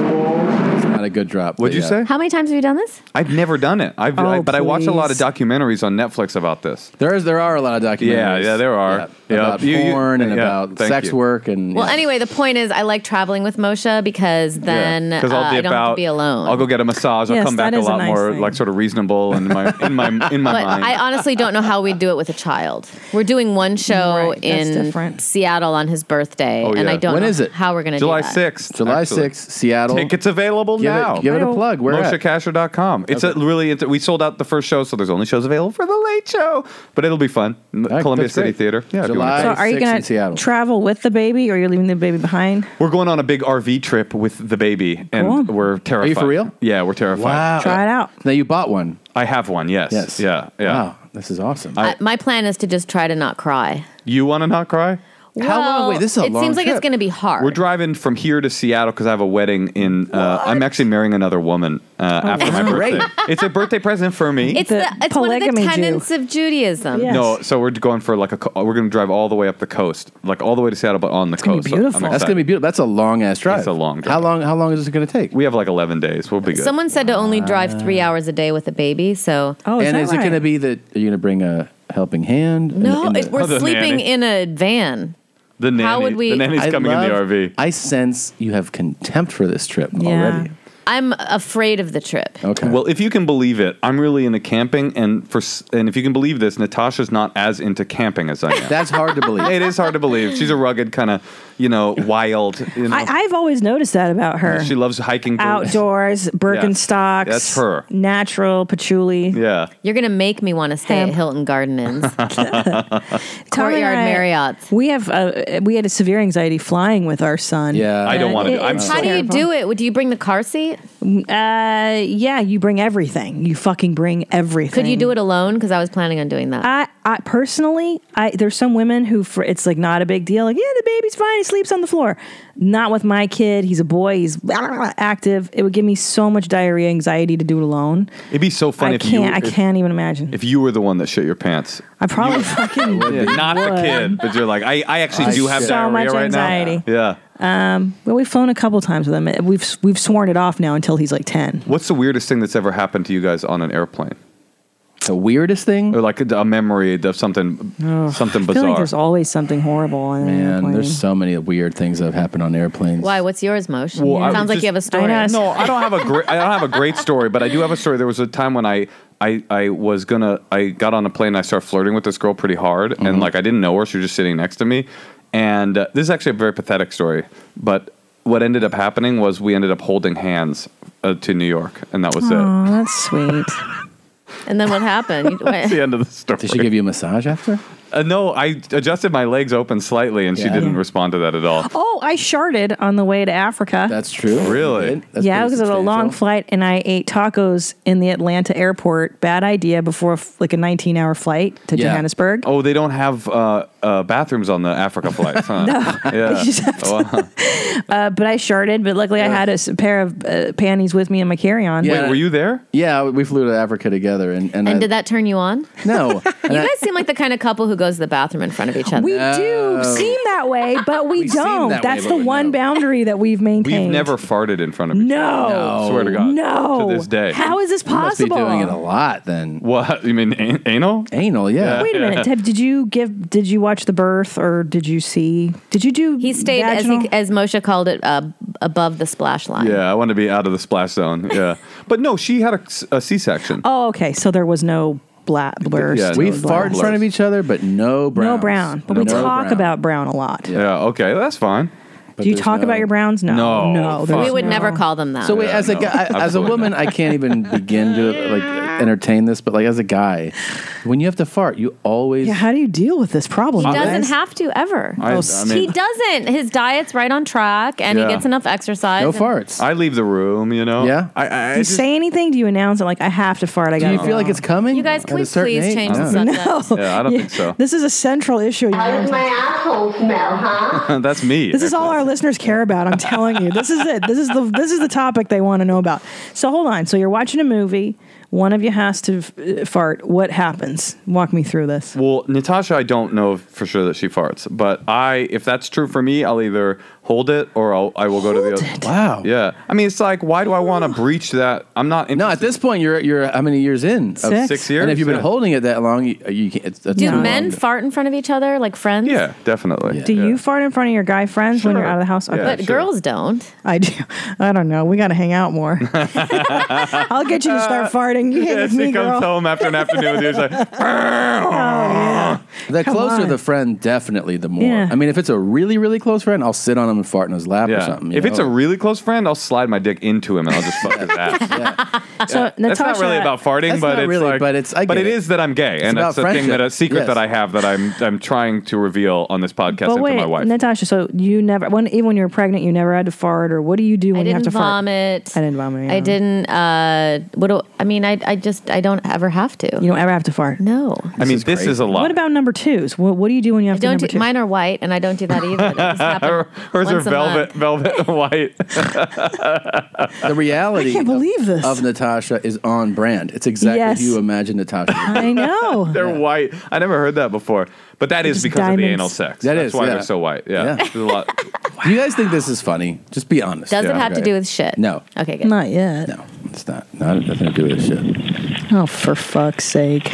P: It's
A: not a good drop.
P: What'd you say?
Q: How many times have you done this?
P: I've never done it. I've, I,
Q: Oh,
P: but I watch a lot of
Q: please.
P: documentaries on Netflix about this.
A: There is there are a lot of documentaries.
P: Yeah, yeah, there are. Yeah.
A: about
P: You- you-
A: porn and
P: yeah,
A: about
P: thank
A: sex
P: you.
A: work and
Q: Well,
A: yeah.
Q: anyway, the point is, I like traveling with Moshe because then
P: because
Q: uh,
P: I'll
Q: I
P: dip
Q: don't have
P: out.
Q: to be alone.
P: I'll go get a massage. I'll
Q: Yes,
P: come back
Q: that
P: a
Q: is a
P: lot
Q: nice
P: more
Q: thing.
P: like sort of reasonable in my in my in my
Q: but
P: mind.
Q: I honestly don't know how we'd do it with a child. We're doing one show
A: that's
Q: in Seattle on on his birthday,
A: Oh,
Q: and
A: yeah.
Q: I don't
A: When
Q: know
A: is it?
Q: how we're going to do that.
A: July
P: sixth,
A: July
P: actually.
A: sixth, Seattle.
P: Tickets available
A: Give
P: now.
A: it, give it a plug. Where at?
P: MosheKasher.com. It's a really, it's, we sold out the first show, so there's only shows available for the late show, but it'll be fun. Columbia
A: that's
P: City
A: great.
P: Theater. Yeah, if you wanna
A: July
P: come.
B: So are you going to travel with the baby or you're leaving the baby behind?
P: We're going on a big RV trip with the baby, and
B: Cool.
P: we're terrified.
A: Are you for real?
P: Yeah, we're terrified.
B: Try it out.
A: Now you bought one.
P: I have one. Yes.
A: Yes.
P: Yeah. Yeah.
A: Wow, this is awesome.
Q: I, my plan is to just try to not cry.
P: You want to not cry?
A: How long-
Q: Well,
A: wait, this is a
Q: It
P: long
Q: seems like it's
P: trip.
Q: going to be hard.
P: We're driving from here to Seattle because I have a wedding in. Uh, I'm actually marrying another woman uh, after my
A: wow.
P: birthday.
A: Oh, Great.
P: it's a birthday present for me.
Q: it's the, it's one of the
B: polygamy Jew.
Q: tenets of Judaism.
P: No, so we're going for like a. co- We're going to drive all the way up the coast, like all the way to Seattle, but on the coast. So I'm
A: That's
P: excited.
A: gonna be beautiful. That's a long ass drive.
P: It's a long drive.
A: How long? How long is this gonna take?
P: We have like 11 days. We'll be good.
Q: Someone said to only drive three hours a day with a baby. So
B: Oh.
A: and is it gonna be that? Are you gonna bring a helping hand? in the-
Q: No,
A: in the-
Q: it, we're sleeping in a van.
P: The
Q: nanny- How would we- the nanny's coming in the
A: RV. I sense you have contempt for this trip already.
Q: I'm afraid of the trip.
A: Okay.
P: Well, if you can believe it, I'm really into camping, and for s- and if you can believe this, Natasha's not as into camping as I am.
A: That's hard to believe.
P: it is hard to believe. She's a rugged kind of, you know, wild. You know,
B: I, I've always noticed that about her.
P: she loves hiking.
B: Outdoors, Birkenstocks.
P: That's her.
B: Natural patchouli.
P: Yeah.
Q: You're gonna make me want to stay at Hilton Garden Inns,
B: Tom and
Q: Courtyard
B: I-
Q: Marriott.
B: We have uh, we had a severe anxiety flying with our son.
P: Yeah. I don't wanna do- I'm
B: it's
P: so-
Q: How do you do it? Would you bring the car seat?
B: Uh, yeah, you bring everything. You fucking bring everything.
Q: Could you do it alone? Because I was planning on doing that.
B: I, I personally, I there's some women who for, it's like not a big deal. Like, yeah, the baby's fine. He sleeps on the floor. Not with my kid. He's a boy. He's active. It would give me so much diarrhea anxiety to do it alone.
P: It'd be so funny
B: I
P: if you.
B: can't. I
P: if-
B: can't even imagine.
P: If you were the one that shit your pants,
B: I probably fucking
P: Yeah, not the
B: would.
P: kid, but you're like, I, I actually
B: I
P: do have
B: shit. So
P: diarrhea
B: much
P: right
B: anxiety.
P: now. Yeah.
B: Um, well, we've flown a couple times with him. We've we've sworn it off now until he's like ten.
P: What's the weirdest thing that's ever happened to you guys on an airplane?
A: The weirdest thing,
P: or like a, a memory of something, something
B: I feel
P: bizarre.
B: like there's always something horrible on an
A: Man,
B: airplane.
A: there's so many weird things that have happened on airplanes.
Q: Why? What's yours, Moshe?
P: Well, I
Q: Sounds
P: was
Q: like you
P: just-
Q: have a story.
B: I know.
P: No, I don't have a great. I don't have a great story, but I do have a story. There was a time when I. I, I was gonna I got on a plane and I started flirting with this girl pretty hard and like I didn't know her she was just sitting next to me and uh, this is actually a very pathetic story but what ended up happening was we ended up holding hands uh, to New York and that was
B: Aw, that's sweet.
Q: And then what happened? You-
P: it that's the end of the story
A: Did she give you a massage after?
P: uh, no I adjusted my legs open slightly and she
A: Yeah.
P: didn't respond to that at all
B: Oh, I sharted on the way to Africa.
A: That's true.
P: really
B: yeah, because it was a long flight, and I ate tacos in the Atlanta airport. Bad idea before a f- like a 19 hour flight to
P: Yeah.
B: Johannesburg.
P: Oh, they don't have uh, uh, bathrooms on the Africa flights, huh?
B: No.
P: Yeah. Oh,
B: You just have to-
P: Wow.
B: Uh, but I sharted, but luckily I had a s- pair of uh, panties with me in my carry on.
P: you there?
A: Yeah, we flew to Africa together, and and,
Q: And
A: I-
Q: did that turn you on?
A: no,
Q: You guys seem like the kind of couple who goes to the bathroom in front of each other.
B: We do seem that way, but we,
Q: seem
B: don't.
Q: that way,
B: That's
Q: but
B: the
Q: we
B: one boundary that we've maintained.
P: We've never farted in front of each
B: No.
P: other.
B: No.
P: Swear to God.
B: Oh, No.
P: To this day.
B: How is this
A: You must be
B: possible?
A: doing it a lot then.
P: What you mean, an- anal?
A: Anal, yeah.
B: Wait a minute. Have- did you give? Did you watch the birth, or did you see? Did you do?
Q: He stayed as, he, as Moshe called it uh, above the splash line.
P: Yeah, I want to be out of the splash zone. Yeah, but no, she had a, section.
B: Oh, okay. So there was no bla- blurs.
P: Yeah,
B: to
A: we
B: it.
A: fart in front of each other, but no brown.
B: No brown, but we talk about brown a lot.
P: Yeah. okay, that's fine.
B: do you talk about your browns? No,
P: No,
B: no.
P: fuck.
B: there's
Q: We would
B: no.
Q: never call them that.
A: So wait, as a guy, as a woman, I can't even begin to like entertain this. But like as a guy, when you have to fart, you always
B: Yeah, how do you deal with this problem?
Q: He doesn't
B: guys?
Q: have to ever.
P: I- I mean-
Q: he doesn't. His diet's right on track, and
P: Yeah.
Q: he gets enough exercise. and-
P: I leave the room. You know. Yeah. I, I,
B: Do you say anything? Do you announce it like I have to fart? I got.
P: you feel like it's
A: coming?
Q: You guys, can we please change the subject?
B: No.
P: Yeah, I don't think so.
B: This is a central issue. you know?
L: asshole smell, huh?
P: that's me.
B: This is all our listeners care about. I'm telling you, this is it. This is the this is the topic they want to know about. So hold on. So you're watching a movie. One of you has to f- uh, fart. What happens? Walk me through this.
P: Well, Natasha, I don't know for sure that she farts, but I, if that's true for me, I'll either hold it or I'll, I will go to the other.
A: Wow.
P: Yeah. I mean, it's like, why do I want to breach that? I'm not.
A: No, at this point, you're you're how many years in? Of
P: Six. Six years,
A: And if you've been
P: yeah.
A: holding it that long, you, you can't. It's, that's
Q: Do
A: too long.
Q: men fart in front of each other like friends?
P: Yeah, definitely.
B: Do you fart in front of your guy friends when you're out of the house? Okay.
Q: but girls don't.
B: I do. I don't know. We got to hang out more. I'll get you to start farting.
P: Uh,
B: You hang
P: yeah,
B: with
P: she
B: me,
P: comes
B: girl.
P: home after an afternoon with you. It's like,
A: The
B: Come
A: closer
B: on.
A: the friend, definitely the more.
B: Yeah.
A: I mean, if it's a really, really close friend, I'll sit on him and fart in his lap or
P: Yeah.
A: something. you
P: If it's a
A: know?
P: really close friend, I'll slide my dick into him and I'll just fuck his ass.
B: So
P: That's not really about farting,
A: That's
P: but
A: not
P: it's
A: really,
P: like,
A: but it's- I
P: but
A: get
P: it
A: it.
P: is that I'm gay,
A: It's
P: and
A: about
P: that's a thing that a
A: friendship.
P: secret
A: Yes.
P: that I have that I'm I'm trying to reveal on this podcast
B: But
P: and
B: wait,
P: to my wife.
B: Natasha. So you never, when even when you were pregnant, you never had to fart, or what do you do
Q: I
B: when you have
Q: didn't
B: to fart?
Q: vomit.
B: I didn't vomit.
Q: I
B: yeah.
Q: didn't. Uh, what do I mean? I I just I don't ever have to. You
B: don't ever have to fart.
Q: No.
P: I mean, this is a
B: What
P: lot.
B: about number twos? What, what do you do when you have
Q: Don't
B: to
Q: do,
B: number two?
Q: mine are white, and I don't do that either.
P: Her- Hers are
Q: once a
P: velvet, velvet and white.
A: the reality
B: I can't believe
A: of,
B: this.
A: of Natasha is on brand. It's exactly
B: Yes.
A: who you imagine Natasha.
B: I know.
P: They're white. I never heard that before, but that is because of the
A: diamonds.
P: anal sex.
A: That
P: That's
A: is,
P: why
A: yeah.
P: they're so white. Yeah, There's a lot.
A: Do you guys think this is funny? Just be honest.
Q: Does it have to do with shit?
A: No,
Q: Okay, good.
B: Not yet. No.
A: it's not. Not nothing to do with shit.
B: Oh, for fuck's sake!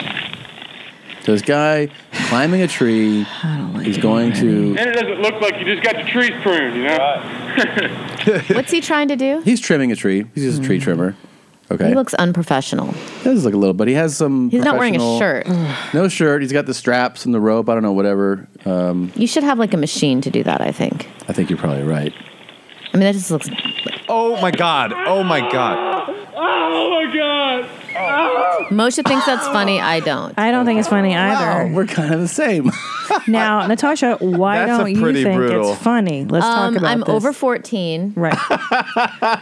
A: So this guy climbing a tree. he's going
S: And it doesn't look like you just got the trees pruned, you know?
A: to.
Q: What's he trying to do?
A: he's trimming a tree. He's just a tree trimmer. Okay.
Q: Mm. He looks unprofessional.
A: He does look a little, but he has some.
Q: He's not wearing a
A: professional-
Q: shirt.
A: no shirt. He's got the straps and the rope. I don't know whatever. Um,
Q: You should have like a machine to do that. I think.
A: I think you're probably right.
Q: I mean, that just looks.
P: Oh my god! Oh my god!
S: Oh my god! Oh.
Q: Moshe thinks that's funny. I don't.
B: I don't think it's funny either.
A: we're kind of the same.
B: now, Natasha, why
Q: That's a
B: don't you
Q: pretty
B: think
Q: brutal-
B: it's funny? Let's
Q: Um,
B: talk about
Q: I'm
B: this.
Q: over 14.
B: Right.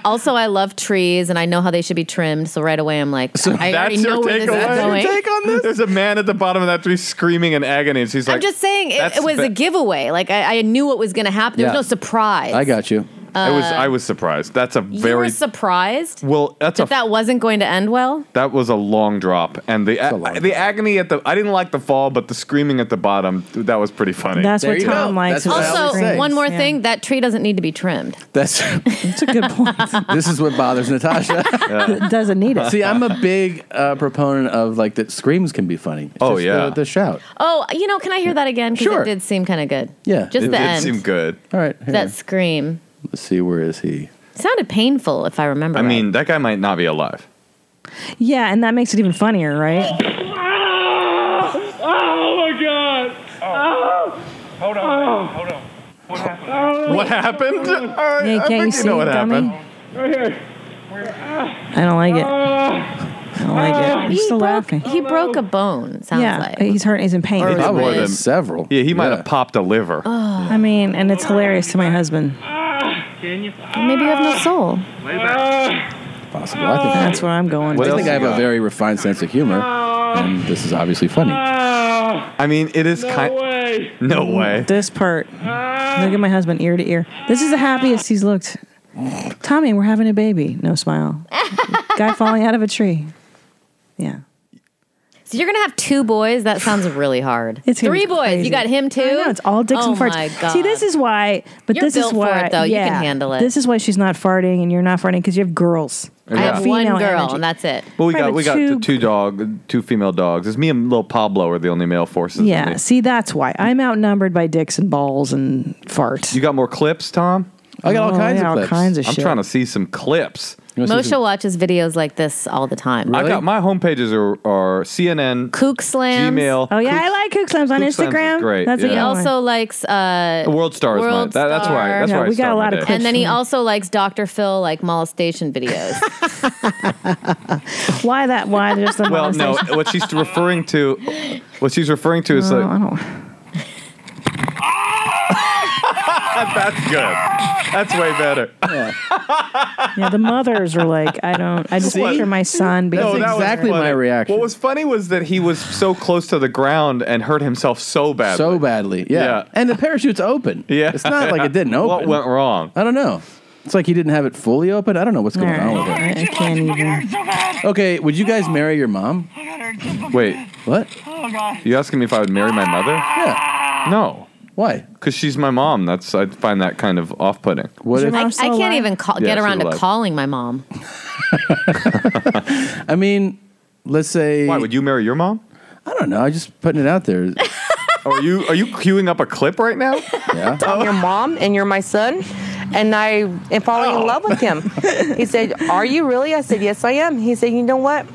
Q: also, I love trees and I know how they should be trimmed. So right away, I'm like, I already
P: that's your
Q: know where this is
P: takeaway?
Q: going.
A: on this?
P: There's a man at the bottom of that tree screaming in agony, and she's like,
Q: I'm just saying it,
P: that's
Q: it was
P: ba-
Q: a giveaway. Like I, I knew what was going to happen. There was
P: Yeah.
Q: no surprise.
P: I
A: got you.
P: I was
Q: Uh,
P: I was surprised. That's a
Q: you were
P: very
Q: surprised
P: well. That's a
Q: that that wasn't going to end well.
P: That was a long drop, and the the agony at the I didn't like the fall, but the screaming at the bottom that was pretty funny.
B: That's There what you go. Tom likes That's what about I always
Q: Also,
B: say.
Q: one more
B: Yeah.
Q: thing: that tree doesn't need to be trimmed.
A: That's
B: That's a good point.
A: this is what bothers Natasha.
B: It doesn't need it.
A: See, I'm a big uh, proponent of like that. Screams can be funny. It's
P: Oh,
A: just
P: yeah.
A: the, the shout.
Q: Oh, you know, can I hear that again? Because
A: Sure.
Q: it did seem kind of good.
A: Yeah,
Q: just the end.
P: good.
A: All right, here.
Q: that scream
A: let's see where is he?
Q: sounded painful, if I remember.
P: I
Q: right.
P: mean, that guy might not be alive.
B: Yeah, and that makes it even funnier, right?
S: Oh my god! Oh. Hold on, hold on.
P: What happened? I,
B: Yeah, I can't think you you see, know what dummy? happened.
S: Right here.
B: I don't like it. I don't like it. I'm
Q: Uh, he
B: still
Q: broke,
B: laughing.
Q: he broke a bone. Sounds
B: yeah,
Q: like.
B: he's hurt. He's in pain.
P: He did more than-
A: several.
P: Yeah, he might have popped a liver.
B: I mean, and it's hilarious to my husband.
S: Can you?
Q: Maybe you have no soul.
S: Lay back.
A: Possible. I think
B: That's where I'm going.
A: I
B: with
A: think
B: it.
A: I have a very refined sense of humor, and this is obviously funny.
P: I mean, it is kind.
S: way.
P: No way.
B: This part. Look at my husband, ear to ear. This is the happiest he's looked. Tommy, we're having a baby. No smile. Guy falling out of a tree. Yeah.
Q: So you're gonna have two boys. That sounds really hard.
B: It's gonna be
Q: three boys.
B: crazy.
Q: You got him too.
B: I know, it's all dicks
Q: oh
B: and farts.
Q: My God.
B: See, this is why. But
Q: You're
B: this is
Q: built for
B: why.
Q: it, though. You can handle it.
B: This is why she's not farting and you're not farting because you have girls.
P: I have
B: Female
Q: one girl,
B: energy.
Q: and that's it.
P: Well, we
B: Right,
P: got
B: but
P: we got
B: two-
P: the two dog, two female dogs. It's me and little Pablo are the only male forces.
B: Yeah. See, that's why I'm outnumbered by dicks and balls and farts.
P: You got more clips, Tom?
B: I got all Oh, kinds yeah, of all clips. kinds of
P: I'm
B: shit.
P: trying to see some clips.
Q: Moshe watches videos like this all the time.
P: I got my homepages are, are CNN,
Q: Kook Slams.
P: Gmail.
B: Oh yeah, I like Kook Slams on
P: Kook Slams is
B: Instagram.
P: great,
B: That's
P: yeah.
B: a
Q: He
B: good one.
Q: also likes uh,
P: World Star is my-
Q: World
P: that- that's where I-
Q: Star.
P: that's Yeah, where I we got a start lot my of day. clips
Q: And then he
P: from him.
Q: also likes Dr. Phil like molestation videos.
B: why that? Why there's the
P: Well, no,
B: molestation?
P: what she's referring to, what she's referring to is
B: No,
P: like.
B: Oh, I don't-
P: That's good. That's way better.
B: yeah, the mothers are like, I don't. I just
P: See?
B: picture my son. Being
P: No, Oh, that was funny. What was funny was that he was so close to the ground and hurt himself so badly.
A: So badly, yeah. And the parachute's open.
P: Yeah.
A: It's not like it didn't open.
P: What went wrong?
A: I don't know. It's like he didn't have it fully open. I don't know what's going on with it.
B: I can't even.
A: Okay, would you guys marry your mom?
P: Wait,
A: what?
S: Oh god.
P: You asking me if I would marry my mother? Yeah. No.
A: Why?
P: Because she's my mom. That's I find that kind of off-putting.
A: What
Q: I, I can't even call,
P: Yeah,
Q: get
P: she's
Q: around to
P: alive.
Q: calling my mom.
A: I mean, let's say. Why
P: would you marry your mom?
A: I don't know. I'm just putting it out there.
P: Oh, are you are you queuing up a clip right now?
A: Yeah.
T: I'm your mom and you're my son. And I am
G: Oh.
T: falling in love with him. he said, Are you really? I said, Yes, I am. He said, You know what?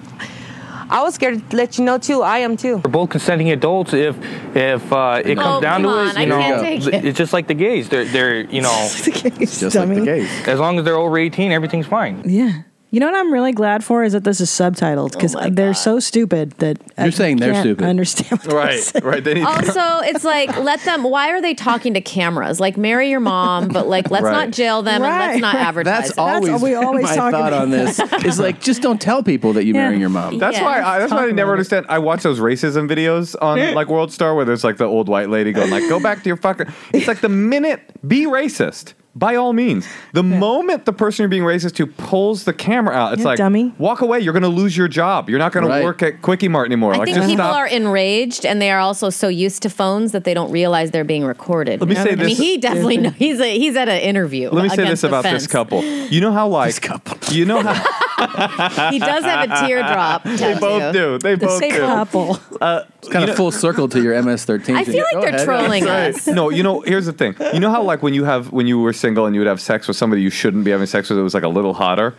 T: I was scared to let you know too. I am too.
U: We're both consenting adults. If if uh, it
T: Oh,
U: comes down
T: come
U: to it,
T: on,
U: you
T: I
U: know,
T: can't take it.
U: it's just like the gays. They're they're you know,
B: just like the dummy. gays.
U: As long as they're over eighteen, everything's fine.
B: Yeah. You know what I'm really glad for is that this is subtitled
T: Oh
B: because they're so stupid that I
U: You're saying they're
B: can't
U: stupid.
B: Understand? What they're saying.
P: right. They
Q: also, it's like let them. Why are they talking to cameras? Like marry your mom, but like let's
A: Right.
Q: not jail them and let's not advertise.
A: That's
Q: it.
A: always, my thought on this. Is like just don't tell people that you're
Q: Yeah.
A: marrying your mom.
P: That's why. I, that's why I never understand. I watch those racism videos on like World Star where there's like the old white lady going like, "Go back to your fucker." It's like the minute be racist by all means. The moment the person you're being racist to pulls the camera out, it's
Q: Yeah,
P: like,
Q: dummy.
P: walk away. You're going to lose your job. You're not going
Q: Right.
P: to work at Quickie Mart anymore.
Q: I
P: like,
Q: think
P: just
Q: people
P: stop.
Q: are enraged, and they are also so used to phones that they don't realize they're being recorded.
P: Let me say
Q: I mean,
P: this-
Q: he definitely know, he's a, he's at an interview.
P: Let me say
Q: against
P: this
Q: the
P: about this
Q: fence.
P: couple. You know how like you know how
Q: He does have a teardrop
P: they
Q: tattoo.
P: both do. They
Q: The
P: both
Q: same
P: do.
Q: couple.
P: Uh,
A: It's kind
P: you know-
A: of full circle to your MS13.
Q: I feel like they're trolling
P: That's
Q: us.
P: right. No, you know, here's the thing. You know how like when you have when you were single and you would have sex with somebody you shouldn't be having sex with, it was like a little hotter.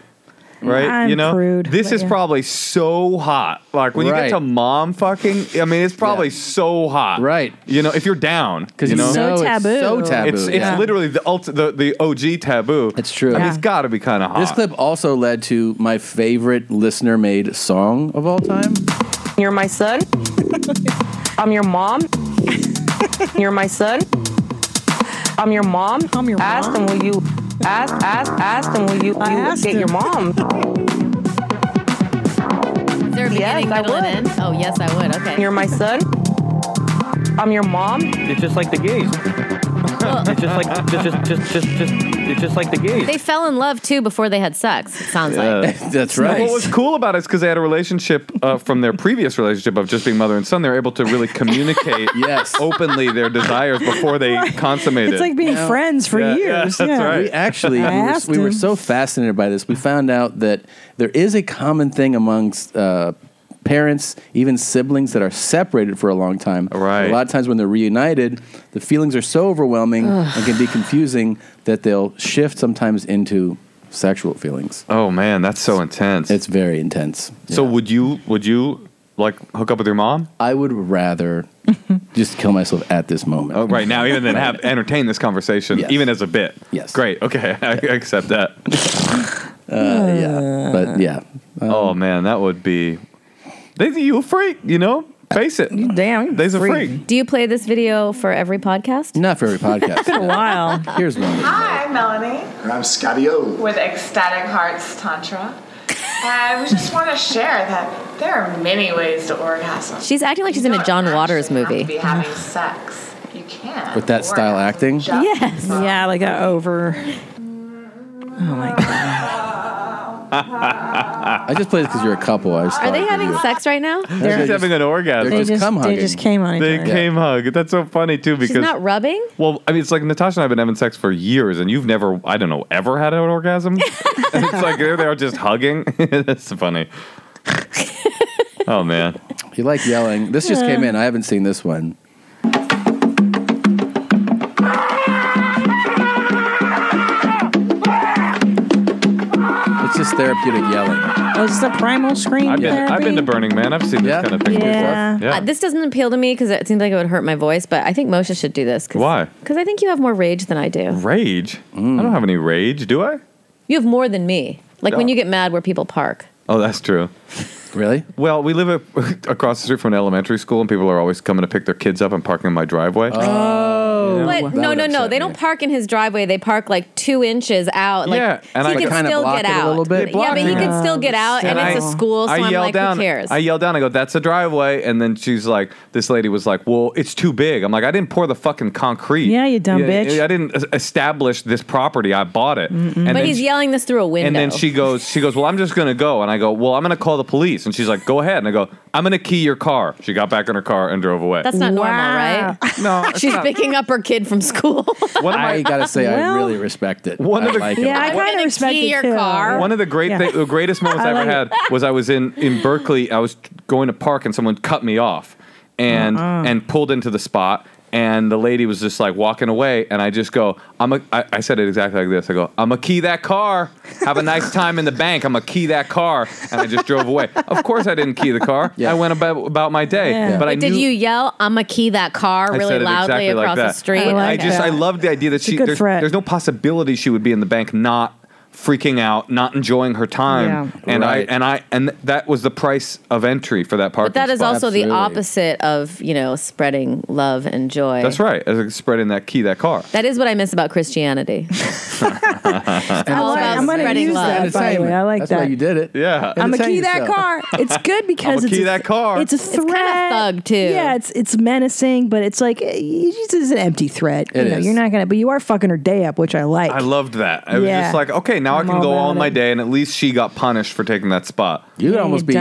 P: Right?
B: I'm
P: you know?
B: prude,
P: this
B: but
P: is
B: yeah.
P: probably so hot. Like when you
A: Right.
P: get to mom fucking, I mean it's probably so hot. Right. You know, if you're down. Because
A: you
P: know?
A: So know it's taboo. so taboo,
P: It's, it's
A: yeah.
P: literally the, ulti- the the OG taboo. It's true. I mean, it's gotta be kinda hot.
A: This clip also led to my favorite listener made song of all time.
T: You're my son. I'm your mom. You're my son. I'm your mom. I'm your ask them will you ask ask ask them will you, you get your mom?
Q: Is there a beginning, middle, and end? Oh yes, I would. Okay.
T: You're my son. I'm your mom.
U: It's just like the gays. it's just like just just just just just it's just like the gays.
Q: They fell in love too before they had sex. It sounds like.
A: That's right.
P: What was cool about it is because they had a relationship uh, from their previous relationship of just being mother and son. They were able to really communicate yes. openly their desires before they consummated.
B: It's like being
A: Yeah.
B: friends for
A: Yeah,
B: years. Yeah,
A: We actually, we
B: I
A: were,
B: asked
A: we were
B: him.
A: so fascinated by this. We found out that there is a common thing amongst uh, parents, even siblings that are separated for a long time. Right. A lot of times when they're reunited, the feelings are so overwhelming
P: Ugh.
A: and can be confusing that they'll shift sometimes into sexual feelings.
P: Oh man, that's so intense.
A: It's very intense.
P: So would you would you like hook up with your mom?
A: I would rather just kill myself at this moment.
P: Oh, right now, even then, have entertain this conversation, even as a bit. Yes. Great. Okay, I I accept that.
A: Uh, yeah, but yeah.
P: oh man, that would be. They think you a freak, you know. Face it.
B: Damn,
P: they's a freak.
Q: Do you play this video for every podcast?
A: Not for every podcast.
Q: It's been a
B: while.
A: Here's one.
V: Hi, Melanie
W: And I'm Scotty O.
V: with Ecstatic Hearts Tantra. And we just want to share that there are many ways to orgasm.
Q: She's acting like she's in a John Waters
V: You
Q: movie.
V: can be having sex. You can.
A: With that style acting?
Q: Yes.
B: Yeah, like a over. Oh my god.
A: I just played it because you're a couple. I just
Q: Are they
A: thought
Q: having
A: you-
Q: sex right now?
P: They're just having an orgasm.
A: They They just just- cum they hugging. just
B: came on each
P: They
B: other.
P: came hug. That's so funny too because
Q: She's not rubbing.
P: Well, I mean, it's like Natasha and I have been having sex for years, and you've never, I don't know, ever had an orgasm. And it's like there they are just hugging. That's funny. oh man,
A: you like yelling. This just came in. I haven't seen this one. It's just therapeutic yelling.
B: Oh, it's the primal screen
P: I've been, I've been to Burning Man. I've seen this kind of thing
Q: Yeah.
P: before. Yeah.
Q: Uh, this doesn't appeal to me because it seems like it would hurt my voice, but I think Moshe should do this. Cause,
P: Why?
Q: Because I think you have more rage than I do.
P: Rage? I don't have any rage, do I?
Q: You have more than me. Like when
P: Yeah.
Q: you get mad where people park.
P: Oh, that's true.
A: Really?
P: Well, we live a, across the street from an elementary school, and people are always coming to pick their kids up and parking in my driveway.
Q: Oh,
P: Yeah.
Q: but
P: That
Q: no,
P: would
Q: no, no.
P: upset
Q: They don't park in his driveway. They park like two inches out. Like,
P: yeah, and
Q: he
P: I
Q: could
P: kinda
Q: still
P: block
Q: get
P: it
Q: out.
P: A little bit.
Q: Yeah, but he
P: Block it.
Q: could still get out, and, it's a
P: I-
Q: school, so
P: I
Q: I'm
P: yell
Q: like,
P: down.
Q: who cares?
P: I yell down. I go, "That's a driveway," and then she's like, "This lady was like, well, it's too big." I'm like, "I didn't pour the fucking concrete."
B: Yeah, you dumb bitch.
P: I didn't es- establish this property. I bought it. And
Q: but
P: then
Q: he's
P: she-
Q: yelling this through a window.
P: And then she goes, she goes, well, I'm just gonna go. And I go, well, I'm gonna call the police. And she's like, go ahead. And I go, I'm gonna key your car. She got back in her car and drove away.
Q: That's not normal, right?
P: No,
Q: she's picking up her kid from school.
P: One of my-
A: I gotta say,
P: Well-
A: I really respect it.
P: One
A: I
P: of the-
A: like it.
B: Yeah, I
Q: I'm
B: kind
Q: gonna
B: of respect
Q: key
B: it
Q: your
B: too.
Q: car.
P: One of the great,
B: Yeah.
P: thi- the greatest moments
B: I
P: I, ever had
B: like
P: was I was in in Berkeley. I was going to park and someone cut me off and
B: Uh-uh.
P: and pulled into the spot. and the lady was just like walking away, and I just go, "I'm a." I, I said it exactly like this. I go, "I'm a key that car. Have a nice time in the bank. I'm a key that car," and I just drove away. Of course, I didn't key the car. I went about, about my day, but I
Q: Wait, did
P: knew-
Q: you yell, I'm going to key that car
P: I
Q: really
P: said it
Q: loudly
P: exactly like
Q: across
P: that.
Q: the street?
P: I, just I love the idea that
Q: a
P: she
Q: good
P: there's,
Q: threat.
P: there's no possibility she would be in the bank not freaking out, not enjoying her time.
Q: Yeah.
P: And
Q: Right.
P: I and I and that was the price of entry for that parking.
Q: But that is
P: spot.
Q: also the opposite of, you know, spreading love and joy.
P: That's right. As like spreading that key, that car.
Q: That is what I miss about Christianity.
B: I
Q: All
B: like-
Q: about
B: I'm gonna
Q: spreading
B: use
Q: love.
B: that. By the way, I like
A: That's
B: that.
A: why you did it.
P: Yeah.
B: I'm a key that car. It's good because
A: I'ma
B: it's
A: key
B: a,
A: that car.
B: It's a
A: It's
B: threat.
A: kinda
Q: thug, too.
B: Yeah, it's it's menacing, but it's like eh, it's just an empty threat.
P: It
B: you know,
P: is.
B: you're not gonna, but you are fucking her day up, which I like.
P: I loved that. I was
B: Yeah.
P: just like, okay, now
B: I'm
P: I can
B: all
P: go
B: about
P: on my
B: it.
P: day, and at least she got punished for taking that spot.
A: You'd almost be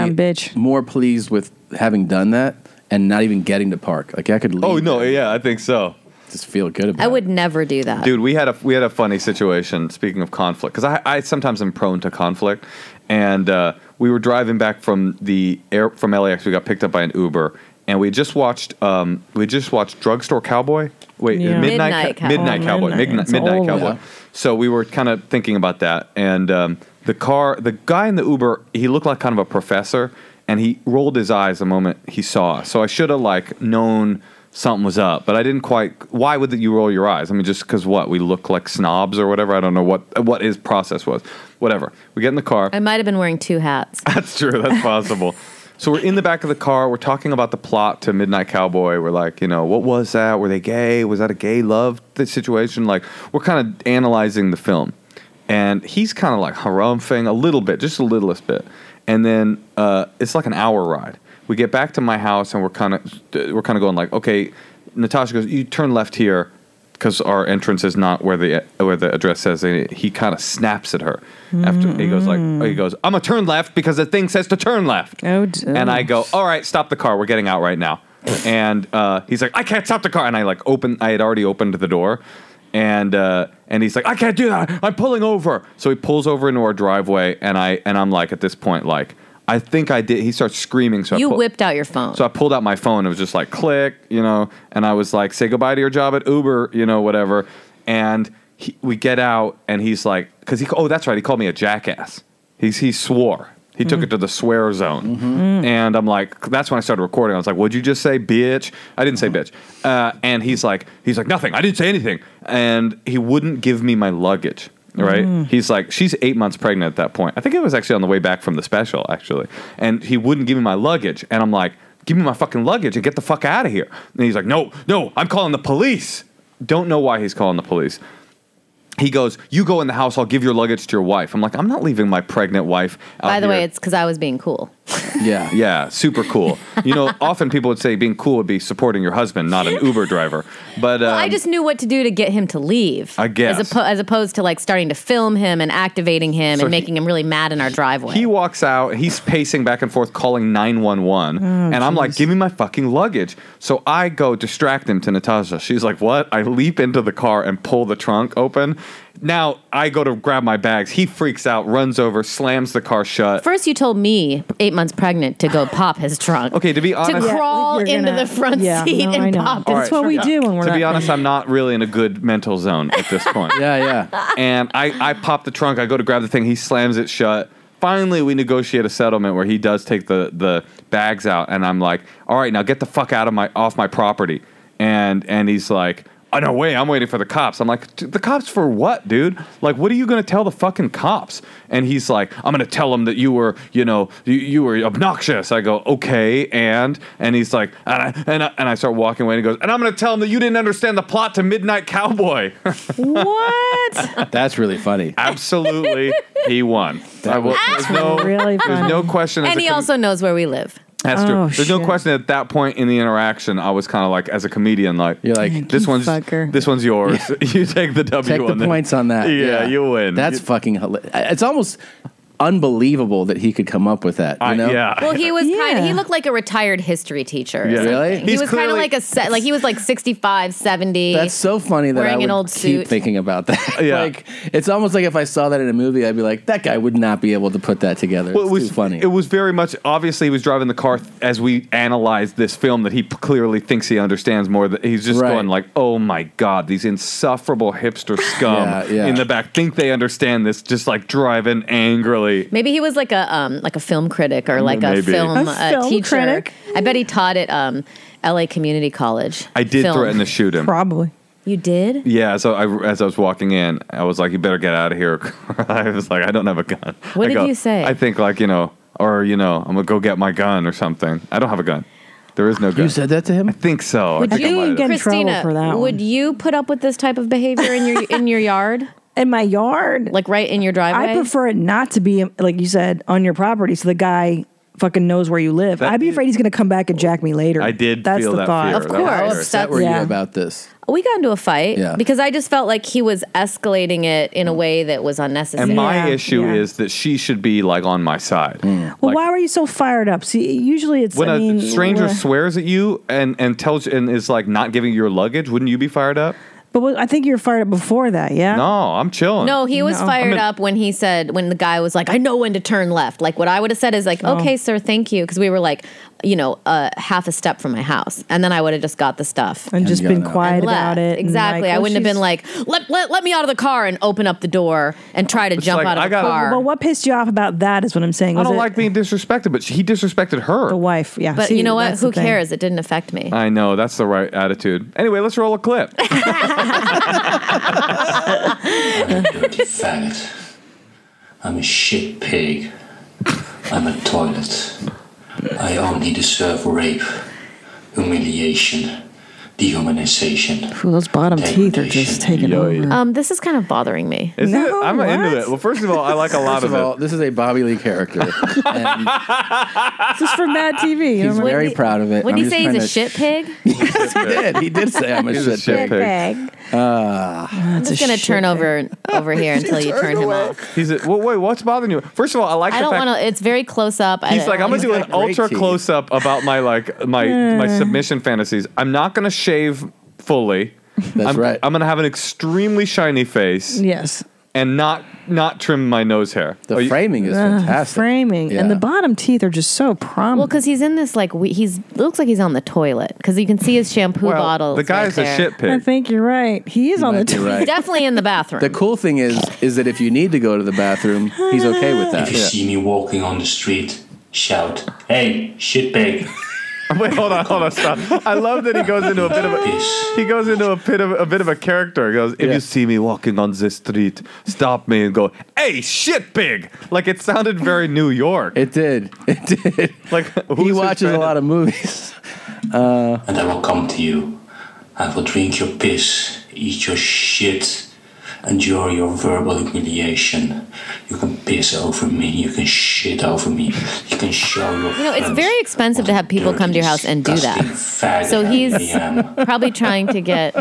A: more pleased with having done that and not even getting to park. Like I could. Leave
P: Oh no, yeah, I think so.
A: Just feel good about
Q: I would never do that.
P: Dude, we had a we had a funny situation. Speaking of conflict, because I, I sometimes am prone to conflict, and uh, we were driving back from the air from LAX. We got picked up by an Uber, and we had just watched um, we had just watched Drugstore Cowboy. Wait,
O: Yeah. Midnight
P: Midnight Cow-
O: Cowboy.
P: Midnight
O: Oh,
P: Cowboy,
O: Midnight.
P: Midnight,
O: It's
P: Midnight
O: old.
P: Cowboy.
O: Yeah.
P: So we were kind of thinking about that, and um, the car, the guy in the Uber, he looked like kind of a professor, and he rolled his eyes the moment he saw us. So I should have like known something was up, but I didn't quite. Why would you roll your eyes? I mean, just because what we look like snobs or whatever. I don't know what what his process was. Whatever. We get in the car.
Q: I might have been wearing two hats.
P: That's true. That's possible. so we're in the back of the car. We're talking about the plot to Midnight Cowboy. We're like, you know, what was that? Were they gay? Was that a gay love th- situation? Like, we're kind of analyzing the film. And he's kind of like harumphing a little bit, just the littlest bit. And then uh, it's like an hour ride. We get back to my house and we're kind of we're kind of going like, okay, Natasha goes, you turn left here because our entrance is not where the where the address says. And he kind of snaps at her after he goes like he goes, "I'm a turn left because the thing says to turn left."
B: Oh,
P: And I go, "All right, stop the car. We're getting out right now." and uh, he's like, "I can't stop the car." And I like open. I had already opened the door, and uh, and he's like, "I can't do that. I'm pulling over." So he pulls over into our driveway, and I and I'm like, at this point, like. I think I did. He starts screaming. So
Q: you
P: I pull-
Q: whipped out your phone.
P: so I pulled out my phone. It was just like click, you know, and I was like, say goodbye to your job at Uber, you know, whatever. And he, we get out, and he's like, because he, oh, that's right, he called me a jackass. He's he swore. He took it to the swear zone, and I'm like, that's when I started recording. I was like, "What'd you just say, bitch?" I didn't say bitch. Uh, and he's like, he's like, nothing. I didn't say anything. And he wouldn't give me my luggage right?
O: Mm.
P: He's like, she's eight months pregnant at that point. I think it was actually on the way back from the special, actually. And he wouldn't give me my luggage. And I'm like, give me my fucking luggage and get the fuck out of here. And he's like, no, no, I'm calling the police. Don't know why he's calling the police. He goes, you go in the house, I'll give your luggage to your wife. I'm like, I'm not leaving my pregnant wife out
Q: By the
P: here.
Q: way, it's because I was being cool.
P: Yeah. Yeah. Super cool. You know, often people would say being cool would be supporting your husband, not an Uber driver. But um,
Q: I just knew what to do to get him to leave.
P: I guess.
Q: As, oppo- as opposed to like starting to film him and activating him
P: So
Q: and
P: he-
Q: making him really mad in our driveway.
P: He walks out. He's pacing back and forth, calling nine one one,
Q: Oh,
P: and I'm like,
Q: jeez.
P: "Give me my fucking luggage!" So I go distract him to Natasha. She's like, "What?" I leap into the car and pull the trunk open. Now I go to grab my bags. He freaks out, runs over, slams the car shut.
Q: First, you told me, eight months pregnant, to go pop his trunk.
P: Okay, to be honest,
Q: to crawl
B: you're
Q: into
B: gonna-
Q: the front
B: yeah,
Q: seat
B: no, I
Q: and
B: know.
Q: pop.
B: That's
Q: his
B: what we
Q: trunk.
B: do when we're
P: to
B: not
P: be honest, I'm not really in a good mental zone at this point.
A: yeah, yeah.
P: And I, I pop the trunk. I go to grab the thing. He slams it shut. Finally, we negotiate a settlement where he does take the the bags out, and I'm like, "All right, now get the fuck out of my off my property." And and he's like, "Oh no way! I'm waiting for the cops." I'm like, "The cops for what, dude? Like, what are you gonna tell the fucking cops?" And he's like, "I'm gonna tell them that you were, you know, you, you were obnoxious." I go, "Okay," and and he's like, and I, and I, and I start walking away, and he goes, "And I'm gonna tell them that you didn't understand the plot to Midnight Cowboy."
B: what?
A: That's really funny.
P: Absolutely, he won. I will-
Q: That's
P: there's no,
Q: really
P: There's no question. as
Q: and
P: a
Q: he
P: com-
Q: also Oh, knows where we live.
P: that's true. There's no question at that point in the interaction, I was kind of like, as a comedian, like, you're like, this one's this one's yours. you take the W
A: Take the
P: on this.
A: points on that.
P: Yeah, you win.
A: That's fucking hilarious. It's almost unbelievable that he could come up with that. You
P: I-
A: know?
P: yeah.
Q: Well, he was kind of, he looked like a retired history teacher. or
A: Yeah.
Q: something.
A: Really?
Q: He
A: He's
Q: was kind of
A: clearly-
Q: like a set, like he was like 65, 70.
A: That's so funny that I
Q: wearing
A: would
Q: an old
A: keep
Q: suit.
A: thinking about that. like it's almost like if I saw that in a movie, I'd be like, that guy would not be able to put that together.
P: Well,
A: it's
P: it was
A: too funny.
P: It was very much obviously he was driving the car th- as we analyzed this film that he p- clearly thinks he understands more. That he's just
A: Right.
P: going like, "Oh my god, these insufferable hipster scum
A: Yeah, yeah.
P: in the back think they understand this." Just like driving angrily.
Q: Maybe he was like a um, like a film critic or like a
P: Maybe.
Q: film,
P: A
Q: uh,
P: film
Q: teacher.
P: critic?
Q: I bet he taught at um, L.A. Community College.
P: I did
Q: Film.
P: threaten to shoot him.
B: Probably.
Q: You did?
P: Yeah, so I, as I was walking in, I was like, "You better get out of here." I was like, "I don't have a gun."
Q: What
P: I
Q: did
P: go,
Q: you say?
P: I think like you know, or you know, I'm gonna go get my gun or something. I don't have a gun. There is no gun. You said
A: that to him?
P: I think so. I
Q: Would
P: think I might
Q: you,
P: have.
Q: Christina? would you put up with this type of behavior in your in your yard?
B: In my yard,
Q: like right in your driveway.
G: I prefer it not to be like you said on your property, so the guy fucking knows where you live. I'd be afraid he's gonna come back and jack me later.
P: I did
G: That's
P: feel
G: the
P: that
G: thought.
P: fear.
Q: Of
P: That was
Q: course,
P: fear.
Q: that's- yeah.
A: about this.
Q: We got into a fight
P: Yeah.
Q: because I just felt like he was escalating it in a way that was unnecessary.
P: And my issue is that she should be like on my side.
G: Well, why were you so fired up? See, usually it's
P: When
G: I
P: a
G: mean,
P: stranger
G: we're-
P: swears at you and and tells and is like not giving you your luggage, wouldn't you be fired up?
G: but what- I think you were fired up before that. Yeah.
P: No, I'm chilling.
Q: No, he was
G: No.
Q: fired
P: I mean-
Q: up when he said when the guy was like, "I know when to turn left." Like what I would have said is like,
G: Oh.
Q: "Okay, sir, thank you," because we were like, you know, uh, half a step from my house, and then I would have just got the stuff
G: And just been quiet
Q: And
G: about
Q: left.
G: it. and
Q: Exactly,
G: like,
Q: I
G: oh,
Q: wouldn't have been
G: she's-
Q: like, "Let let let me out of the car and open up the door and try to
P: It's
Q: jump
P: like,
Q: out of
P: I
Q: the
P: gotta-
Q: car."
G: Well, what pissed you off about that is what I'm saying.
P: I
G: Was
P: don't
G: it
P: like being disrespected, but she, he disrespected her.
G: the wife? Yeah.
Q: but
G: see,
Q: you know what?
G: that's the
Q: Who
G: thing.
Q: cares? It didn't affect me.
P: I know that's the right attitude. Anyway, let's roll a clip.
I: I'm a dirty faggot. I'm a shit pig. I'm a toilet. I only deserve rape, humiliation, dehumanization.
G: Phew, those bottom teeth are just taking over.
Q: Um, this is kind of bothering me.
P: Is it? I'm not into it. Well, first of all, I like a lot
A: First of
P: it.
A: all, this is a Bobby Lee character.
G: This is from Mad TV.
A: He's very proud of it.
Q: Would
A: I'm
Q: you
A: just
Q: say he's
A: trying
Q: a
A: to-
Q: shit pig?
A: he did. He did say I'm a
P: He's
A: shit,
P: a shit
A: pig.
Q: pig.
A: Ah.
Q: I'm just gonna turn over over here until you turn him off.
P: He's a, well, wait, what's bothering you? First of all, I like
Q: I
P: the
Q: don't
P: fact
Q: want to. It's very close up. I
P: He's
Q: don't
P: like, I'm gonna
Q: wanna- Hmm.
P: do an ultra close up about my like my my
Q: Yeah.
P: submission fantasies. I'm not gonna shave fully. That's I'm, right. I'm gonna have an extremely shiny face
G: Yes.
P: and not not trim my nose hair. Oh, The
A: framing
G: Ugh, Uh, Framing and the bottom teeth are just so prominent.
Q: Well, because he's in this like we, he's looks like he's on the tolet because you can see his shampoo
A: Well,
Q: bottle.
A: the guy's a shit pig.
G: I think you're right. He is on the
A: might be
G: teeth.
A: right.
Q: Definitely in the bathroom.
A: The cool thing is, is that if you need to go to the bathroom, he's okay with that.
I: If you see me walking on the street, shout, hey, shit pig.
P: Wait, hold on, hold on, stop. I love that he goes into a bit of a he goes into a bit of a bit of a character. He goes, if you see me walking on this street, stop me and go, hey, shit pig. Like it sounded very New York.
A: It did. It did.
P: Like
A: he watches a lot of movies. Uh,
I: and I will come to you. I will drink your piss, eat your shit, endure your verbal humiliation. You can piss over me, you can shit over me, you can show your
Q: you know, it's very expensive to have people come to your house and do that.
I: faggot
Q: So he's
I: I
Q: probably trying to get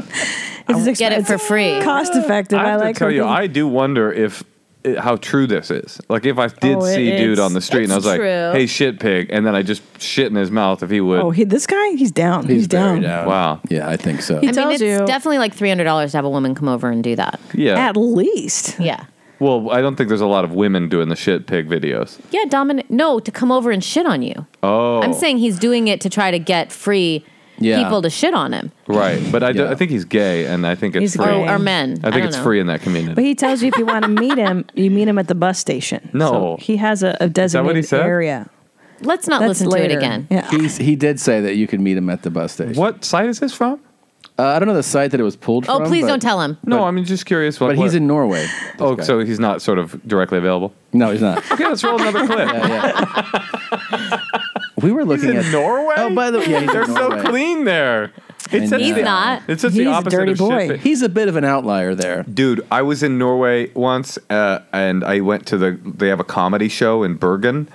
Q: get it for free,
G: cost effective.
P: I have to tell you, I do wonder if i- how true this is. Like, if I did
G: Oh, it
P: see dude
G: is.
P: on the street and I
G: It's
P: was like,
G: true.
P: "Hey, shit pig," and then I just shit in his mouth if he would.
G: Oh, he, this guy, he's down. He's, down.
P: Wow.
A: Yeah, I think so.
Q: I mean, it's definitely like three hundred dollars to have a woman come over and do that.
P: Yeah.
G: At least.
Q: Yeah.
P: Well, I don't think there's a lot of women doing the shit pig videos.
Q: Yeah, Dominic. No, to come over and shit on you.
P: Oh,
Q: I'm saying he's doing it to try to get free
P: Yeah.
Q: people to shit on him.
P: right, but I, do- I think he's gay, and I think it's
G: He's
P: free.
G: gay. Oh, Or- or
Q: men.
P: I
Q: I
P: think
Q: don't
P: it's
Q: know.
P: free in that community.
G: But he tells you if you want to meet him, you meet him at the bus station.
P: No.
G: So he has a, a
P: that what he
G: designated
P: said?
G: area.
Q: Let's not
G: That's
Q: listen to it
G: later.
Q: again.
A: He's, he did say that you can meet him at the bus station.
P: What site is this from?
A: Uh, I don't know the site that it was pulled
Q: Oh,
A: from.
Q: please
A: but-
Q: don't tell him.
P: No, I'm just curious. What,
A: But he's
P: what-
A: in Norway.
P: Oh, so he's not sort of directly available.
A: No, he's not.
P: Okay, let's roll another clip.
A: We were looking
P: in
A: at
P: Norway.
A: Oh, by the way, yeah, he's in
P: they're so
A: Norway. uh,
P: clean there. It's such
Q: He's
P: the-
Q: not.
P: It's such the opposite of shit pig.
A: He's a bit of an outlier there.
P: Dude, I was in Norway once, uh, and I went to the. They have a comedy show in Bergen,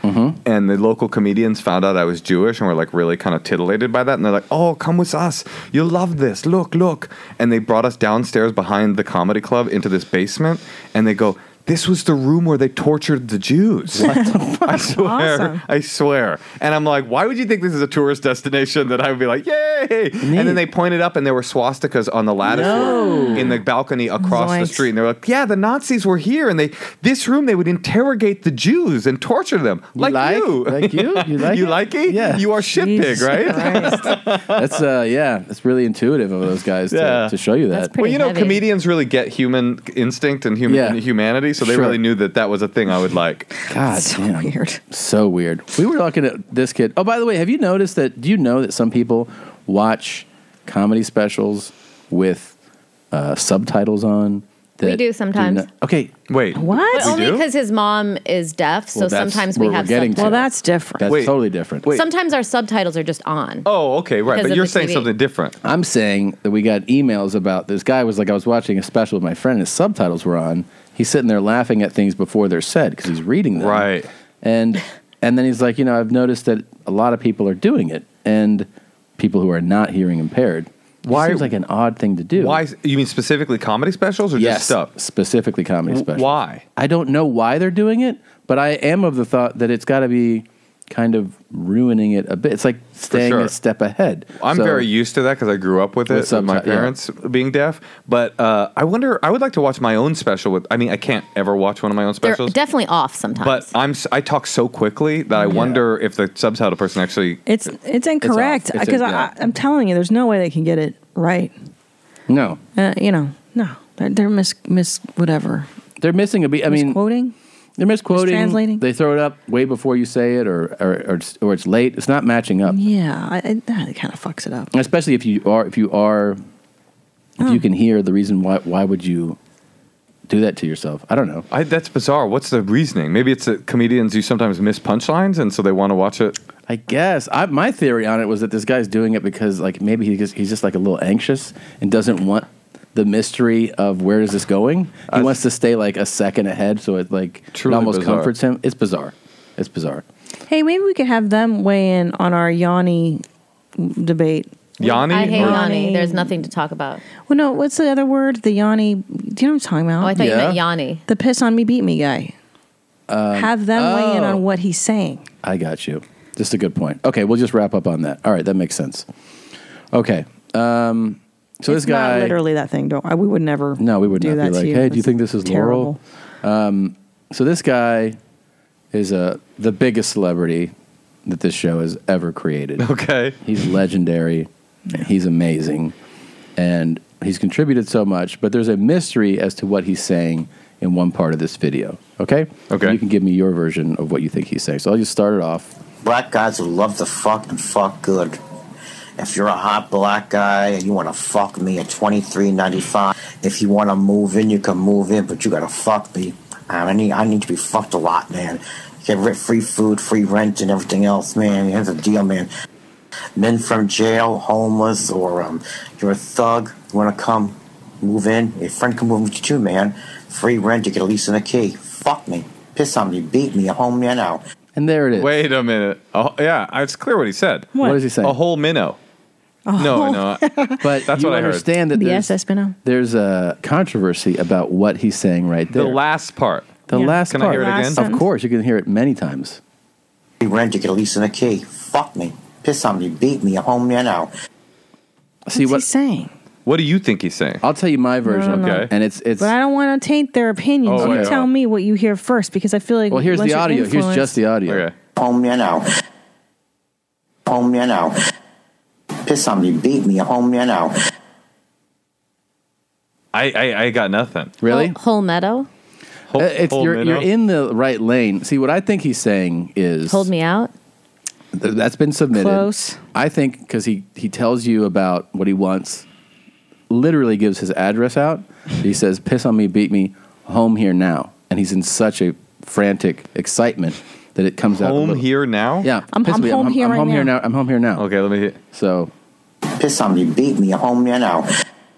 P: and the local comedians found out I was Jewish, and were like really kind of titillated by that. And they're like, "Oh, come with us. You'll love this. Look, look." And they brought us downstairs behind the comedy club into this basement, and they go. this was the room where they tortured the Jews. I swear.
O: Awesome.
P: I swear. And I'm like, why would you think this is a tourist destination that I would be like, yay? And then they pointed up and there were swastikas on the lattice
O: No.
P: in the balcony across the
O: Zoinks.
P: street. And they're like, yeah, the Nazis were here. And they, this room, they would interrogate the Jews and torture them. Like, you.
A: like you? You like
P: you
A: it?
P: like it?
A: Yeah.
P: You are shit pig,
A: Jesus
P: right?
A: That's uh, yeah. It's really intuitive of those guys
P: Yeah.
A: to, to show you that.
P: well, you know, comedians really get human instinct and human humanity, so they
A: Sure.
P: really knew that that was a thing I would like.
A: God, so weird. So weird. We were talking to this kid. Oh, by the way, have you noticed that? Do you know that some people watch comedy specials with uh, subtitles on? That
Q: We do sometimes.
A: not- okay,
P: wait.
Q: But only because his mom is deaf, so sometimes we have subtitles.
A: different. That's
P: Wait.
A: totally different.
Q: Sometimes our subtitles are just on.
P: Oh, okay,
Q: right, but Because of you're the saying TV. something
P: different.
A: I'm saying that we got emails about this guy was like, I was watching a special with my friend, and his subtitles were on. He's sitting there laughing at things before they're said because he's reading them. Right. And and then he's like, you know, I've noticed that a lot of people are doing it, and people who are not hearing impaired. Why seems like an odd thing to do?
P: Why? You mean specifically comedy specials or
A: yes,
P: just stuff?
A: specifically comedy
P: W-
A: specials.
P: why?
A: I don't know why they're doing it, but I am of the thought that it's got to be kind of ruining it a bit. It's like staying
P: sure.
A: a step ahead.
P: I'm
A: So-
P: very used to that because I grew up with it
A: With
P: with, my
A: subti- yeah.
P: parents being deaf. But uh, I wonder. I would like to watch my own special with. I mean, I can't ever watch one of my own
Q: They're
P: specials.
Q: definitely off sometimes.
P: but I'm s- I talk so quickly that I wonder if the subtitle person actually
G: It's it's incorrect
P: It's a-
G: because
P: yeah.
G: I'm telling you, there's no way they can get it right.
A: No.
G: Uh, you know, no, they're, they're mis mis whatever.
A: They're missing a beat. I mean,
G: quoting.
A: They're misquoting.
G: Mistranslating?
A: They throw it up way before you say it, or or or it's, or it's late. It's not matching up.
G: Yeah, I, I, that kind of fucks it up.
A: Especially if you are if you are if
G: Oh.
A: you can hear the reason why why would you do that to yourself? I don't know.
P: I, that's bizarre. What's the reasoning? Maybe it's that comedians you sometimes miss punchlines, and so they want to watch it.
A: I guess I, my theory on it was that this guy's doing it because like maybe he just, he's just like a little anxious and doesn't want the mystery of where is this going. He wants to stay like a second ahead, so it like it
P: Truly
A: almost
P: bizarre.
A: comforts him. It's bizarre. It's bizarre.
G: Hey, maybe we could have them weigh in on our Yanni debate.
P: Yanni?
Q: I hate
G: Or-
Q: Yanni. There's nothing to talk about.
G: Well, no, what's the other word? The Yanni. Do you know what I'm talking about?
Q: Oh, I thought you meant Yanni.
G: The piss on me, beat me guy.
A: Um,
G: have them weigh in
A: oh.
G: on what he's saying.
A: I got you. Just a good point. Okay, we'll just wrap up on that. All right, that makes sense. Okay. Um, so
G: It's
A: this
G: not
A: guy
G: literally that thing. Don't I? We would never.
A: No, we would
G: do
A: not be
G: that to
A: like,
G: you.
A: hey, do you
G: That's
A: think this is
G: terrible.
A: Laurel? Um, so this guy is uh, the biggest celebrity that this show has ever created.
P: Okay.
A: He's legendary. He's amazing. And he's contributed so much, but there's a mystery as to what he's saying in one part of this video. Okay? Okay. You can give me your version of what you think he's saying. So I'll just start it off.
C: black guys who love to fuck and fuck good. If you're a hot black guy and you want to fuck me at twenty three ninety five, if you want to move in, you can move in, but you gotta fuck me. I need I need to be fucked a lot, man. Get ri- free food, free rent, and everything else, man. Here's a deal, man. Men from jail, homeless, or um, you're a thug. You want to come move in? A friend can move with you too, man. Free rent, you get a lease and a key. Fuck me, piss on me, beat me, home man out.
A: And there it is.
P: Wait a minute. Oh, yeah, it's clear what he said.
A: What? What does he say?
P: A whole minnow. No, no.
A: But
P: That's
A: you
P: what I heard.
A: understand that there's,
G: Yes, Espino.
A: there's a controversy about what he's saying right
P: The
A: there.
P: last part.
A: The last
P: Can
A: part.
P: I hear it again?
A: Of course, you can hear it many times.
C: Free rent, you get a lease and a key. Fuck me. Piss on me. Beat me. Home me now.
A: See what
G: he's saying.
P: What do you think he's saying?
A: I'll tell you my version.
G: No, no, no. Okay.
A: And it's it's
G: But I don't want to taint their opinions.
A: Oh,
G: you
A: okay.
G: tell me what you hear first, because I feel like
A: well. Here's
G: once
A: the
G: you're
A: audio. Here's
G: influenced-
A: just the audio. Okay.
C: Home me now. Home me now. Piss on me. Beat me. Home me now.
P: I, I, I got nothing.
A: Really?
Q: Whole meadow?
A: Uh, it's
P: whole
A: you're,
P: minnow.
A: you're in the right lane. See what I think he's saying is
Q: Hold me out?
A: th- that's been submitted.
Q: Close.
A: I think because he he tells you about what he wants, literally gives his address out. He says, "Piss on me, beat me, home here now," and he's in such a frantic excitement that it comes out. a
P: Home
A: little-
P: here now?
A: Yeah,
C: I'm-
A: piss
C: I'm
A: me,
C: home
A: I'm,
C: here
A: I'm
C: right
A: home here
C: now.
A: now. I'm home here now.
P: Okay, let me.
A: So
C: Piss on me. Beat me. Home me now.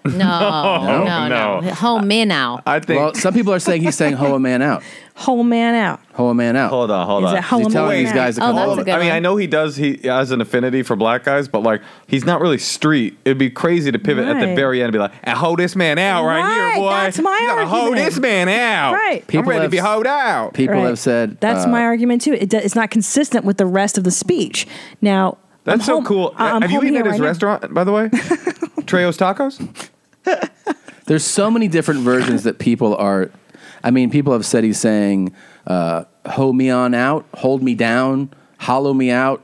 Q: No, no, no. Home man out.
P: I think.
A: Well, some people are saying he's saying hoe a man out.
B: Whole man out.
A: Hoe a man out.
P: Hold on, hold
A: Is
P: on.
A: it hoe He's a telling man these out?
Q: Oh.
A: guys to
P: All
A: come
P: of-
A: over.
P: I mean, I know he does. He has an affinity for black guys, but like, he's not really street. It'd be crazy to pivot at the
B: Right.
P: very end and be like, "And hoe this man out right,
B: Right,
P: here, boy.
B: that's my
P: you gotta hoe
B: argument."
P: this man out.
B: Right.
P: I'm
A: People
P: ready to
A: have
P: be
A: s-
P: hoed out.
A: People have said
B: That's
A: uh,
B: my argument too. It, do- it's not consistent with the rest of the speech. Now
P: That's
B: I'm
P: so
B: home-
P: cool.
B: I- I'm
P: have you
B: home
P: eaten
B: here
P: at his
B: right now.
P: restaurant, by the way? Trejo's Tacos.
A: There's so many different versions that people are. I mean, people have said he's saying, uh, "Hoe me on out, hold me down, hollow me out,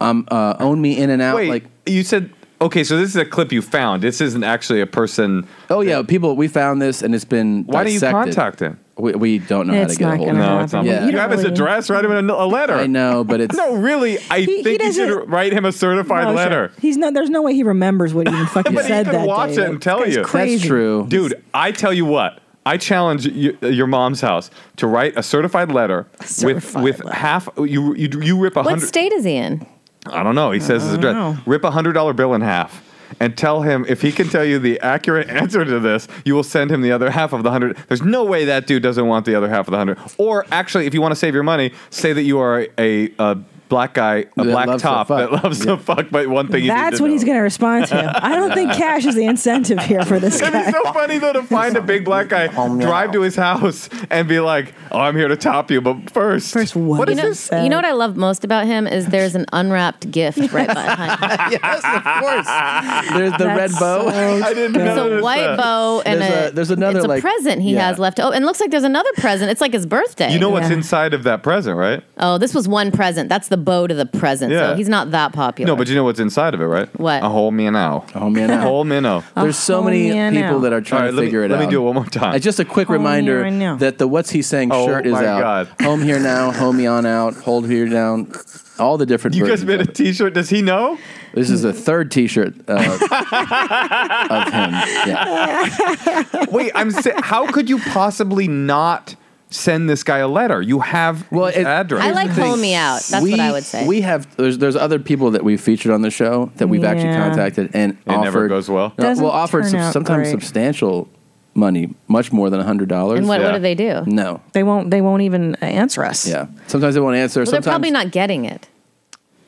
A: um, uh, own me in and out."
P: Wait,
A: like,
P: you said. Okay, so this is a clip you found. This isn't actually a person.
A: oh yeah, people, we found this and it's been.
P: Why do you
A: dissected.
P: contact him?
A: We, we don't know
P: It's
A: how to get
P: not
A: a hold of
P: gonna
A: him.
P: No, it's not happen. possible. You have his address. Write him a, letter.
A: I know, but it's
P: No, really. I
B: He- he
P: think you should
B: doesn't-
P: write him a certified
B: No, sure.
P: letter.
B: He's no. There's no way he remembers what he even fucking
P: But
B: said
P: he could
B: that
P: watch
B: day.
P: it and tell
B: That's
P: you.
B: Crazy.
P: dude. I tell you what. I challenge you, your mom's house to write a certified letter
Q: certified
P: with with half. You you you rip a
Q: What
P: hundred.
Q: state is he in?
P: I don't know. He says his
Q: I
P: address.
Q: don't know.
P: Rip a hundred dollar bill in half. And tell him if he can tell you the accurate answer to this, you will send him the other half of the hundred. There's no way that dude doesn't want the other half of the hundred. Or actually, if you want to save your money, say that you are a, a black guy, a
A: That
P: black
A: loves to
P: top
A: fuck.
P: that loves to fuck. But one thing you need
B: That's
P: to
B: what
P: know.
B: he's going to respond to. I don't think cash is the incentive here for this
P: It'd
B: guy.
P: be so funny though to find a big black guy, drive to his house, and be like, "Oh, I'm here to top you, but first, first what
Q: you
P: is
Q: know,
P: this?" uh,
Q: you know what I love most about him is there's an unwrapped gift right behind.
A: yes, of course. There's the red bow.
P: I didn't
Q: It's a white bow and
A: there's
Q: a,
A: there's another
Q: it's a
A: like
Q: present he
A: yeah.
Q: has left. Oh, and it looks like there's another present. It's like his birthday.
P: You know what's inside of that present, right?
Q: Oh, this was one present. That's the bow to the present.
P: Yeah.
Q: So he's not that popular.
P: No, but you know what's inside of it, right?
Q: What?
P: A whole minnow. A whole
A: minnow.
P: A whole minnow.
A: There's so many people that are trying to
P: let
A: figure
P: me,
A: it
P: let
A: out.
P: me do it one more time.
A: And just a quick
P: Home
A: reminder
P: here and now.
A: that the what's he saying
P: Oh
A: shirt is
P: my
A: out.
P: God.
A: Home here now, home on out, hold here down. All the different.
P: You guys
A: versions
P: made a
A: of it.
P: T-shirt. Does he know?
A: This is the third T-shirt uh, of him. Yeah.
P: Wait, I'm. sa- how could you possibly not send this guy a letter? You have well, his address.
Q: I like home me out. That's
A: we,
Q: what I would say.
A: We have there's there's other people that we've featured on the show that we've actually
Q: Yeah.
A: contacted and
P: It never
A: offered
P: goes well.
A: No,
Q: Doesn't
A: well, offered
Q: turn out
A: sometimes
Q: great.
A: substantial money, much more than hundred dollars.
Q: and what, what do they do?
A: No,
B: They won't. They won't even answer us.
A: yeah. Sometimes they won't answer.
Q: Well, they're
A: sometimes
Q: probably not getting it.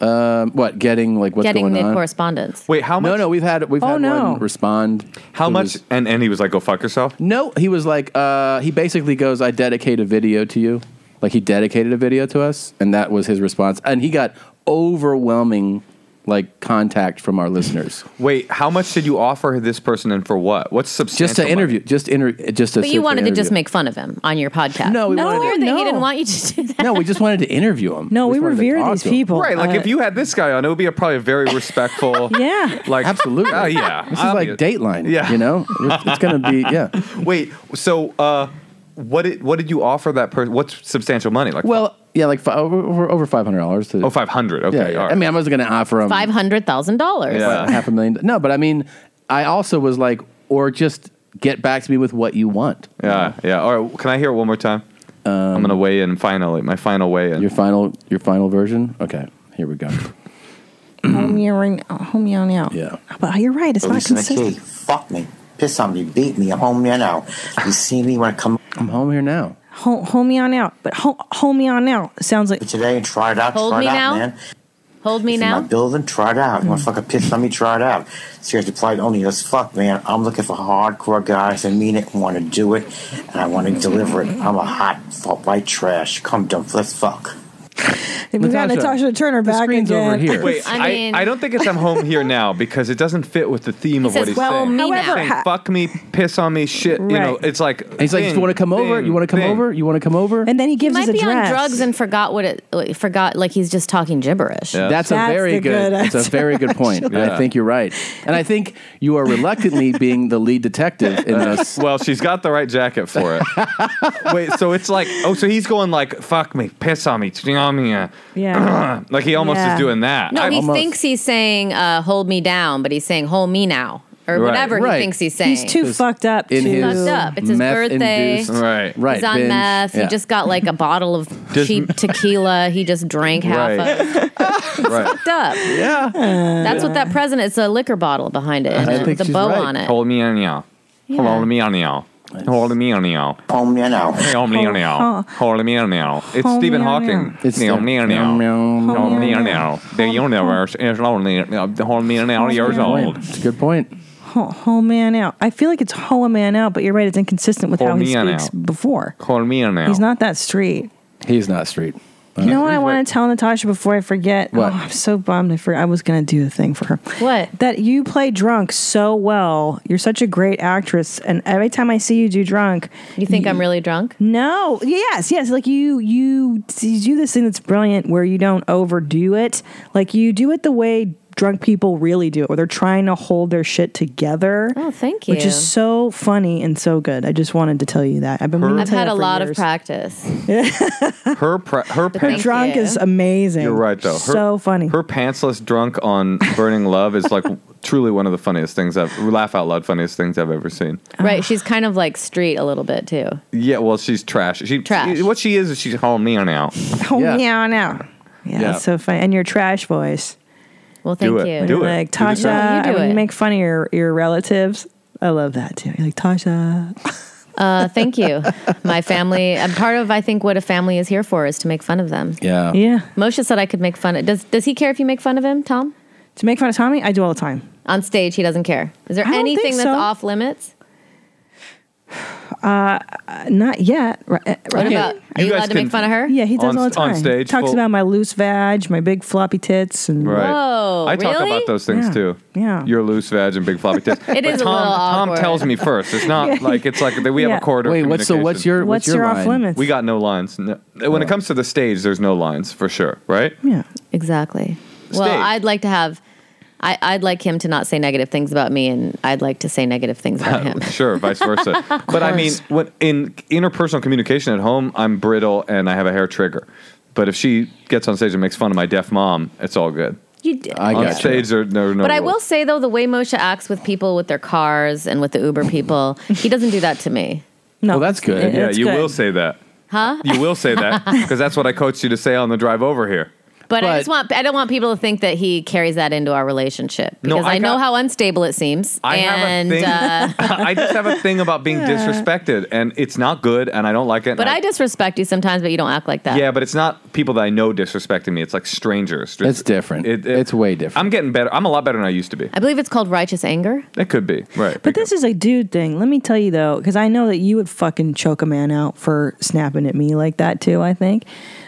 A: Um, what getting like what's
Q: getting
A: going
Q: the
A: on?
Q: correspondence.
P: Wait, how much?
A: No, no, we've had we've
Q: Oh,
A: had
Q: no.
A: one respond.
P: How much? and and he was like, "Go fuck yourself."
A: No, he was like, uh, he basically goes, "I dedicate a video to you." Like he dedicated a video to us, and that was his response. And he got overwhelming like contact from our listeners.
P: Wait, how much did you offer this person and for what? What's substantial?
A: Just to interview, just inter, just to.
Q: But you wanted to just
A: interview.
Q: make fun of him on your podcast.
A: No, we
Q: That's
A: wanted-
Q: weird that he
A: no.
Q: didn't want you to do that.
A: No, we just wanted to interview him.
B: No, we
A: wanted to
B: revere
A: talk
B: these
A: to him.
B: people. Uh,
P: Right, like if
A: uh,
P: you had this guy on, it would be a probably very respectful.
B: yeah,
P: like absolutely. Oh yeah,
A: This is like Dateline.
P: Yeah,
A: you know, It's- it's gonna be yeah.
P: Wait, so uh, what did what did you offer that person? What's substantial money? Like
A: Well, yeah, like fi- over over five hundred dollars to.
P: oh, five hundred. Okay,
A: yeah, yeah.
P: all right.
A: I mean, I wasn't gonna offer him
Q: Five hundred thousand dollars.
A: What, half a million. No, but I mean, I also was like, or just get back to me with what you want.
P: yeah, yeah. All right, can I hear it one more time? I'm
A: Um,
P: gonna weigh in finally. My final weigh in.
A: Your final, your final version. Okay, here we go.
B: home me ring. Home me on out.
A: Yeah.
B: But you're right. It's not
C: Lisa
B: consistent.
C: McKee, fuck me. Piss on me, beat me. I'm home here now. You see me when I come.
A: I'm home here now.
B: Home, home me on out. But home, home me on out sounds like.
C: Today and try it out.
B: Hold
C: try
B: me
C: it out,
B: now?
C: man.
Q: Hold me
C: It's in
Q: now.
C: my building, try it out. You want to fucking piss on me, try it out. Seriously, plight only as fuck, man. I'm looking for hardcore guys that mean it, want to do it, and I want to deliver it. I'm a hot, fu- white trash. Come dump, let's fuck.
B: We got Natasha Turner back again.
P: Wait, I, I, don't think it's I'm home here now because it doesn't fit with the theme of
B: says,
P: what he's
B: "Well,
P: saying.
B: me
P: He's
B: now."
P: saying, fuck me, piss on me, shit. You know,
A: Right.
P: it's like
A: And he's like, "You want to come over? You want to come over? You want to come over?"
B: And then he
Q: He
B: gives
Q: might
B: his
Q: be on
B: address.
Q: drugs and forgot what it like, forgot. Like he's just talking gibberish.
A: That's, a very good. That's a very good point.
P: actually.
A: I think you're right, and I think you are reluctantly being the lead detective in this.
P: well, she's got the right jacket for it. Wait, so it's like, oh, so he's going like, fuck me, piss on me, ting on me, uh,
Q: Yeah.
P: like he almost
Q: Yeah.
P: is doing that.
Q: No,
P: I-
Q: he thinks he's saying uh, "hold me down," but he's saying "hold me now" or
P: Right.
Q: whatever
P: Right.
Q: he thinks he's saying.
B: He's too fucked up.
A: in
B: to-
A: his
Q: fucked up. It's his birthday.
A: meth-induced- right, right.
Q: He's on
A: binge.
Q: meth.
A: Yeah.
Q: He just got like a bottle of cheap tequila. He just drank half
A: Right.
Q: of.
P: right.
Q: Fucked up.
P: Yeah.
Q: That's what that present It's a liquor bottle behind it, and it with a bow on it.
P: Hold me on y'all. Hold me on y'all. Hold me on y'all. Hold me on y'all. Hold me on y'all. Hold me on y'all. It's
Q: Hold
P: Stephen
Q: me on
P: Hawking.
Q: y'all. It's
P: Meow,
A: the-
P: meow, meow. Hold me on y'all. The universe is only hold me on y'all years old.
A: It's a good point.
B: Ho, ho man out. I feel like it's ho a man out, but you're right. It's inconsistent with
P: Ho
B: how he
P: man
B: speaks
P: out.
B: before.
P: Hold me on
B: He's
P: y'all.
B: not that straight.
A: He's not straight.
B: You know what I want to tell Natasha before I forget?
A: What?
B: Oh, I'm so bummed. I forgot I was going to do the thing for her.
Q: What?
B: That you play drunk so well. You're such a great actress, and every time I see you do drunk,
Q: You think I'm really drunk?
B: No. Yes. Yes. Like you, you, you do this thing that's brilliant where you don't overdo it. Like you do it the way drunk people really do it, where they're trying to hold their shit together.
Q: Oh, thank
B: Which is
Q: you.
B: so funny and so good. I just wanted to tell you that. I've been. meaning to
Q: I've
B: tell you
Q: had
B: that
Q: a
B: for
Q: lot of
B: years.
Q: practice.
P: Her pra- her
Q: But
B: Her
P: pants-
B: drunk is amazing.
P: You're right though. Her,
B: so funny.
P: Her pantsless drunk on Burning Love is like truly one of the funniest things I've laugh out loud funniest things I've ever seen.
B: Ah.
Q: Right. She's kind of like street a little bit too.
P: Yeah, well, she's trash. She
Q: Trash.
P: she- what she is is she's home neon now.
B: Oh meow now. Yeah,
P: Yeah.
B: it's so funny. And your trash voice.
Q: Well,
P: Do thank it. you.
B: When
P: Do
B: you're
P: it.
B: Like
P: Do the
B: Tasha,
P: sound.
Q: You do
B: when
Q: it.
B: you make fun of your, your relatives. I love that too. You're like Tasha.
Q: Uh, thank you. My family, and part of I think what a family is here for is to make fun of them.
P: Oh.
A: Yeah.
B: Yeah.
Q: Moshe said I could make fun of. Does Does he care if you make fun of him, Tom?
B: To make fun of Tommy, I do all the time.
Q: On stage, he doesn't care. Is there
B: I don't think
Q: anything that's
B: so.
Q: off limits?
B: Uh, not yet. eh, Right,
Q: What about- You are you guys allowed to make can- fun of her?
B: Yeah, he does
P: On-
B: all the
P: on
B: time.
P: stage,
B: talks
P: full-
B: about my loose vag, my big floppy tits, and
P: Right. I talk about those things
B: Yeah.
P: too.
B: Yeah.
P: Your loose vag and big floppy tits. But
B: It is a
P: Tom,
B: little
P: Tom
B: awkward.
P: tells me first. It's not
B: Yeah.
P: like it's like that we have
B: Yeah.
P: a corridor. of
A: Wait, what's- so what's your-
P: communication.
A: what's What's your your line? off-limits?
P: We got no lines. No. When it comes to the stage, there's no lines for sure, right?
B: Yeah.
Q: Exactly. Well,
P: Stage.
Q: I'd like to have. I, I'd like him to not say negative things about me, and I'd like to say negative things about him.
P: sure, vice versa.
Q: Of
P: but I mean,
Q: course.
P: what in interpersonal communication at home, I'm brittle and I have a hair trigger. But if she gets on stage and makes fun of my deaf mom, it's all good.
Q: You did.
P: on stage, there, there are no
Q: but I
P: rules.
Q: will say though, the way Moshe acts with people with their cars and with the Uber people, he doesn't do that to me.
B: No,
P: well, that's
Q: good.
P: Yeah,
Q: It's
P: you
Q: good.
P: will say that.
Q: Huh?
P: You will say that because that's what I coached you to say on the drive over here.
Q: But, I just want I don't want people to think that he carries that into our relationship
P: No,
Q: because
P: I
Q: I, know
P: got-
Q: how unstable it seems.
P: I
Q: and
P: have a thing.
Q: uh,
P: I just have a thing about being
Q: Yeah.
P: disrespected, and it's not good, and I don't like it. and
Q: but I disrespect you sometimes, but you don't act like that.
P: Yeah, but it's not people that I know disrespecting me. It's like strangers.
A: It's different. it's way different.
P: I'm getting better. I'm a lot better than I used to be.
Q: I believe it's called righteous anger.
P: It could be right.
B: But this is a dude thing. Let me tell you though, because I know that you would fucking choke a man out for snapping at me like that too. I think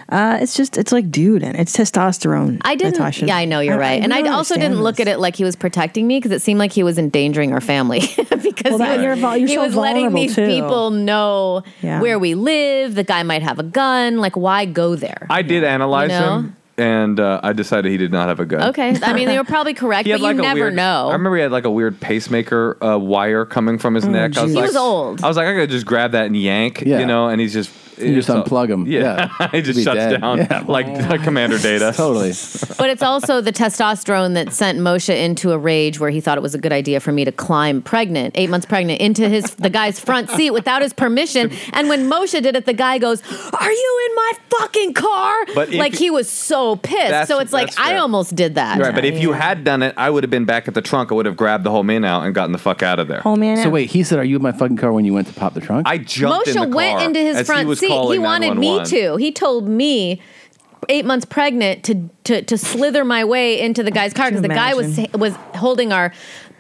B: uh, it's just it's like dude, and it's testosterone.
Q: I didn't.
B: Natasha.
Q: Yeah, I know you're right, and I
B: don't
Q: also
B: understand
Q: didn't look at it like he was protecting me because it seemed like he was endangering our family because
B: Well, that-
Q: he was,
B: you're vul- you're
Q: he
B: so
Q: was letting
B: vulnerable,
Q: these
B: too.
Q: people know
P: Yeah.
Q: where we live. The guy might have a gun. Like, why go there?
P: I did analyze
Q: You know?
P: him, and uh, I decided he did not have a gun.
Q: Okay, I mean they were probably correct,
P: He had
Q: but
P: like a
Q: you never
P: weird,
Q: know.
P: I remember he had like a weird pacemaker uh, wire coming from his
Q: Oh,
P: neck. I was
Q: geez. He
P: like,
Q: was old.
P: I was like, I could just grab that and yank,
A: Yeah.
P: you know, and he's just
A: You just unplug him.
P: Yeah,
A: Yeah.
P: he just
A: Be
P: shuts
A: dead.
P: down
A: Yeah.
P: like like Commander Data.
A: Totally.
Q: But it's also the testosterone that sent Moshe into a rage where he thought it was a good idea for me to climb pregnant, eight months pregnant, into his the guy's front seat without his permission. And when Moshe did it, the guy goes, "Are you in my fucking car?"
P: But if-
Q: like he was so pissed.
P: That's-
Q: So it's like
P: that's
Q: I
P: fair.
Q: almost did that.
P: Right, but if you had done it, I would have been back at the trunk. I would have grabbed the whole man out and gotten the fuck out of there.
A: So wait, he said, "Are you in my fucking car when you went to pop the trunk?"
P: I jumped in
Q: Moshe
P: the
Q: went
P: car
Q: into
P: as
Q: his
P: he
Q: front
P: was
Q: seat. He
P: calling
Q: wanted me
P: 911.
Q: to. He told me eight months pregnant to to, to slither my way into the guy's car because the guy was was holding our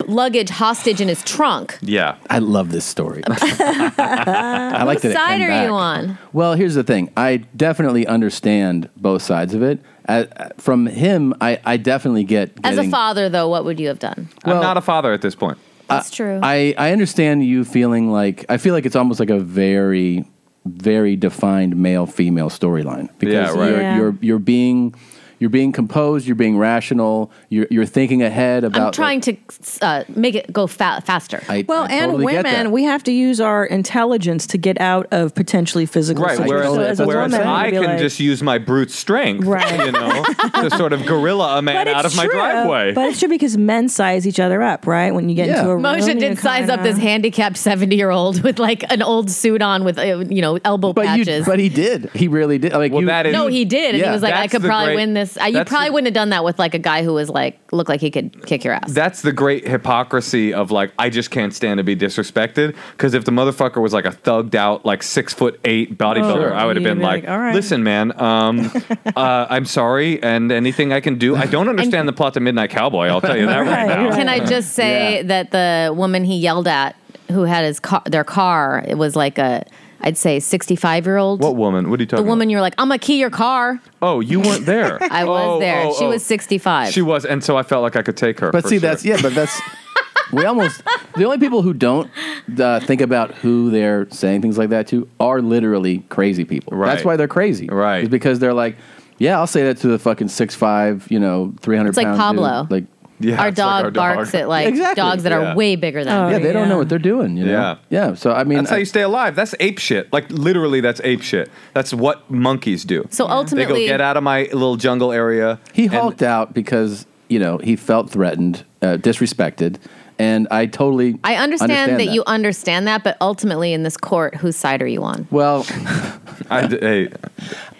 Q: luggage hostage in his trunk.
P: Yeah,
A: I love this story. I like
Q: What
A: that. it
Q: side
A: came
Q: are
A: back.
Q: you on?
A: Well, here's the thing. I definitely understand both sides of it. Uh, from him, I, I definitely get
Q: As a
A: getting-
Q: father, though, what would you have done?
P: I'm not a father at this point.
Q: That's true.
A: I, I understand you feeling like I feel like it's almost like a very very defined male female storyline because
P: Yeah, right.
A: you're,
P: Yeah.
A: you're you're being you're being composed, you're being rational, you're you're thinking ahead about
Q: I'm trying to uh, make it go fa- faster.
A: I-
B: Well, and women, we have to use our intelligence to get out of potentially physical
P: Right,
B: situations.
P: whereas,
B: So as a
P: whereas
B: woman,
P: I
B: you'd be
P: can
B: like-
P: just use my brute strength,
B: Right.
P: you know, to sort of gorilla a man
B: But
P: out of
B: it's
P: my
B: true.
P: driveway.
B: But it's true because men size each other up, right? When you get into a room,
Q: Moshe
B: you're
Q: did size up
B: kinda-
Q: this handicapped 70 year old with like an old suit on with, uh, you know, elbow
A: but
Q: patches.
A: you but he did. He really did. Like you,
Q: no, he did. And he was like, I could probably win this because uh, you
P: That's
Q: probably wouldn't have done that with like a guy who was like looked like he could kick your ass.
P: That's the great hypocrisy of like I just can't stand to be disrespected. Because if the motherfucker was like a thugged out, like six foot eight bodybuilder,
B: Oh,
Q: Sure.
P: I would have
Q: You'd
P: been
Q: be
P: like,
Q: like, "All right."
P: "Listen, man, um, uh, I'm sorry, and anything I can do. I don't understand the plot to Midnight Cowboy. I'll tell you that right, now.
Q: Can I just say that the woman he yelled at, who had his car, their car, it was like a, I'd say sixty-five year old.
P: What woman? What are you
Q: The
P: talking?
Q: woman you were like, I'm gonna key your car.
P: About? Oh, you weren't there.
Q: I was
P: Oh,
Q: there.
P: oh,
Q: she
P: oh.
Q: was sixty-five.
P: She was, and so I felt like I could take her.
A: But
P: for
A: see,
P: sure.
A: that's yeah, but that's we almost the only people who don't uh, think about who they're saying things like that to are literally crazy people. Right. That's why they're crazy. Right. It's because they're like, yeah, I'll say that to the fucking six five, you know, three hundred.
Q: It's like Pablo.
A: Like
Q: our, dog barks at like dogs that are way bigger
G: Oh.
Q: than.
A: yeah, they don't know what they're doing. You know?
P: Yeah.
A: Yeah. So I mean,
P: that's how
A: I-
P: you stay alive. That's ape shit. Like literally, that's ape shit. That's what monkeys do.
Q: So ultimately-
P: they go get out of my little jungle area.
A: He hulked out because you know he felt threatened, uh, disrespected, and I totally.
Q: I understand, that, you understand that, but ultimately in this court, whose side are you on?
A: Well,
P: I, d- hey,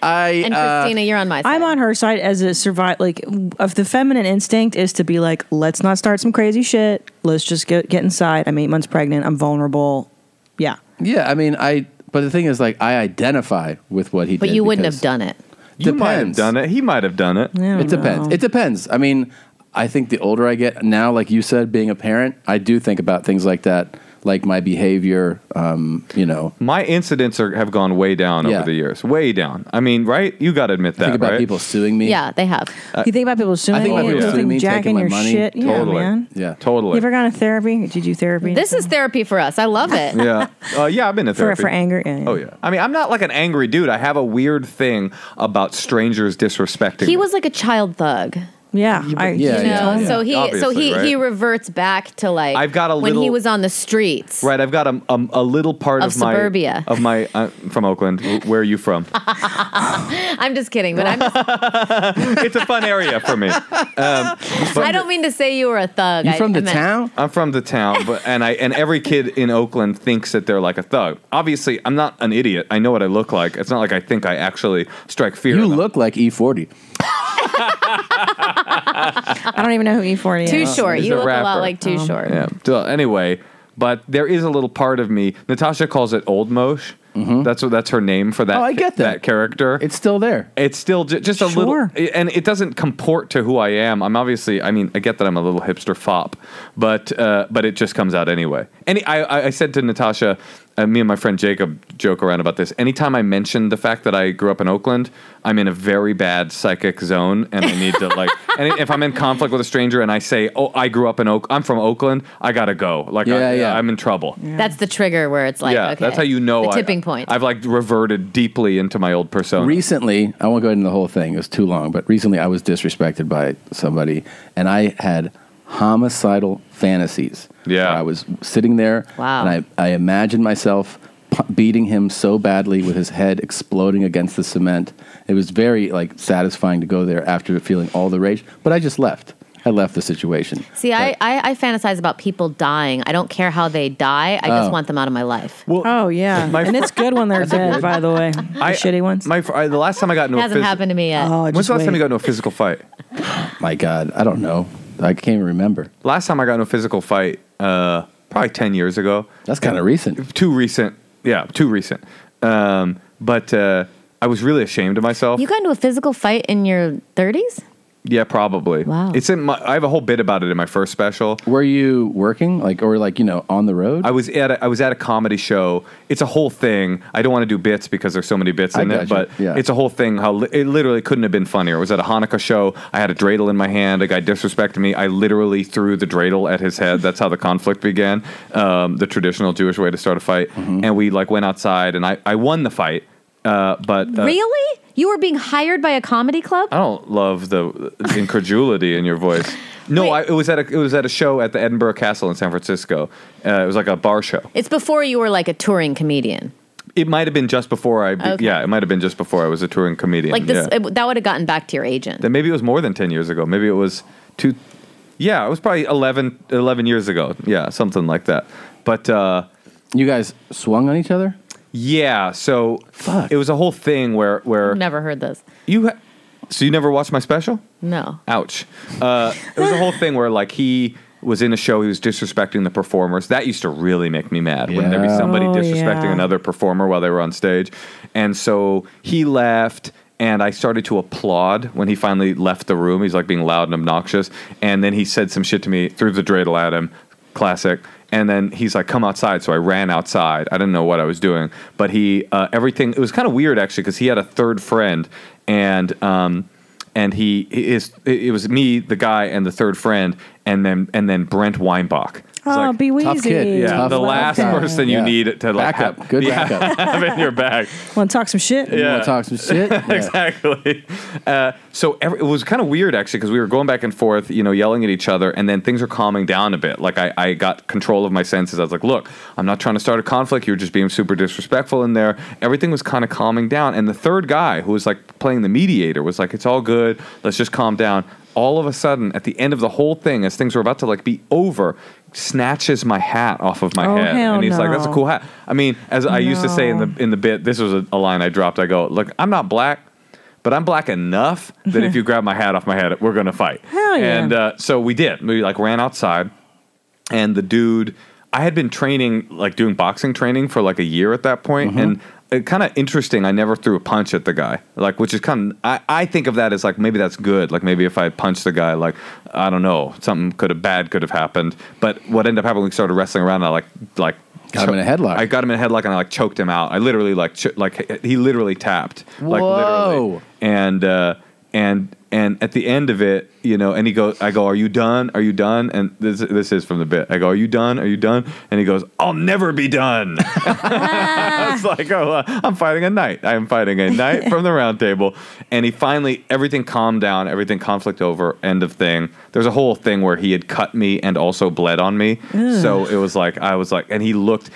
A: I uh,
Q: And
P: uh,
Q: Christina, you're on my side.
G: I'm on her side as a survive. Like, w- if the feminine instinct is to be like, let's not start some crazy shit. Let's just get get inside. I'm eight months pregnant. I'm vulnerable. Yeah.
A: Yeah, I mean, I. But the thing is, like, I identified with what he
Q: But
A: did.
Q: you wouldn't have
A: because-
Q: done it.
A: You
P: might have done it. He might have done it.
Q: don't
A: It depends.
Q: know.
A: It depends. I mean, I think the older I get now, like you said, being a parent, I do think about things like that, like my behavior. Um, you know,
P: my incidents are, have gone way down
A: Yeah.
P: over the years. Way down. I mean, right? You got to admit that.
A: think about
P: right?
A: people suing me.
Q: Yeah, they have.
P: Uh,
G: you think about people suing
P: I think about
G: you,
P: people
G: you
P: suing me,
G: jacking
P: taking my
G: your
P: money.
G: shit.
P: Totally.
G: Yeah, man.
P: Yeah, totally.
G: You ever gone to therapy? Did you therapy?
Q: This is therapy for us. I love it.
P: yeah. Uh, yeah, I've been to
G: For-
P: therapy.
G: for anger, yeah,
P: Oh, yeah. I mean, I'm not like an angry dude. I have a weird thing about strangers disrespecting
Q: He
P: me.
Q: was like a child thug.
G: Yeah, I,
P: yeah,
Q: you know,
P: yeah, yeah.
Q: so he so
P: Obviously,
Q: he
P: right?
Q: he reverts back to like
P: I've got a
Q: when he
P: little-
Q: was on the streets.
P: Right, I've got a, a, a little part
Q: Of
P: of, my
Q: suburbia.
P: of my uh, from Oakland. Wh- Where are you from?
Q: I'm just kidding, but I'm just,
P: it's a fun area for me. Um,
Q: I don't mean to say you were a thug. I- I meant-
P: I'm from the town, but and I and every kid in Oakland thinks that they're like a thug. Obviously, I'm not an idiot. I know what I look like. It's not like I think I actually strike fear.
A: You look like E E40.
G: I don't even know who E40 is.
Q: Too short. You look a lot like too
G: Oh.
Q: short.
P: Yeah. So, anyway, but there is a little part of me. Natasha calls it old Mosh. That's what that's her name for that.
A: Mm-hmm. Oh, I get
P: that. character. It's
A: still there.
P: It's still ju- just a
A: Sure.
P: little, and it doesn't comport to who I am. I'm obviously, I mean, I get that I'm a little hipster fop, but uh, but it just comes out anyway. Any, I, I- I said to Natasha, uh, me and my friend Jacob joke around about this. Anytime I mention the fact that I grew up in Oakland, I'm in a very bad psychic zone, and I need to like, and if I'm in conflict with a stranger and I say, oh, I grew up in Oak, I'm from Oakland, I gotta go. Like,
Q: Yeah,
P: I,
Q: yeah.
P: I'm in trouble.
Q: That's the trigger where it's like,
P: yeah,
Q: okay,
P: that's how you know
Q: the
P: I-
Q: tipping point.
P: I've like reverted deeply into my old persona.
A: Recently, I won't go into the whole thing. It was too long, but recently I was disrespected by somebody, and I had homicidal fantasies. Yeah, I was sitting there,
Q: Wow.
A: and I, I imagined myself pu- beating him so badly with his head exploding against the cement. It was very like satisfying to go there after feeling all the rage, but I just left. I left the situation.
Q: See, I, I I fantasize about people dying. I don't care how they die. I
A: Oh.
Q: just want them out of my life.
P: Well,
G: oh yeah,
P: My-
G: and it's good when they're
P: That's a
G: dead.
P: good-
G: By the way,
P: I,
G: shitty ones. Oh,
P: My fr- I, the last time I got into a
Q: hasn't
P: phys- Oh.
Q: happened to me yet.
P: When's the last time you got into a physical fight?
A: My God, I don't know. I can't even remember.
P: Last time I got into a physical fight, uh, probably ten years ago.
A: That's kind of recent.
P: Too recent. Yeah, too recent. Um, but uh, I was really ashamed of myself.
Q: You got into a physical fight in your 30s?
P: yeah, probably. Wow. It's in my. I have a whole bit about it in my first special.
A: Were you working, like, or like you know, on the road?
P: I was at a, I was at a comedy show. It's a whole thing. I don't want to do bits because there's so many bits
A: I
P: in
A: got
P: it,
A: you.
P: but
A: Yeah.
P: it's a whole thing. How li- it literally couldn't have been funnier. It was at a Hanukkah show. I had a dreidel in my hand. A guy disrespected me. I literally threw the dreidel at his head. That's how the conflict began. Um, the traditional Jewish way to start a fight.
A: Mm-hmm.
P: And we like went outside, and I I won the fight. Uh, but uh, Oh.
Q: really? You were being hired by a comedy club?
P: I don't love the incredulity in your voice. No, I, it was at a it was at a show at the Edinburgh Castle in San Francisco. Uh, it was like a bar show.
Q: It's before you were like a touring comedian.
P: It might have been just before I. Be,
Q: Okay.
P: Yeah, it might have been just before I was a touring comedian.
Q: Like this,
P: Yeah.
Q: it- that would have gotten back to your agent.
P: then maybe it was more than ten years ago. Maybe it was two. Yeah, it was probably 11, 11 years ago. Yeah, something like that. But uh,
A: you guys swung on each other.
P: Yeah, so Fuck. it was a whole thing where where
Q: Never heard this.
P: you. Ha- So you never watched my special?
Q: No.
P: Ouch. Uh, it was a whole thing where like he was in a show, he was disrespecting the performers. That used to really make me mad when there be
F: Yeah.
P: somebody
F: Oh,
P: disrespecting
F: yeah.
P: another performer while they were on stage. And so he left and I started to applaud when he finally left the room. He's like being loud and obnoxious. And then he said some shit to me through the dreidel at him, classic. And then he's like, come outside. So I ran outside. I didn't know what I was doing. But he, uh, everything, it was kind of weird actually because he had a third friend and, um, and he is it was me, the guy, and the third friend, and then and then Brent Weinbach. It's
G: Oh, be
P: Tough kid. Yeah, the last person you
A: Yeah.
P: need to like
A: Backup.
P: have,
A: Good
P: yeah,
A: backup.
P: have in your back.
G: Want to talk some shit?
P: exactly. Uh, so every, it was kind of weird actually because we were going back and forth, you know, yelling at each other, and then things are calming down a bit. Like I, I got control of my senses. I was like, "Look, I'm not trying to start a conflict. You're just being super disrespectful in there." Everything was kind of calming down, and the third guy who was like playing the mediator was like, "It's all good. Let's just calm down." All of a sudden, at the end of the whole thing, as things were about to like be over, snatches my hat off of my
F: Oh,
P: head,
F: hell
P: and he's like, "That's a
F: no.
P: cool." cool hat. I mean, as I used to say in the in the bit, this was a, a line I dropped. I go, look, I'm not black, but I'm black enough that if you grab my hat off my head, we're gonna fight.
F: Hell yeah.
P: And uh, so we did. We like ran outside, and the dude. I had been training, like doing boxing training for like a year at that
A: Mm-hmm.
P: point, and it kind of interesting. I never threw a punch at the guy, like which is kind of I, I think of that as like maybe that's good. Like maybe if I had punched the guy, like I don't know, something could have bad could have happened. But what ended up happening, we started wrestling around. And I like like
A: Got him in a headlock.
P: I got him in a headlock and I like choked him out. I literally like ch- like he literally tapped. Like literally.
A: Whoa.
P: And uh and and at the end of it, you know, and he goes I go, "Are you done? Are you done?" And this this is from the bit. I go, "Are you done? Are you done?" And he goes, "I'll never be done." I was like, "Oh, uh, I'm fighting a knight. I'm fighting a knight from the round table." And he finally everything calmed down, everything conflict over, end of thing. There's a whole thing where he had cut me and also bled on me.
F: Ugh.
P: So it was like I was like, and he looked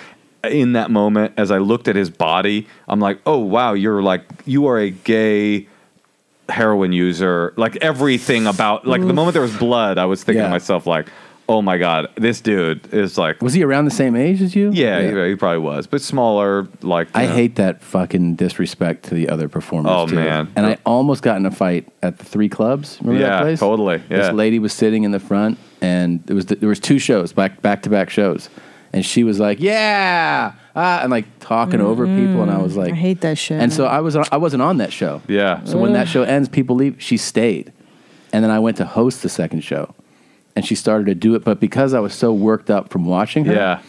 P: in that moment as I looked at his body. I'm like, oh wow, you're like you are a gay heroin user. Like everything about like the
A: Oof.
P: moment there was blood, I was thinking to
A: Yeah.
P: myself like, oh my god, this dude is like,
A: Was he around the same age as you?
P: yeah, he, he probably was, but smaller. Like
A: I
P: you know.
A: hate that fucking disrespect to the other performers.
P: Oh,
A: too.
P: man.
A: And I almost got in a fight at the three clubs. Remember
P: Yeah,
A: that place?
P: totally, yeah.
A: This lady was sitting in the front, and it was the, there was two shows back back to back shows, and she was like, "Yeah," ah, and like talking over people, and I was like,
G: Mm-hmm. I hate that shit.
A: and so I was I wasn't on that show.
P: Yeah.
A: So when
G: Ugh.
A: that show ends, people leave. She stayed, and then I went to host the second show, and she started to do it. But because I was so worked up from watching her,
P: Yeah.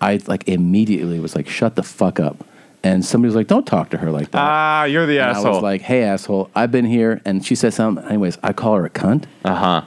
A: I like immediately was like, "Shut the fuck up!" And somebody was like, "Don't talk to her like that."
P: Ah, you're the
A: and
P: asshole.
A: I was like, "Hey, asshole! I've been here," and she said something. Anyways, I call her a cunt.
P: Uh huh.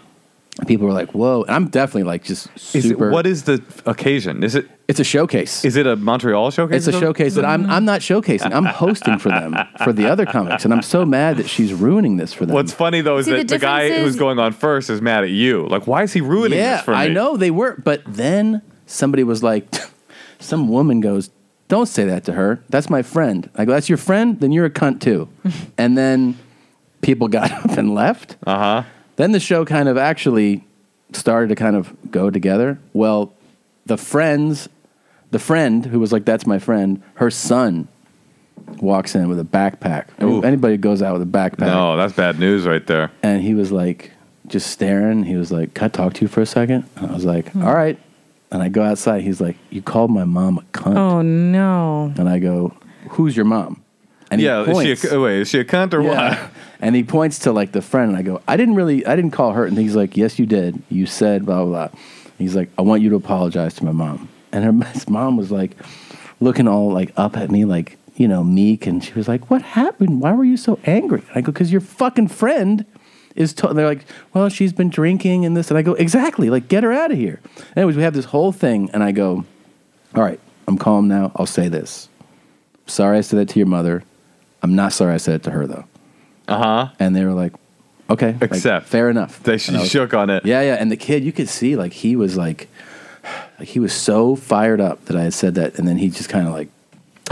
A: People were like, "Whoa!" And I'm definitely like just
P: Is it-
A: super.
P: what is the occasion? Is it?
A: It's a showcase.
P: Is it a Montreal showcase?
A: It's a showcase that I'm I'm not showcasing. I'm hosting for them for the other comics, and I'm so mad that she's ruining this for them.
P: What's funny though is
A: See,
P: that
A: the
P: the, guy
A: difference is-
P: who's going on first is mad at you. Like, why is he ruining
A: yeah,
P: this for me?
A: I know they were, but then somebody was like, some woman goes, "Don't say that to her. That's my friend." I go, "That's your friend? Then you're a cunt too." and then people got up and left.
P: Uh huh.
A: Then the show kind of actually started to kind of go together. Well, the friends, the friend who was like, "That's my friend," her son walks in with a backpack. Anybody who goes out with a backpack
P: No, that's bad news right there.
A: and he was like just staring. He was like, "Can I talk to you for a second? And I was like, "All right." And I go outside. He's like, "You called my mom a cunt."
G: Oh no!
A: And I go, "Who's your mom?" And
P: yeah,
A: he
P: is
A: points.
P: she a, wait, is she a cunt or
A: Yeah. And he points to like the friend, and I go, "I didn't really, I didn't call her." And he's like, "Yes, you did. You said blah blah." blah. He's like, "I want you to apologize to my mom." And her his mom was like, looking all like up at me, like you know, meek, and she was like, "What happened? Why were you so angry?" And I go, "Cause your fucking friend." Is to-" and they're like, well, she's been drinking and this, and I go, exactly, like, get her out of here. Anyways, we have this whole thing, and I go, all right, I'm calm now. I'll say this. Sorry I said that to your mother. I'm not sorry I said it to her though.
P: Uh huh.
A: And they were like, okay, like,
P: Except
A: fair enough.
P: They she
A: And I was-
P: shook on it.
A: Yeah, yeah. And the kid, you could see like he was like, like he was so fired up that I had said that, and then he just kind of like,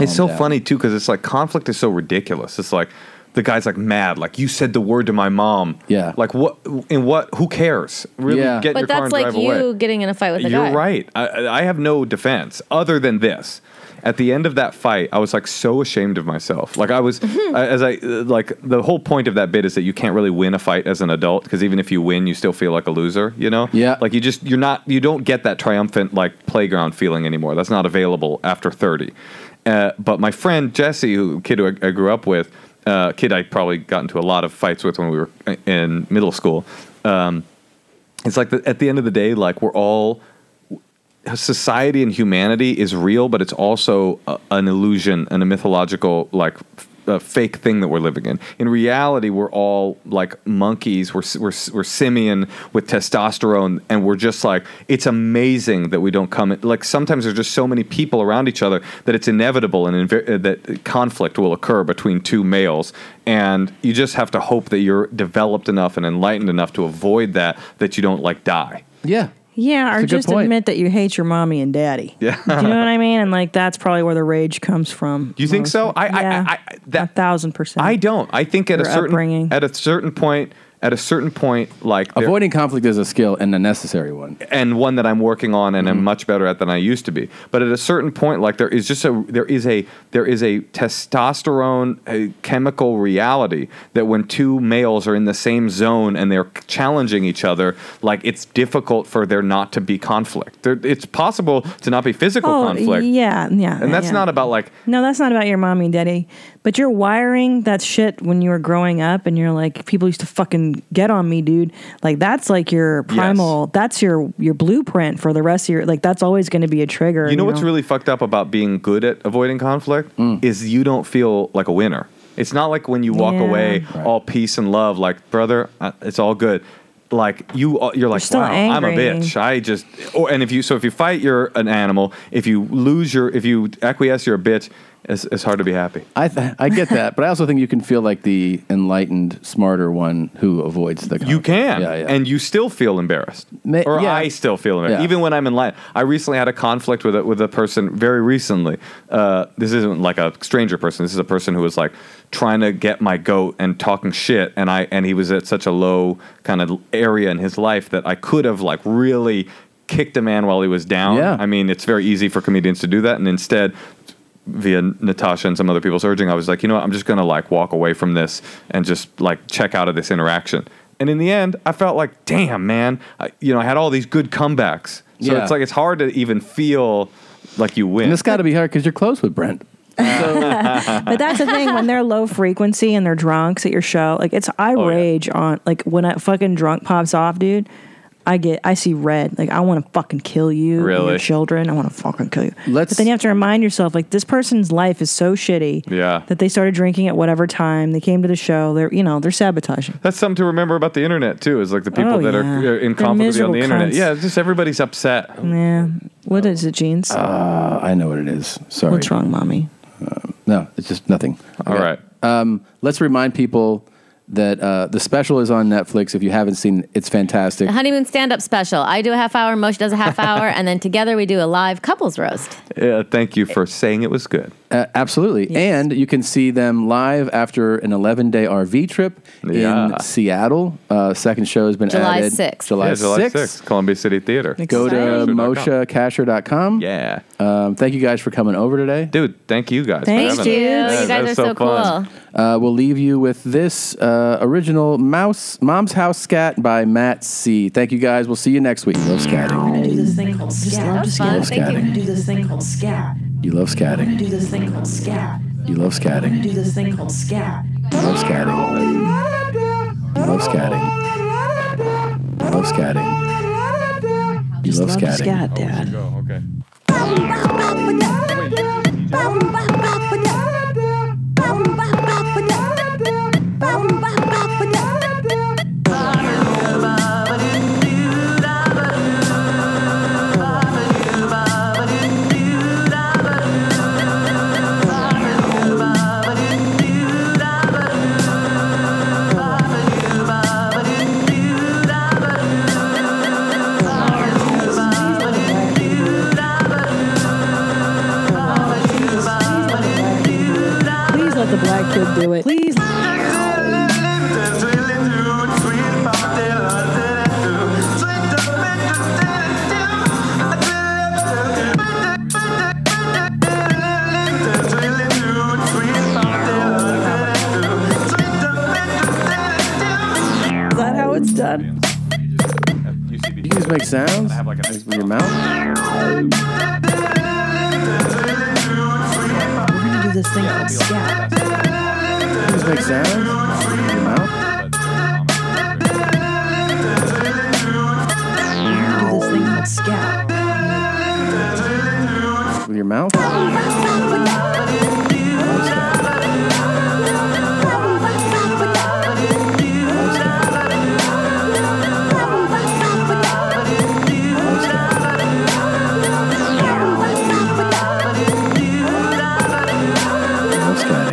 P: It's so
A: calmed down.
P: funny too because it's like conflict is so ridiculous. It's like the guy's like mad, like you said the word to my mom. Yeah. Like what? In what? Who cares? Really? Get in
Q: but
P: your car
Q: that's
P: and
Q: like
P: drive
Q: you
P: away.
Q: getting in a fight with a
P: You're
Q: guy.
P: right. I, I have no defense other than this. At the end of that fight, I was like so ashamed of myself. Like I was, I- as I like the whole point of that bit is that you can't really win a fight as an adult because even if you win, you still feel like a loser. You know? Yeah. Like you just you're not you don't get that triumphant like playground feeling anymore. That's not available after thirty. Uh, but my friend Jesse, who kid who I, I grew up with, uh, kid I probably got into a lot of fights with when we were in middle school. Um, it's like the, at the end of the day, like we're all society and humanity is real, but it's also a, an illusion and a mythological like f- uh, fake thing that we're living in. In reality, we're all like monkeys. We're, s- we're s- we're simian with testosterone, and we're just like it's amazing that we don't come. In, like sometimes there's just so many people around each other that it's inevitable and inve- uh, that conflict will occur between two males, and you just have to hope that you're developed enough and enlightened enough to avoid that that you don't like die.
A: Yeah.
B: Yeah,
P: That's a
B: or
P: good
B: just
P: point.
B: admit that you hate your mommy and daddy.
P: Yeah.
B: Do you know what I mean? And like that's probably where the rage comes from.
P: You think so? I, I, I, I that, a
B: thousand percent.
P: I don't. I think at a
B: Your
P: certain
B: upbringing.
P: at a certain point at a certain point like
A: Avoiding conflict is a skill and a necessary one.
P: and one that I'm working on and I'm much better at than I used to be. But at a certain point, like there is just a there is a there is a testosterone a chemical reality that when two males are in the same zone and they're challenging each other, like it's difficult for there not to be conflict. There, it's possible to not be physical
B: oh,
P: conflict,
B: Yeah, yeah.
P: and that's
B: yeah.
P: not about like
B: No, that's not about your mommy and daddy. But you're wiring that shit when you were growing up and you're like, people used to fucking get on me, dude. Like that's like your primal that's your your blueprint for the rest of your like that's always gonna be a trigger.
P: You know what's really fucked up about being good at avoiding conflict is you don't feel like a winner. It's not like when you walk
B: Yeah.
P: away all peace and love, like brother, uh, it's all good. Like you, uh, you're like,
B: still
P: wow, I'm a
B: angry.
P: bitch. I just, or, and if you, so if you fight, you're an animal. If you lose your, if you acquiesce, you're a bitch. It's, it's hard to be happy.
A: I th- I get that, but I also think you can feel like the enlightened, smarter one who avoids the conflict.
P: You can, and you still feel embarrassed, or
A: yeah.
P: I still feel embarrassed,
A: Yeah.
P: even when I'm in line. I recently had a conflict with a, with a person very recently. Uh, this isn't like a stranger person. This is a person who was like trying to get my goat and talking shit, and I and he was at such a low kind of area in his life that I could have like really kicked a man while he was down.
A: Yeah.
P: I mean, it's very easy for comedians to do that, and instead via Natasha and some other people's urging, I was like, you know what, I'm just gonna like walk away from this and just like check out of this interaction. And in the end, I felt like, damn, man, I, you know, I had all these good comebacks. So
A: Yeah.
P: it's like it's hard to even feel like you win.
A: And it's got to be hard because you're close with Brent.
P: Uh,
B: but that's the thing when they're low frequency and they're drunks at your show like it's i
P: Oh,
B: rage on like when a fucking drunk pops off dude i get i see red like i want to fucking kill you and
P: Really?
B: your children i want to fucking kill you
A: Let's,
B: but then you have to remind yourself like this person's life is so shitty
P: yeah.
B: that they started drinking at whatever time they came to the show they're you know they're sabotaging
P: That's something to remember about the internet too. Is like the people
B: Oh,
P: that
B: yeah.
P: are uh, in
B: They're
P: conflict with you on the
B: miserable
P: internet.
B: cunts.
P: Yeah, it's just everybody's upset.
B: yeah what is it jeans
P: Oh,
A: Uh, I know what it is. Sorry.
B: What's wrong, mommy?
A: no, it's just nothing.
P: All right.
A: Um, let's remind people that uh, the special is on Netflix. If you haven't seen, it, it's fantastic.
Q: The honeymoon stand-up special. I do a half hour, Moshe does a half hour, and then together we do a live couples roast.
P: Yeah, thank you for saying it was good.
A: Uh, absolutely. And you can see them live after an 11 day RV trip
P: Yeah.
A: in Seattle. Uh, second show has been
Q: July
A: added
Q: 6th.
A: July Uh,
P: Yeah, July
A: 6th.
P: 6th, Columbia City Theater.
A: Go to moshacasher.com.
P: Yeah.
A: Um, thank you guys for coming over today.
P: Dude, thank you guys. for
Q: Thanks,
P: having us.
Q: dude.
P: Yeah,
Q: You guys
P: that
Q: are
P: was
Q: so
P: fun.
A: Uh, we'll leave you with this uh, original Mouse Mom's House Scat by Matt C. Thank you guys. We'll see you next week. Love scatting.
L: do this thing called scat.
A: love That's fun. scat. Thank you.
L: I do this thing called scat.
A: You love scatting.
L: I do this thing called scat.
A: You love
L: I
A: scatting.
L: do this thing called scat.
A: You love scatting. You love scatting. You love scatting. You love scatting.
B: scat, Dad.
P: okay.
L: Baba
A: just make sounds with your mouth.
B: We're gonna do this thing called scat.
A: You just make sounds with your mouth.
B: We're gonna do this thing called scat.
A: with your mouth.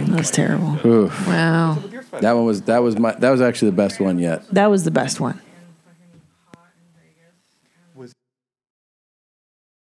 B: That's terrible.
A: Oof.
B: Wow.
A: That one was that was my that was actually the best one yet.
B: That was the best one.